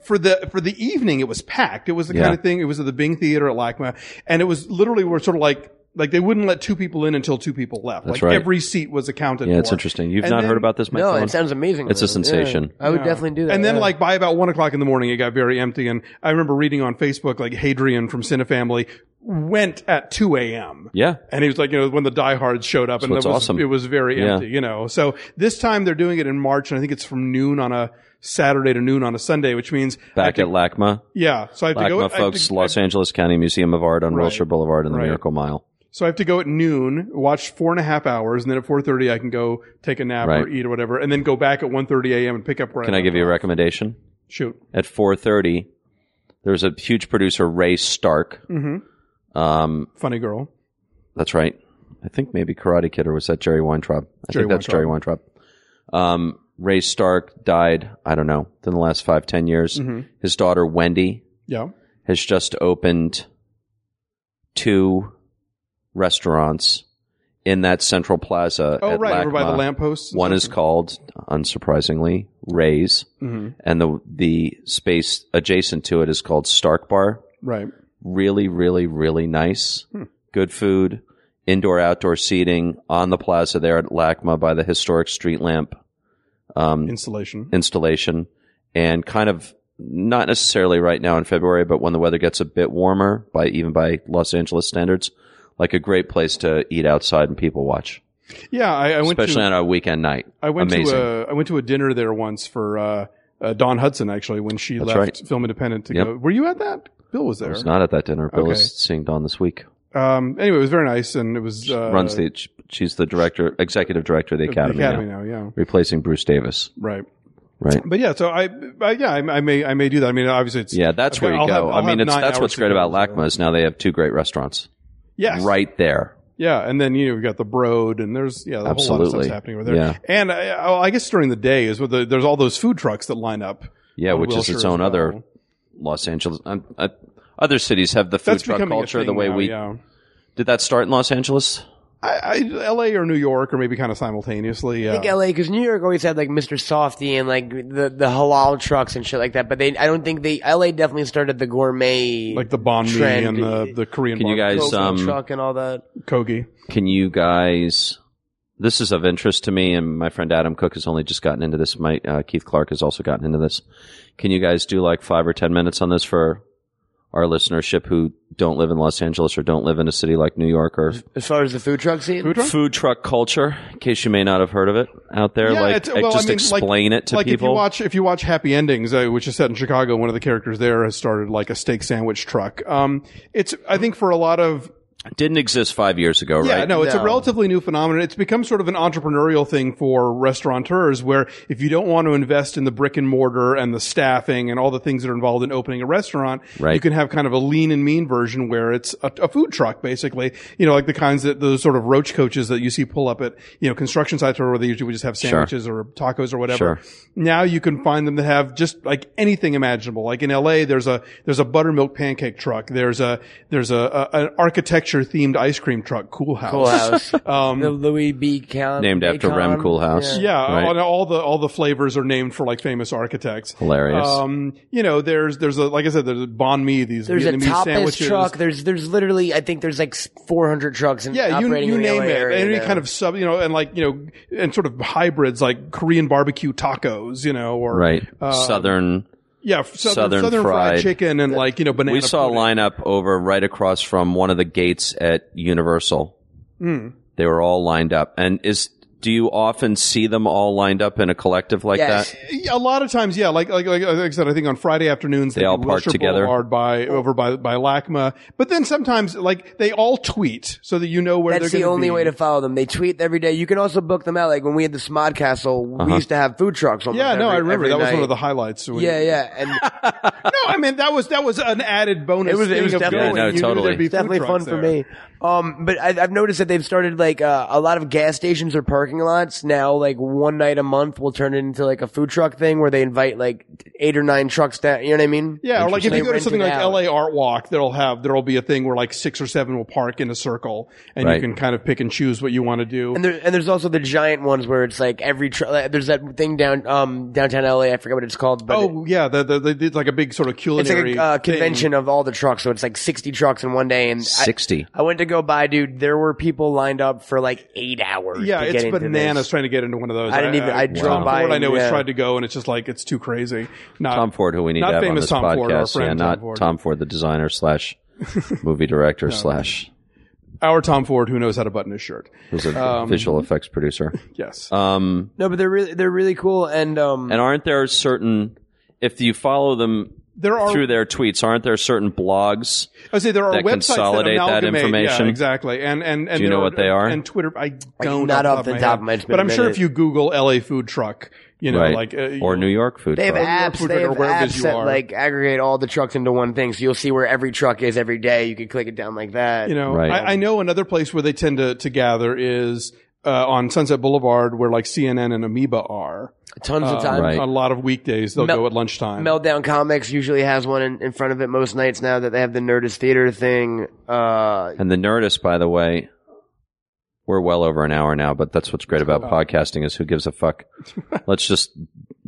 [SPEAKER 3] for the for the evening it was packed. It was the
[SPEAKER 2] Yeah.
[SPEAKER 3] kind of thing. It was at the Bing Theater at LACMA and it was literally we're sort of like like they wouldn't let two people in until two people left. like
[SPEAKER 2] right.
[SPEAKER 3] every seat was accounted
[SPEAKER 2] Yeah,
[SPEAKER 3] for.
[SPEAKER 2] it's interesting. You've
[SPEAKER 3] And
[SPEAKER 2] not
[SPEAKER 3] then-
[SPEAKER 2] heard about this, my
[SPEAKER 4] no,
[SPEAKER 2] friend?
[SPEAKER 4] it sounds amazing.
[SPEAKER 2] It's a
[SPEAKER 4] Yeah,
[SPEAKER 2] sensation.
[SPEAKER 4] I would
[SPEAKER 3] Yeah.
[SPEAKER 4] definitely do that.
[SPEAKER 3] And then,
[SPEAKER 4] yeah.
[SPEAKER 3] like by about one o'clock in the morning, it got very empty. And I remember reading on Facebook, like Hadrian from Cinefamily went at two a.m.
[SPEAKER 2] yeah,
[SPEAKER 3] And he was like, you know, when the diehards showed up, and
[SPEAKER 2] what's
[SPEAKER 3] it was,
[SPEAKER 2] awesome.
[SPEAKER 3] it was very
[SPEAKER 2] Yeah.
[SPEAKER 3] empty, you know. So this time they're doing it in March, and I think it's from noon on a Saturday to noon on a Sunday, which means
[SPEAKER 2] back at LACMA,
[SPEAKER 3] yeah. So I have to go.
[SPEAKER 2] LACMA
[SPEAKER 3] I have to-
[SPEAKER 2] folks,
[SPEAKER 3] I-
[SPEAKER 2] Los Angeles County Museum of Art on
[SPEAKER 3] Right.
[SPEAKER 2] Wilshire Boulevard in the
[SPEAKER 3] Right.
[SPEAKER 2] Miracle Mile.
[SPEAKER 3] So I have to go at noon, watch four and a half hours, and then at four thirty I can go take a nap or
[SPEAKER 2] Right.
[SPEAKER 3] eat or whatever, and then go back at 1.30 a.m. and pick up. Where
[SPEAKER 2] Can I give you a recommendation?
[SPEAKER 3] shoot?
[SPEAKER 2] At 4:30, there's a huge producer, Ray Stark.
[SPEAKER 3] hmm
[SPEAKER 2] Um,
[SPEAKER 3] Funny girl.
[SPEAKER 2] That's right. I think maybe Karate Kid or was that Jerry Weintraub? I
[SPEAKER 3] Jerry
[SPEAKER 2] think that's Jerry Weintraub. Um, Ray Stark died, I don't know, in the last five, ten years.
[SPEAKER 3] Mhm.
[SPEAKER 2] His daughter Wendy
[SPEAKER 3] Yeah.
[SPEAKER 2] has just opened two restaurants in that central plaza.
[SPEAKER 3] Oh
[SPEAKER 2] at
[SPEAKER 3] right, over by the
[SPEAKER 2] LACMA.
[SPEAKER 3] lampposts. and
[SPEAKER 2] One
[SPEAKER 3] stuff.
[SPEAKER 2] is called, unsurprisingly, Ray's,
[SPEAKER 3] Mhm.
[SPEAKER 2] and the the space adjacent to it is called Stark Bar
[SPEAKER 3] Right.
[SPEAKER 2] Mm-hmm. really, really, really nice.
[SPEAKER 3] Hmm.
[SPEAKER 2] Good food, indoor outdoor seating on the plaza there at LACMA by the historic street lamp um,
[SPEAKER 3] Installation.
[SPEAKER 2] installation, and kind of not necessarily right now in February, but when the weather gets a bit warmer, by even by Los Angeles standards, like a great place to eat outside and people watch,
[SPEAKER 3] Yeah, I, I went
[SPEAKER 2] especially
[SPEAKER 3] to
[SPEAKER 2] on a weekend night.
[SPEAKER 3] I went
[SPEAKER 2] amazing.
[SPEAKER 3] to uh, a I went to a dinner there once for uh, uh, Dawn Hudson actually when she
[SPEAKER 2] That's
[SPEAKER 3] left
[SPEAKER 2] right.
[SPEAKER 3] Film Independent to
[SPEAKER 2] Yep.
[SPEAKER 3] go. Were you at that? Bill was
[SPEAKER 2] I
[SPEAKER 3] there.
[SPEAKER 2] was not at that dinner. Bill
[SPEAKER 3] Okay.
[SPEAKER 2] was seeing Dawn this week.
[SPEAKER 3] Um, anyway, it was very nice, and it was uh,
[SPEAKER 2] Runs the. She's the director, executive director of the
[SPEAKER 3] the
[SPEAKER 2] academy, now,
[SPEAKER 3] now. Yeah,
[SPEAKER 2] replacing Bruce Davis.
[SPEAKER 3] right.
[SPEAKER 2] Right.
[SPEAKER 3] But yeah, so I, I yeah, I, I may I may do that. I mean, obviously it's
[SPEAKER 2] Yeah, that's
[SPEAKER 3] Okay,
[SPEAKER 2] where you
[SPEAKER 3] I'll have-
[SPEAKER 2] go.
[SPEAKER 3] I'll
[SPEAKER 2] I mean,
[SPEAKER 3] have
[SPEAKER 2] it's
[SPEAKER 3] nine
[SPEAKER 2] that's
[SPEAKER 3] hours
[SPEAKER 2] what's
[SPEAKER 3] to
[SPEAKER 2] great
[SPEAKER 3] go,
[SPEAKER 2] about
[SPEAKER 3] so-
[SPEAKER 2] LACMA is now they have two great restaurants
[SPEAKER 3] yes.
[SPEAKER 2] right there.
[SPEAKER 3] Yeah, and then you know we've got the Broad, and there's yeah, a whole lot of stuff's
[SPEAKER 2] Absolutely.
[SPEAKER 3] happening over there.
[SPEAKER 2] Yeah.
[SPEAKER 3] And I, I I guess during the day is with the, there's all those food trucks that line up.
[SPEAKER 2] Yeah,
[SPEAKER 3] on
[SPEAKER 2] which
[SPEAKER 3] Wilshire
[SPEAKER 2] is
[SPEAKER 3] as
[SPEAKER 2] its own
[SPEAKER 3] well.
[SPEAKER 2] other Los Angeles. Um, uh, other cities have the food
[SPEAKER 3] That's
[SPEAKER 2] truck
[SPEAKER 3] becoming a
[SPEAKER 2] culture the
[SPEAKER 3] thing
[SPEAKER 2] way
[SPEAKER 3] now,
[SPEAKER 2] we
[SPEAKER 3] yeah.
[SPEAKER 2] did. That start in Los Angeles.
[SPEAKER 3] I, I, L.A. or New York or maybe kind of simultaneously. Yeah.
[SPEAKER 4] I think LA because New York always had like Mr. Softy and like the the halal trucks and shit like that. But they, I don't think they. LA definitely started the gourmet
[SPEAKER 3] like the banh mi
[SPEAKER 4] Trend.
[SPEAKER 3] and the, the Korean
[SPEAKER 2] Can you
[SPEAKER 3] barbecue.
[SPEAKER 2] guys?
[SPEAKER 4] Coke
[SPEAKER 2] Um,
[SPEAKER 4] truck and all that.
[SPEAKER 3] Kogi.
[SPEAKER 2] can you guys? This is of interest to me, and my friend Adam Cook has only just gotten into this. My uh, Keith Clark has also gotten into this. Can you guys do like five or ten minutes on this for our listenership who don't live in Los Angeles or don't live in a city like New York or
[SPEAKER 4] As far as the food truck scene,
[SPEAKER 3] Food truck?
[SPEAKER 2] food truck culture, in case you may not have heard of it out there.
[SPEAKER 3] Yeah,
[SPEAKER 2] like,
[SPEAKER 3] it's- well, I
[SPEAKER 2] just
[SPEAKER 3] mean, like-
[SPEAKER 2] explain it to
[SPEAKER 3] like if you
[SPEAKER 2] people.
[SPEAKER 3] watch if you watch Happy Endings, uh, which is set in Chicago, one of the characters there has started like a steak sandwich truck. Um, it's I think for a lot of
[SPEAKER 2] Didn't exist five years ago,
[SPEAKER 3] yeah,
[SPEAKER 2] right?
[SPEAKER 3] no, it's a
[SPEAKER 4] No.
[SPEAKER 3] relatively new phenomenon. It's become sort of an entrepreneurial thing for restaurateurs, where if you don't want to invest in the brick and mortar and the staffing and all the things that are involved in opening a restaurant,
[SPEAKER 2] Right.
[SPEAKER 3] you can have kind of a lean and mean version where it's a, a food truck, basically. You know, like the kinds that those sort of roach coaches that you see pull up at you know construction sites where they usually would just have sandwiches or tacos or
[SPEAKER 2] Sure.
[SPEAKER 3] whatever now you can find them that have just like anything imaginable. Like in LA, there's a there's a buttermilk pancake truck. There's a there's a, a an architecture themed ice cream truck, Cool House. [laughs]
[SPEAKER 4] Cool House,
[SPEAKER 3] Um,
[SPEAKER 4] the Louis B. Count,
[SPEAKER 2] Named after Rem Koolhaas.
[SPEAKER 3] yeah,
[SPEAKER 2] Right.
[SPEAKER 3] and all the all the flavors are named for like famous architects.
[SPEAKER 2] Hilarious.
[SPEAKER 3] Um, you know, there's there's a like I said, there's a banh mi, these
[SPEAKER 4] There's a
[SPEAKER 3] Vietnamese
[SPEAKER 4] tapas
[SPEAKER 3] sandwiches.
[SPEAKER 4] truck. There's there's literally I think there's like 400 trucks in
[SPEAKER 3] yeah, you,
[SPEAKER 4] operating
[SPEAKER 3] you
[SPEAKER 4] in the
[SPEAKER 3] name
[SPEAKER 4] LA
[SPEAKER 3] it.
[SPEAKER 4] area
[SPEAKER 3] Any
[SPEAKER 4] now.
[SPEAKER 3] kind of sub, you know, and like, you know, and sort of hybrids like Korean barbecue tacos, you know, or
[SPEAKER 2] right.
[SPEAKER 3] uh,
[SPEAKER 2] Southern.
[SPEAKER 3] Yeah, southern, southern,
[SPEAKER 2] Southern
[SPEAKER 3] fried,
[SPEAKER 2] fried.
[SPEAKER 3] chicken and like, you know, banana
[SPEAKER 2] We saw a
[SPEAKER 3] pudding.
[SPEAKER 2] lineup over right across
[SPEAKER 3] Hmm.
[SPEAKER 2] from one of the gates at Universal. They were all lined up. And is do you often see them all lined up in a collective like
[SPEAKER 4] Yes.
[SPEAKER 2] that?
[SPEAKER 3] A lot of times, yeah. Like like like, like I said, I think on Friday afternoons
[SPEAKER 2] They all
[SPEAKER 3] do
[SPEAKER 2] park
[SPEAKER 3] Wilshire
[SPEAKER 2] together.
[SPEAKER 3] Boulevard by over by by LACMA. But then sometimes, like they all tweet so that you know where
[SPEAKER 4] That's
[SPEAKER 3] they're
[SPEAKER 4] the
[SPEAKER 3] gonna
[SPEAKER 4] only
[SPEAKER 3] be.
[SPEAKER 4] way to follow them. They tweet every day. You can also book them out. Like when we had the Smod Castle, we used to have food trucks. Almost
[SPEAKER 3] Uh-huh. Yeah, no,
[SPEAKER 4] every-
[SPEAKER 3] I remember
[SPEAKER 4] every
[SPEAKER 3] that was
[SPEAKER 4] night.
[SPEAKER 3] one of the highlights. when-
[SPEAKER 4] Yeah, yeah, and
[SPEAKER 3] No, I mean that was that was an added bonus.
[SPEAKER 4] It was- it
[SPEAKER 3] thing
[SPEAKER 4] was
[SPEAKER 3] of
[SPEAKER 4] definitely-
[SPEAKER 3] going.
[SPEAKER 2] Yeah, no,
[SPEAKER 3] You knew
[SPEAKER 2] totally.
[SPEAKER 3] there'd be
[SPEAKER 4] it's definitely
[SPEAKER 3] food
[SPEAKER 4] fun
[SPEAKER 3] trucks
[SPEAKER 4] for
[SPEAKER 3] there.
[SPEAKER 4] me. Um, but I, I've noticed that they've started like uh, a lot of gas stations or parking lots now. Like one night a month will turn it into like a food truck thing where they invite like eight or nine trucks down. You know what I mean?
[SPEAKER 3] Yeah, or like if
[SPEAKER 4] They
[SPEAKER 3] you go to
[SPEAKER 4] rent
[SPEAKER 3] something
[SPEAKER 4] it
[SPEAKER 3] like
[SPEAKER 4] out.
[SPEAKER 3] LA Art Walk, there'll have there'll be a thing where like six or seven will park in a circle, and
[SPEAKER 2] Right.
[SPEAKER 3] you can kind of pick and choose what you want to do.
[SPEAKER 4] And, there, and there's also the giant ones where it's like every tr- like, there's that thing down um downtown LA. I forget what it's called, but it-
[SPEAKER 3] oh yeah, the, the, the, it's like a big sort of
[SPEAKER 4] it's
[SPEAKER 3] culinary
[SPEAKER 4] like a uh,
[SPEAKER 3] thing.
[SPEAKER 4] convention of all the trucks. So it's like 60 trucks in one day. And I,
[SPEAKER 2] Sixty.
[SPEAKER 4] I went to go buy, dude. There were people lined up for like eight hours.
[SPEAKER 3] Yeah,
[SPEAKER 4] to
[SPEAKER 3] it's
[SPEAKER 4] get into
[SPEAKER 3] bananas
[SPEAKER 4] this.
[SPEAKER 3] trying to get into one of those.
[SPEAKER 4] I didn't even- I drove
[SPEAKER 3] Tom
[SPEAKER 4] by
[SPEAKER 3] Ford, I
[SPEAKER 4] and-
[SPEAKER 3] know, has
[SPEAKER 4] yeah.
[SPEAKER 3] tried to go, and it's just like it's too crazy. Not,
[SPEAKER 2] Tom Ford, who we need
[SPEAKER 3] not
[SPEAKER 2] to have on
[SPEAKER 3] famous
[SPEAKER 2] this
[SPEAKER 3] Tom
[SPEAKER 2] podcast.
[SPEAKER 3] Ford, our
[SPEAKER 2] yeah,
[SPEAKER 3] friend Tom
[SPEAKER 2] not
[SPEAKER 3] Ford.
[SPEAKER 2] Tom Ford, the designer
[SPEAKER 3] [laughs]
[SPEAKER 2] slash movie director slash
[SPEAKER 3] our Tom Ford, who knows how to button his shirt.
[SPEAKER 2] who's a
[SPEAKER 3] Um,
[SPEAKER 2] visual effects producer.
[SPEAKER 3] Yes,
[SPEAKER 4] Uh,
[SPEAKER 2] Um,
[SPEAKER 4] No, but they're really they're really cool. And um,
[SPEAKER 2] and aren't there certain if you follow them
[SPEAKER 3] there are.
[SPEAKER 2] through their tweets? Aren't there certain blogs?
[SPEAKER 3] I say there are
[SPEAKER 2] that
[SPEAKER 3] websites
[SPEAKER 2] consolidate that
[SPEAKER 3] that amalgamate-
[SPEAKER 2] information?
[SPEAKER 3] Yeah, exactly. And and and
[SPEAKER 2] Do you
[SPEAKER 3] there
[SPEAKER 2] know what they are?
[SPEAKER 3] And Twitter, I don't
[SPEAKER 4] not
[SPEAKER 3] off
[SPEAKER 4] off the
[SPEAKER 3] my
[SPEAKER 4] top
[SPEAKER 3] head.
[SPEAKER 4] of my head, it's been
[SPEAKER 3] But
[SPEAKER 4] a
[SPEAKER 3] I'm sure if
[SPEAKER 4] minute.
[SPEAKER 3] you Google LA food truck, you know,
[SPEAKER 2] right.
[SPEAKER 3] like uh,
[SPEAKER 2] or New York food.
[SPEAKER 4] They have
[SPEAKER 2] truck.
[SPEAKER 3] Or
[SPEAKER 4] apps.
[SPEAKER 3] food
[SPEAKER 4] They have
[SPEAKER 3] truck, or wherever it is
[SPEAKER 4] apps
[SPEAKER 3] you
[SPEAKER 4] that
[SPEAKER 3] are.
[SPEAKER 4] like aggregate all the trucks into one thing, so you'll see where every truck is every day. You can click it down like that.
[SPEAKER 3] You know,
[SPEAKER 2] Right.
[SPEAKER 3] I, I know another place where they tend to, to gather is uh, on Sunset Boulevard, where like CNN and Amoeba are.
[SPEAKER 4] tons of
[SPEAKER 3] Um,
[SPEAKER 4] times.
[SPEAKER 2] Right.
[SPEAKER 3] On a lot of weekdays, they'll
[SPEAKER 4] Mel-
[SPEAKER 3] go at lunchtime.
[SPEAKER 4] Meltdown Comics usually has one in, in front of it most nights now that they have the Nerdist Theater thing. Uh,
[SPEAKER 2] And the Nerdist, by the way, we're well over an hour now, but that's what's great about podcasting is who gives a fuck. Let's just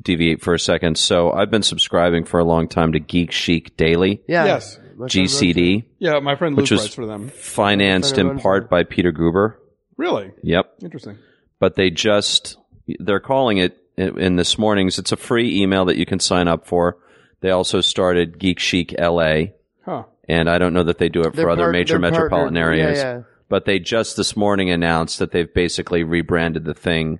[SPEAKER 2] deviate for a second. So I've been subscribing for a long time to Geek Chic Daily,
[SPEAKER 4] yeah.
[SPEAKER 3] Yes.
[SPEAKER 4] My friend wrote-
[SPEAKER 2] GCD,
[SPEAKER 3] yeah, my friend Luke
[SPEAKER 2] Which is-
[SPEAKER 3] writes for them.
[SPEAKER 2] financed in part by Peter Gruber.
[SPEAKER 3] Really
[SPEAKER 2] Yep.
[SPEAKER 3] interesting.
[SPEAKER 2] but they just they're calling it in in this morning's it's a free email that you can sign up for they also started geek chic la
[SPEAKER 3] Huh.
[SPEAKER 2] and i don't know that they do it for
[SPEAKER 4] They're
[SPEAKER 2] other
[SPEAKER 4] part-
[SPEAKER 2] major
[SPEAKER 4] they're partnered-
[SPEAKER 2] metropolitan areas
[SPEAKER 4] Yeah, yeah.
[SPEAKER 2] but they just this morning announced that they've basically rebranded the thing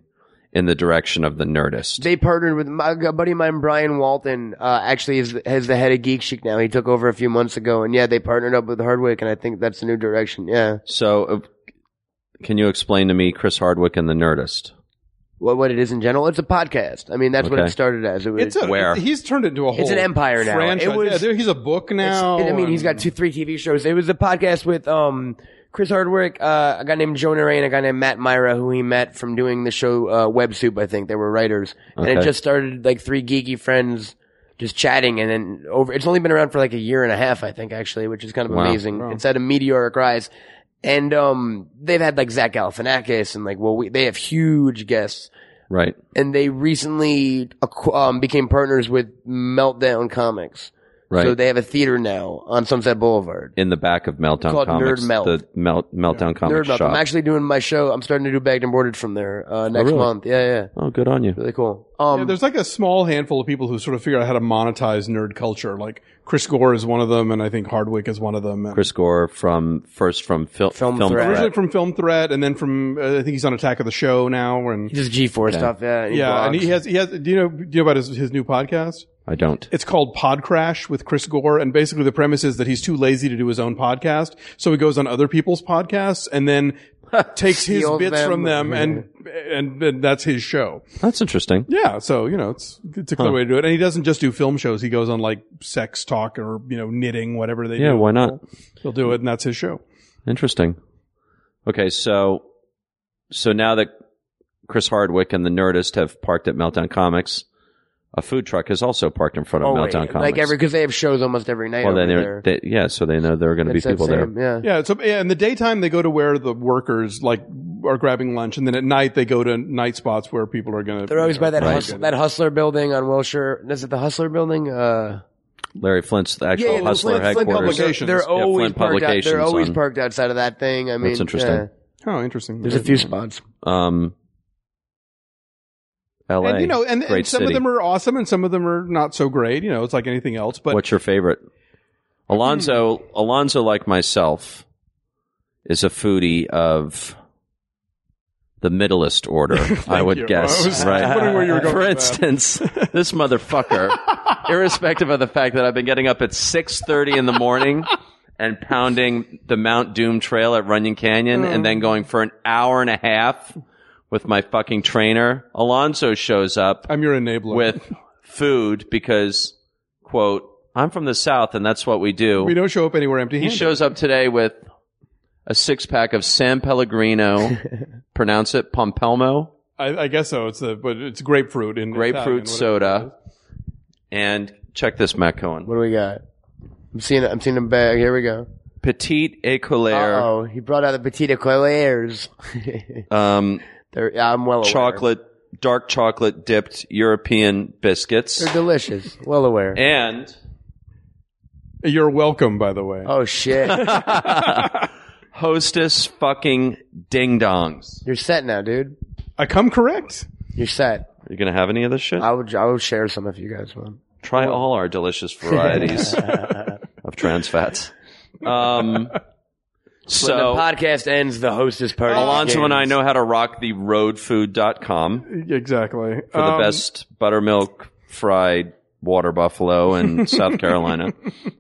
[SPEAKER 2] in the direction of the nerdist
[SPEAKER 4] They partnered with my, a buddy of mine, Brian Walton. Uh, actually, is has the head of Geek Chic now. He took over a few months ago, and yeah, they partnered up with Hardwick, and I think that's the new direction. Yeah,
[SPEAKER 2] so uh, can you explain to me chris hardwick and the nerdist
[SPEAKER 4] what what it is in general, it's a podcast. I mean, that's what
[SPEAKER 2] Okay.
[SPEAKER 4] it started as. It was,
[SPEAKER 3] It's a,
[SPEAKER 2] Where?
[SPEAKER 3] it's- he's turned it into a whole.
[SPEAKER 4] It's an empire now. It
[SPEAKER 3] Franchise.
[SPEAKER 4] was-
[SPEAKER 3] Yeah, there- he's a book
[SPEAKER 4] It's-
[SPEAKER 3] now.
[SPEAKER 4] I mean, he's got
[SPEAKER 3] and-
[SPEAKER 4] two, three TV shows. It was a podcast with um, Chris Hardwick, uh, a guy named Jonah Ray, and a guy named Matt Myra, who he met from doing the show uh, Web Soup. I think they were writers, and
[SPEAKER 2] Okay.
[SPEAKER 4] it just started like three geeky friends just chatting, and then over. It's only been around for like a year and a half, I think, actually, which is kind of
[SPEAKER 2] Wow.
[SPEAKER 4] amazing. It's had a meteoric rise. And um, they've had like Zach Galifianakis and like well, we, they have huge guests,
[SPEAKER 2] right
[SPEAKER 4] and they recently acqu- um, became partners with Meltdown Comics.
[SPEAKER 2] right
[SPEAKER 4] So they have a theater now on Sunset Boulevard.
[SPEAKER 2] in the back of meltdown
[SPEAKER 4] called
[SPEAKER 2] comics
[SPEAKER 4] Nerd Melt.
[SPEAKER 2] the melt, meltdown comics
[SPEAKER 4] Nerd Mouth.
[SPEAKER 2] shop Oh,
[SPEAKER 4] I'm actually doing my show. I'm starting to do Bagged and Boarded from there uh, next
[SPEAKER 2] really?
[SPEAKER 4] month. Yeah, yeah.
[SPEAKER 2] oh good on you
[SPEAKER 4] Really cool. Um,
[SPEAKER 3] Yeah, there's like a small handful of people who sort of figure out how to monetize nerd culture. Like Chris Gore is one of them, and I think Hardwick is one of them. and-
[SPEAKER 2] Chris Gore from first from fil-
[SPEAKER 4] Film
[SPEAKER 2] film
[SPEAKER 4] Threat.
[SPEAKER 2] Threat.
[SPEAKER 3] originally from Film Threat, and then from uh, I think he's on Attack of the Show now, and
[SPEAKER 4] just G4 stuff. Yeah, and he
[SPEAKER 3] yeah, and
[SPEAKER 4] blogs.
[SPEAKER 3] he has he has. Do you know do you know about his, his new podcast?
[SPEAKER 2] I don't.
[SPEAKER 3] It's called Pod Crash with Chris Gore, and basically the premise is that he's too lazy to do his own podcast, so he goes on other people's podcasts and
[SPEAKER 4] [laughs]
[SPEAKER 3] then takes his
[SPEAKER 4] Steals
[SPEAKER 3] bits
[SPEAKER 4] them.
[SPEAKER 3] from them, and, and and that's his show.
[SPEAKER 2] That's interesting.
[SPEAKER 3] Yeah, so you know it's it's a clear way to do it, and he doesn't just do film shows. He goes on like sex talk or you know knitting, whatever they do.
[SPEAKER 2] Yeah, why not?
[SPEAKER 3] He'll do it, and that's his show.
[SPEAKER 2] Interesting. Okay, so so now that Chris Hardwick and the Nerdist have parked at Meltdown Comics, a food truck is also parked in front of
[SPEAKER 4] Oh, wait,
[SPEAKER 2] Meltdown Comics.
[SPEAKER 4] Like every because they have shows almost every night.
[SPEAKER 2] well, then
[SPEAKER 4] over
[SPEAKER 2] they're,
[SPEAKER 4] there.
[SPEAKER 2] they, yeah, so they know there are going to be
[SPEAKER 4] It's that
[SPEAKER 2] people there.
[SPEAKER 4] same- Yeah.
[SPEAKER 3] Yeah, so yeah, in the daytime they go to where the workers like are grabbing lunch, and then at night they go to night spots where people are gonna.
[SPEAKER 4] They're always by that
[SPEAKER 2] Right.
[SPEAKER 4] hustler, that hustler building on Wilshire. Is it the hustler building? Uh,
[SPEAKER 2] Larry Flint's the actual
[SPEAKER 4] yeah, yeah, the
[SPEAKER 2] hustler
[SPEAKER 3] Flint- Flint
[SPEAKER 2] headquarters.
[SPEAKER 3] Publications.
[SPEAKER 4] they're
[SPEAKER 3] Yeah,
[SPEAKER 4] always
[SPEAKER 2] Flint
[SPEAKER 4] parked. Out, they're
[SPEAKER 2] Publications
[SPEAKER 4] always
[SPEAKER 2] on-
[SPEAKER 4] parked outside of that thing. I mean,
[SPEAKER 2] interesting.
[SPEAKER 4] yeah.
[SPEAKER 3] Oh, interesting.
[SPEAKER 4] There's a few
[SPEAKER 2] Mm-hmm.
[SPEAKER 4] spots.
[SPEAKER 2] um, L.A.
[SPEAKER 3] and you know, and,
[SPEAKER 2] great
[SPEAKER 3] and some
[SPEAKER 2] city.
[SPEAKER 3] of them are awesome, and some of them are not so great. You know, it's like anything else. But Hmm.
[SPEAKER 2] What's your favorite? Alonzo, Alonzo, like myself, is a foodie of the middleist
[SPEAKER 3] [laughs]
[SPEAKER 2] order, I would
[SPEAKER 3] you.
[SPEAKER 2] guess.
[SPEAKER 3] I was
[SPEAKER 2] right.
[SPEAKER 3] [laughs] wondering where you were going
[SPEAKER 2] For
[SPEAKER 3] with that.
[SPEAKER 2] instance, this
[SPEAKER 3] [laughs]
[SPEAKER 2] motherfucker, irrespective of the fact that I've been getting up at six thirty in the morning and pounding the Mount Doom Trail at Runyon Canyon, and
[SPEAKER 3] Hmm.
[SPEAKER 2] then going for an hour and a half with my fucking trainer, Alonso shows up
[SPEAKER 3] I'm your enabler.
[SPEAKER 2] with food because, quote, I'm from the South and that's what we do.
[SPEAKER 3] we don't show up anywhere empty.
[SPEAKER 2] He shows up today with a six pack of San
[SPEAKER 3] [laughs]
[SPEAKER 2] Pellegrino, pronounce it Pompelmo,
[SPEAKER 3] I, I guess so. It's the but it's grapefruit in Italian,
[SPEAKER 2] grapefruit
[SPEAKER 3] whatever.
[SPEAKER 2] soda, and check this, Matt Cohen,
[SPEAKER 4] What do we got? I'm seeing. I'm seeing him back. Here we go.
[SPEAKER 2] petite éclair,
[SPEAKER 4] Oh, he brought out the petit eclairs.
[SPEAKER 2] um,
[SPEAKER 4] [laughs] They're, I'm well aware.
[SPEAKER 2] chocolate, dark chocolate dipped European biscuits,
[SPEAKER 4] They're delicious. Well aware.
[SPEAKER 2] and [laughs]
[SPEAKER 3] You're welcome, by the way.
[SPEAKER 4] oh shit!
[SPEAKER 2] [laughs] Hostess fucking ding dongs.
[SPEAKER 4] You're set now, dude.
[SPEAKER 3] I come correct.
[SPEAKER 4] You're set.
[SPEAKER 2] Are you gonna have any of this shit?
[SPEAKER 4] I would. I will share some if you guys want.
[SPEAKER 2] Try all our delicious varieties
[SPEAKER 3] [laughs]
[SPEAKER 2] of trans fats. Um,
[SPEAKER 4] When
[SPEAKER 2] so
[SPEAKER 4] the podcast ends, the hostess party.
[SPEAKER 2] Alonso and I
[SPEAKER 4] begins.
[SPEAKER 2] know how to rock the roadfood.com for
[SPEAKER 3] Exactly.
[SPEAKER 2] the
[SPEAKER 3] Um,
[SPEAKER 2] best buttermilk fried water buffalo
[SPEAKER 3] [laughs]
[SPEAKER 2] in South Carolina.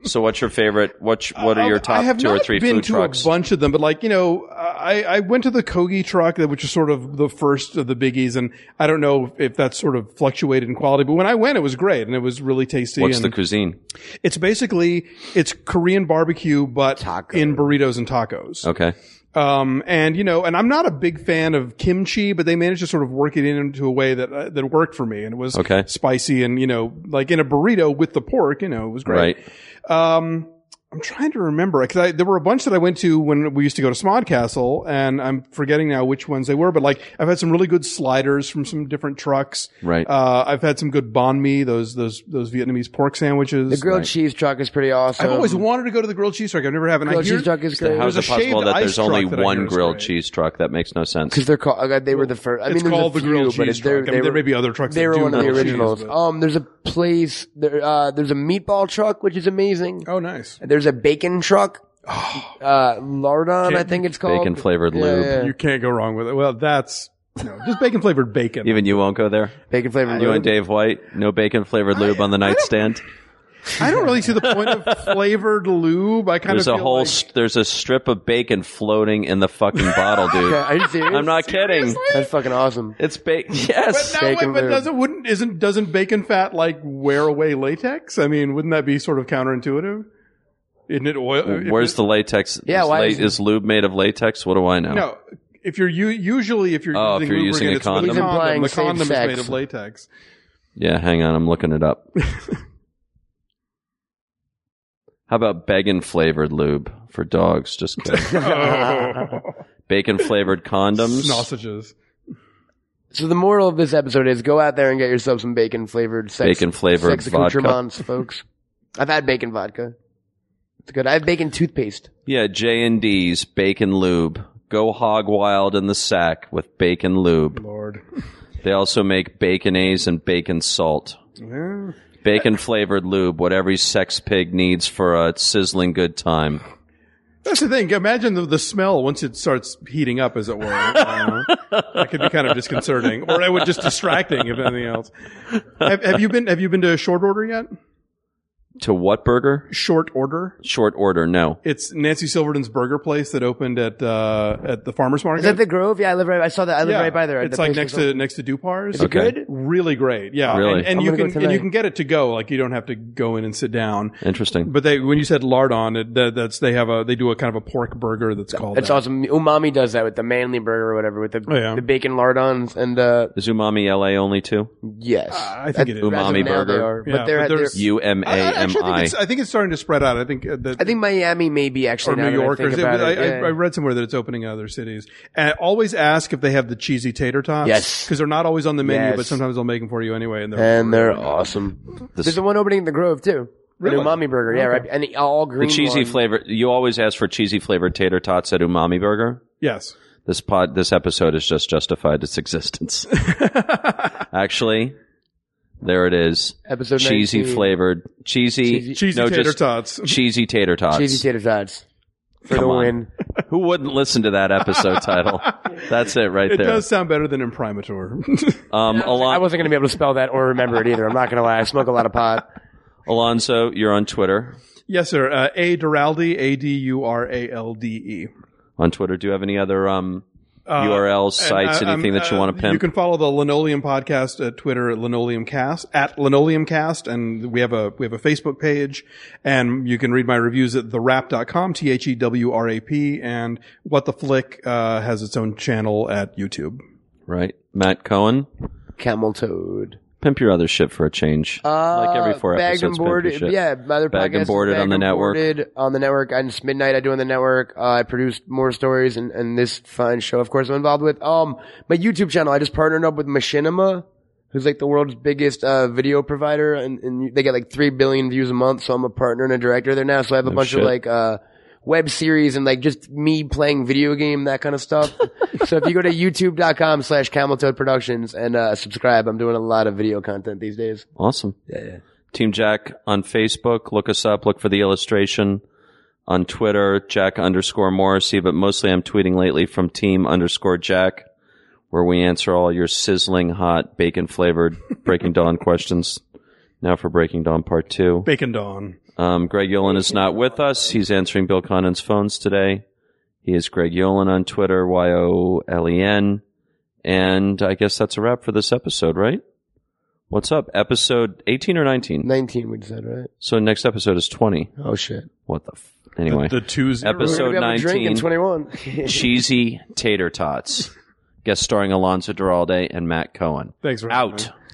[SPEAKER 2] So what's your favorite? What what are your
[SPEAKER 3] um, I
[SPEAKER 2] top
[SPEAKER 3] have
[SPEAKER 2] two or
[SPEAKER 3] not
[SPEAKER 2] three
[SPEAKER 3] been
[SPEAKER 2] food
[SPEAKER 3] to
[SPEAKER 2] trucks?
[SPEAKER 3] a bunch of them, but like you know, I, I went to the Kogi truck, which is sort of the first of the biggies, and I don't know if that's sort of fluctuated in quality, but when I went, it was great and it was really tasty.
[SPEAKER 2] What's
[SPEAKER 3] and
[SPEAKER 2] the cuisine?
[SPEAKER 3] it's basically it's Korean barbecue, but in burritos and tacos.
[SPEAKER 2] Okay.
[SPEAKER 3] Um, and you know, and I'm not a big fan of kimchi, but they managed to sort of work it in into a way that uh, that worked for me, and it was
[SPEAKER 2] Okay.
[SPEAKER 3] spicy, and you know, like in a burrito with the pork, you know, it was great.
[SPEAKER 2] Right.
[SPEAKER 3] Um, I'm trying to remember because there were a bunch that I went to when we used to go to Smodcastle, and I'm forgetting now which ones they were. But like, I've had some really good sliders from some different trucks.
[SPEAKER 2] Right.
[SPEAKER 3] Uh, I've had some good banh mi, those those those Vietnamese pork sandwiches.
[SPEAKER 4] the grilled cheese truck is pretty awesome.
[SPEAKER 3] I've always wanted to go to the grilled cheese truck. I've never had. And I
[SPEAKER 4] grilled
[SPEAKER 3] hear-
[SPEAKER 4] cheese truck is
[SPEAKER 2] So
[SPEAKER 4] great.
[SPEAKER 2] how is
[SPEAKER 3] there's
[SPEAKER 2] it
[SPEAKER 3] a shaved
[SPEAKER 2] possible that
[SPEAKER 3] ice
[SPEAKER 2] there's
[SPEAKER 3] truck
[SPEAKER 2] only
[SPEAKER 3] that I hear
[SPEAKER 2] one
[SPEAKER 3] is
[SPEAKER 2] grilled
[SPEAKER 3] great.
[SPEAKER 2] cheese truck? That makes no sense.
[SPEAKER 4] because they're called. uh, They were the first. I mean,
[SPEAKER 3] it's
[SPEAKER 4] there's a
[SPEAKER 3] called the
[SPEAKER 4] few,
[SPEAKER 3] grilled
[SPEAKER 4] but
[SPEAKER 3] cheese
[SPEAKER 4] it- they're-
[SPEAKER 3] truck. I mean,
[SPEAKER 4] they
[SPEAKER 3] there
[SPEAKER 4] were-
[SPEAKER 3] may be other trucks.
[SPEAKER 4] They
[SPEAKER 3] that
[SPEAKER 4] were
[SPEAKER 3] do
[SPEAKER 4] one of the
[SPEAKER 3] grilled cheese,
[SPEAKER 4] originals.
[SPEAKER 3] but-
[SPEAKER 4] um, there's a place. There, uh, there's a meatball truck, which is amazing.
[SPEAKER 3] oh, nice.
[SPEAKER 4] There's a bacon truck. Uh, lardon, I think it's called.
[SPEAKER 2] Oh. Bacon flavored
[SPEAKER 4] Yeah,
[SPEAKER 2] lube.
[SPEAKER 4] yeah.
[SPEAKER 3] You can't go wrong with it. Well, that's no, just bacon flavored bacon.
[SPEAKER 2] Even you won't go there.
[SPEAKER 4] Bacon flavored
[SPEAKER 3] Uh,
[SPEAKER 2] You and
[SPEAKER 4] lube.
[SPEAKER 2] Dave White, no bacon flavored lube
[SPEAKER 3] [laughs]
[SPEAKER 2] on the nightstand.
[SPEAKER 3] I don't really see the point
[SPEAKER 4] [laughs]
[SPEAKER 3] of flavored lube. I kind
[SPEAKER 2] There's
[SPEAKER 3] of
[SPEAKER 2] a
[SPEAKER 3] feel
[SPEAKER 2] whole
[SPEAKER 3] like-
[SPEAKER 2] st- there's a strip of bacon floating in the fucking bottle,
[SPEAKER 4] [laughs]
[SPEAKER 2] dude.
[SPEAKER 4] Yeah, are you serious?
[SPEAKER 2] I'm not kidding.
[SPEAKER 4] That's fucking awesome.
[SPEAKER 2] It's bacon. Yes.
[SPEAKER 3] But now, wait,
[SPEAKER 4] Bacon
[SPEAKER 3] but
[SPEAKER 4] lube.
[SPEAKER 3] doesn't wouldn't isn't doesn't bacon fat like wear away latex? I mean, wouldn't that be sort of counterintuitive? Isn't it oil? if
[SPEAKER 2] Where's
[SPEAKER 3] it-
[SPEAKER 2] the latex?
[SPEAKER 4] [laughs] Yeah,
[SPEAKER 2] Is,
[SPEAKER 4] why is-
[SPEAKER 2] is lube made of latex? What do I know?
[SPEAKER 3] no? If you're u- usually if you're
[SPEAKER 2] Oh, if
[SPEAKER 3] using
[SPEAKER 2] you're using
[SPEAKER 3] lubricant,
[SPEAKER 2] a
[SPEAKER 3] it's
[SPEAKER 2] condom?
[SPEAKER 3] with the
[SPEAKER 4] He's
[SPEAKER 3] condom.
[SPEAKER 4] implying
[SPEAKER 3] The
[SPEAKER 4] safe
[SPEAKER 3] condom is
[SPEAKER 4] sex.
[SPEAKER 3] made of
[SPEAKER 4] [laughs]
[SPEAKER 3] latex.
[SPEAKER 2] Yeah, hang on, I'm looking it up. How about bacon flavored lube for dogs? Just kidding.
[SPEAKER 4] [laughs]
[SPEAKER 2] bacon flavored condoms.
[SPEAKER 3] Sausages.
[SPEAKER 4] So the moral of this episode is go out there and get yourself some bacon flavored sex.
[SPEAKER 2] Bacon flavored
[SPEAKER 4] sex
[SPEAKER 2] vodka.
[SPEAKER 4] accoutrements, [laughs] folks. I've had bacon vodka. It's good. I have bacon toothpaste.
[SPEAKER 2] Yeah, J and D's bacon lube. Go hog wild in the sack with bacon lube.
[SPEAKER 3] Lord.
[SPEAKER 2] They also make baconaise and bacon salt.
[SPEAKER 3] Yeah.
[SPEAKER 2] Bacon flavored lube, what every sex pig needs for a sizzling good time.
[SPEAKER 3] That's the thing. Imagine the, the smell once it starts heating up, as it were. Uh, that could be kind of disconcerting, or it would just distracting, if anything else. Have, have you been Have you been to Short Order yet?
[SPEAKER 2] To what burger?
[SPEAKER 3] Short Order.
[SPEAKER 2] Short order, no.
[SPEAKER 3] It's Nancy Silverton's burger place that opened at uh, at the farmers market.
[SPEAKER 4] Is that the Grove? Yeah, I live right. I saw that. I live
[SPEAKER 3] Yeah.
[SPEAKER 4] right by there.
[SPEAKER 3] It's
[SPEAKER 4] The
[SPEAKER 3] like
[SPEAKER 4] place
[SPEAKER 3] next
[SPEAKER 4] was
[SPEAKER 3] to next to Dupar's.
[SPEAKER 2] it Okay. good?
[SPEAKER 3] Really great. Yeah.
[SPEAKER 2] Really?
[SPEAKER 3] And, and
[SPEAKER 4] I'm
[SPEAKER 3] you
[SPEAKER 4] gonna go
[SPEAKER 3] can and you
[SPEAKER 4] tonight.
[SPEAKER 3] can get it to go. Like you don't have to go in and sit down.
[SPEAKER 2] Interesting.
[SPEAKER 3] But they when you said lardon, it, that, that's they have a they do a kind of a pork burger that's called.
[SPEAKER 4] It's
[SPEAKER 3] that.
[SPEAKER 4] awesome. Umami does that with the manly burger or whatever with the,
[SPEAKER 3] Oh, yeah.
[SPEAKER 4] the bacon lardons and uh
[SPEAKER 2] Is Umami LA only two?
[SPEAKER 4] yes.
[SPEAKER 3] I think it is.
[SPEAKER 4] As of
[SPEAKER 2] Umami
[SPEAKER 4] now, they
[SPEAKER 2] burger.
[SPEAKER 4] are.
[SPEAKER 3] Ah. Yeah,
[SPEAKER 4] but they're,
[SPEAKER 3] but
[SPEAKER 4] they're-
[SPEAKER 3] there's-
[SPEAKER 2] U M A
[SPEAKER 3] I, I
[SPEAKER 2] M
[SPEAKER 3] actually think
[SPEAKER 2] I.
[SPEAKER 3] it's, uh, I think it's starting to spread out. I think uh, that
[SPEAKER 4] I think Miami maybe actually
[SPEAKER 3] or
[SPEAKER 4] now
[SPEAKER 3] New
[SPEAKER 4] that I
[SPEAKER 3] York. Or
[SPEAKER 4] think
[SPEAKER 3] is it,
[SPEAKER 4] about
[SPEAKER 3] I,
[SPEAKER 4] it.
[SPEAKER 3] I,
[SPEAKER 4] Yeah.
[SPEAKER 3] I read somewhere that it's opening in other cities. And always ask if they have the cheesy tater tots.
[SPEAKER 4] Yes.
[SPEAKER 3] because they're not always on the menu,
[SPEAKER 4] Yes. Uh,
[SPEAKER 3] but sometimes they'll make them for you anyway. And they're
[SPEAKER 4] and they're awesome.
[SPEAKER 2] This-
[SPEAKER 4] There's the one opening in the Grove too.
[SPEAKER 3] Really?
[SPEAKER 4] An umami burger, yeah, right. And the all
[SPEAKER 2] The
[SPEAKER 4] green.
[SPEAKER 2] cheesy
[SPEAKER 4] one.
[SPEAKER 2] flavor. You always ask for cheesy flavored tater tots at Umami Burger.
[SPEAKER 3] yes.
[SPEAKER 2] This pod, this episode has just justified its
[SPEAKER 3] [laughs]
[SPEAKER 2] existence. Actually, there it is.
[SPEAKER 4] Episode
[SPEAKER 2] cheesy
[SPEAKER 4] 19.
[SPEAKER 2] flavored, cheesy,
[SPEAKER 4] Cheesy-
[SPEAKER 3] Cheesy
[SPEAKER 2] no,
[SPEAKER 3] tater
[SPEAKER 2] just
[SPEAKER 3] tots.
[SPEAKER 2] cheesy tater tots.
[SPEAKER 4] Cheesy tater tots for
[SPEAKER 2] Come
[SPEAKER 4] the
[SPEAKER 2] on.
[SPEAKER 4] win.
[SPEAKER 2] Who wouldn't listen to that episode
[SPEAKER 3] [laughs]
[SPEAKER 2] title? That's it right
[SPEAKER 3] It
[SPEAKER 2] there.
[SPEAKER 3] does sound better than imprimatur. [laughs]
[SPEAKER 2] Um,
[SPEAKER 4] I
[SPEAKER 2] Alon-
[SPEAKER 4] wasn't going to be able to spell that or remember it either. I'm not going to lie. I smoke a lot of pot.
[SPEAKER 2] Alonso, you're on Twitter.
[SPEAKER 3] yes, sir. Uh, a Duralde, A D U R A L D E.
[SPEAKER 2] On Twitter, do you have any other um,
[SPEAKER 3] Uh,
[SPEAKER 2] URLs,
[SPEAKER 3] and,
[SPEAKER 2] sites,
[SPEAKER 3] uh,
[SPEAKER 2] anything
[SPEAKER 3] um,
[SPEAKER 2] that you
[SPEAKER 3] uh,
[SPEAKER 2] want to
[SPEAKER 3] You
[SPEAKER 2] pimp?
[SPEAKER 3] can follow the Linoleum Podcast at Twitter at linoleumcast at linoleumcast, and we have a we have a Facebook page, and you can read my reviews at therap.com, t h e w r a p, and what the flick uh, has its own channel at YouTube.
[SPEAKER 2] right, Matt Cohen,
[SPEAKER 4] Camel toad.
[SPEAKER 2] pimp your other shit for a change.
[SPEAKER 4] Uh,
[SPEAKER 2] Like every four
[SPEAKER 4] bagged and
[SPEAKER 2] episodes, pimp your
[SPEAKER 4] boarded.
[SPEAKER 2] shit.
[SPEAKER 4] Yeah, my other
[SPEAKER 2] Bagged
[SPEAKER 4] podcast
[SPEAKER 2] and
[SPEAKER 4] is
[SPEAKER 2] Boarded on the
[SPEAKER 4] and
[SPEAKER 2] network.
[SPEAKER 4] Boarded on the network. And it's midnight. I do on the network. Uh, I produce more stories and, and this fine show. Of course, I'm involved with um my YouTube channel. I just partnered up with Machinima, who's like the world's biggest uh, video provider, and, and they get like three billion views a month. So I'm a partner and a director there now. So I have a bunch
[SPEAKER 2] shit.
[SPEAKER 4] of like uh web series and like just me playing video game that kind of
[SPEAKER 2] [laughs]
[SPEAKER 4] stuff. so if you go to youtube.com slash Cameltoad Productions and uh, subscribe, I'm doing a lot of video content these days.
[SPEAKER 2] Awesome. Yeah, yeah. Team Jack on Facebook. Look us up. Look for the illustration on Twitter, Jack underscore Morrissey. But mostly, I'm tweeting lately from Team underscore Jack, where we answer all your sizzling hot bacon flavored [laughs] Breaking Dawn questions. Now for Breaking Dawn Part Two.
[SPEAKER 3] Bacon Dawn.
[SPEAKER 2] Um, Greg Yolen is not with us. He's answering Bill Condon's phones today. He is Greg Yolen on Twitter, Y O L E N. And I guess that's a wrap for this episode, right? What's up? Episode 18 or 19?
[SPEAKER 4] 19 we said right
[SPEAKER 2] So next episode is 20.
[SPEAKER 4] oh shit
[SPEAKER 2] What the f- Anyway,
[SPEAKER 3] the, the twos
[SPEAKER 2] Episode-
[SPEAKER 4] We're gonna be able to drink in [laughs] 21
[SPEAKER 2] cheesy tater tots. Guest starring Alonzo Duralde and Matt Cohen.
[SPEAKER 3] Thanks for having me.
[SPEAKER 2] Out.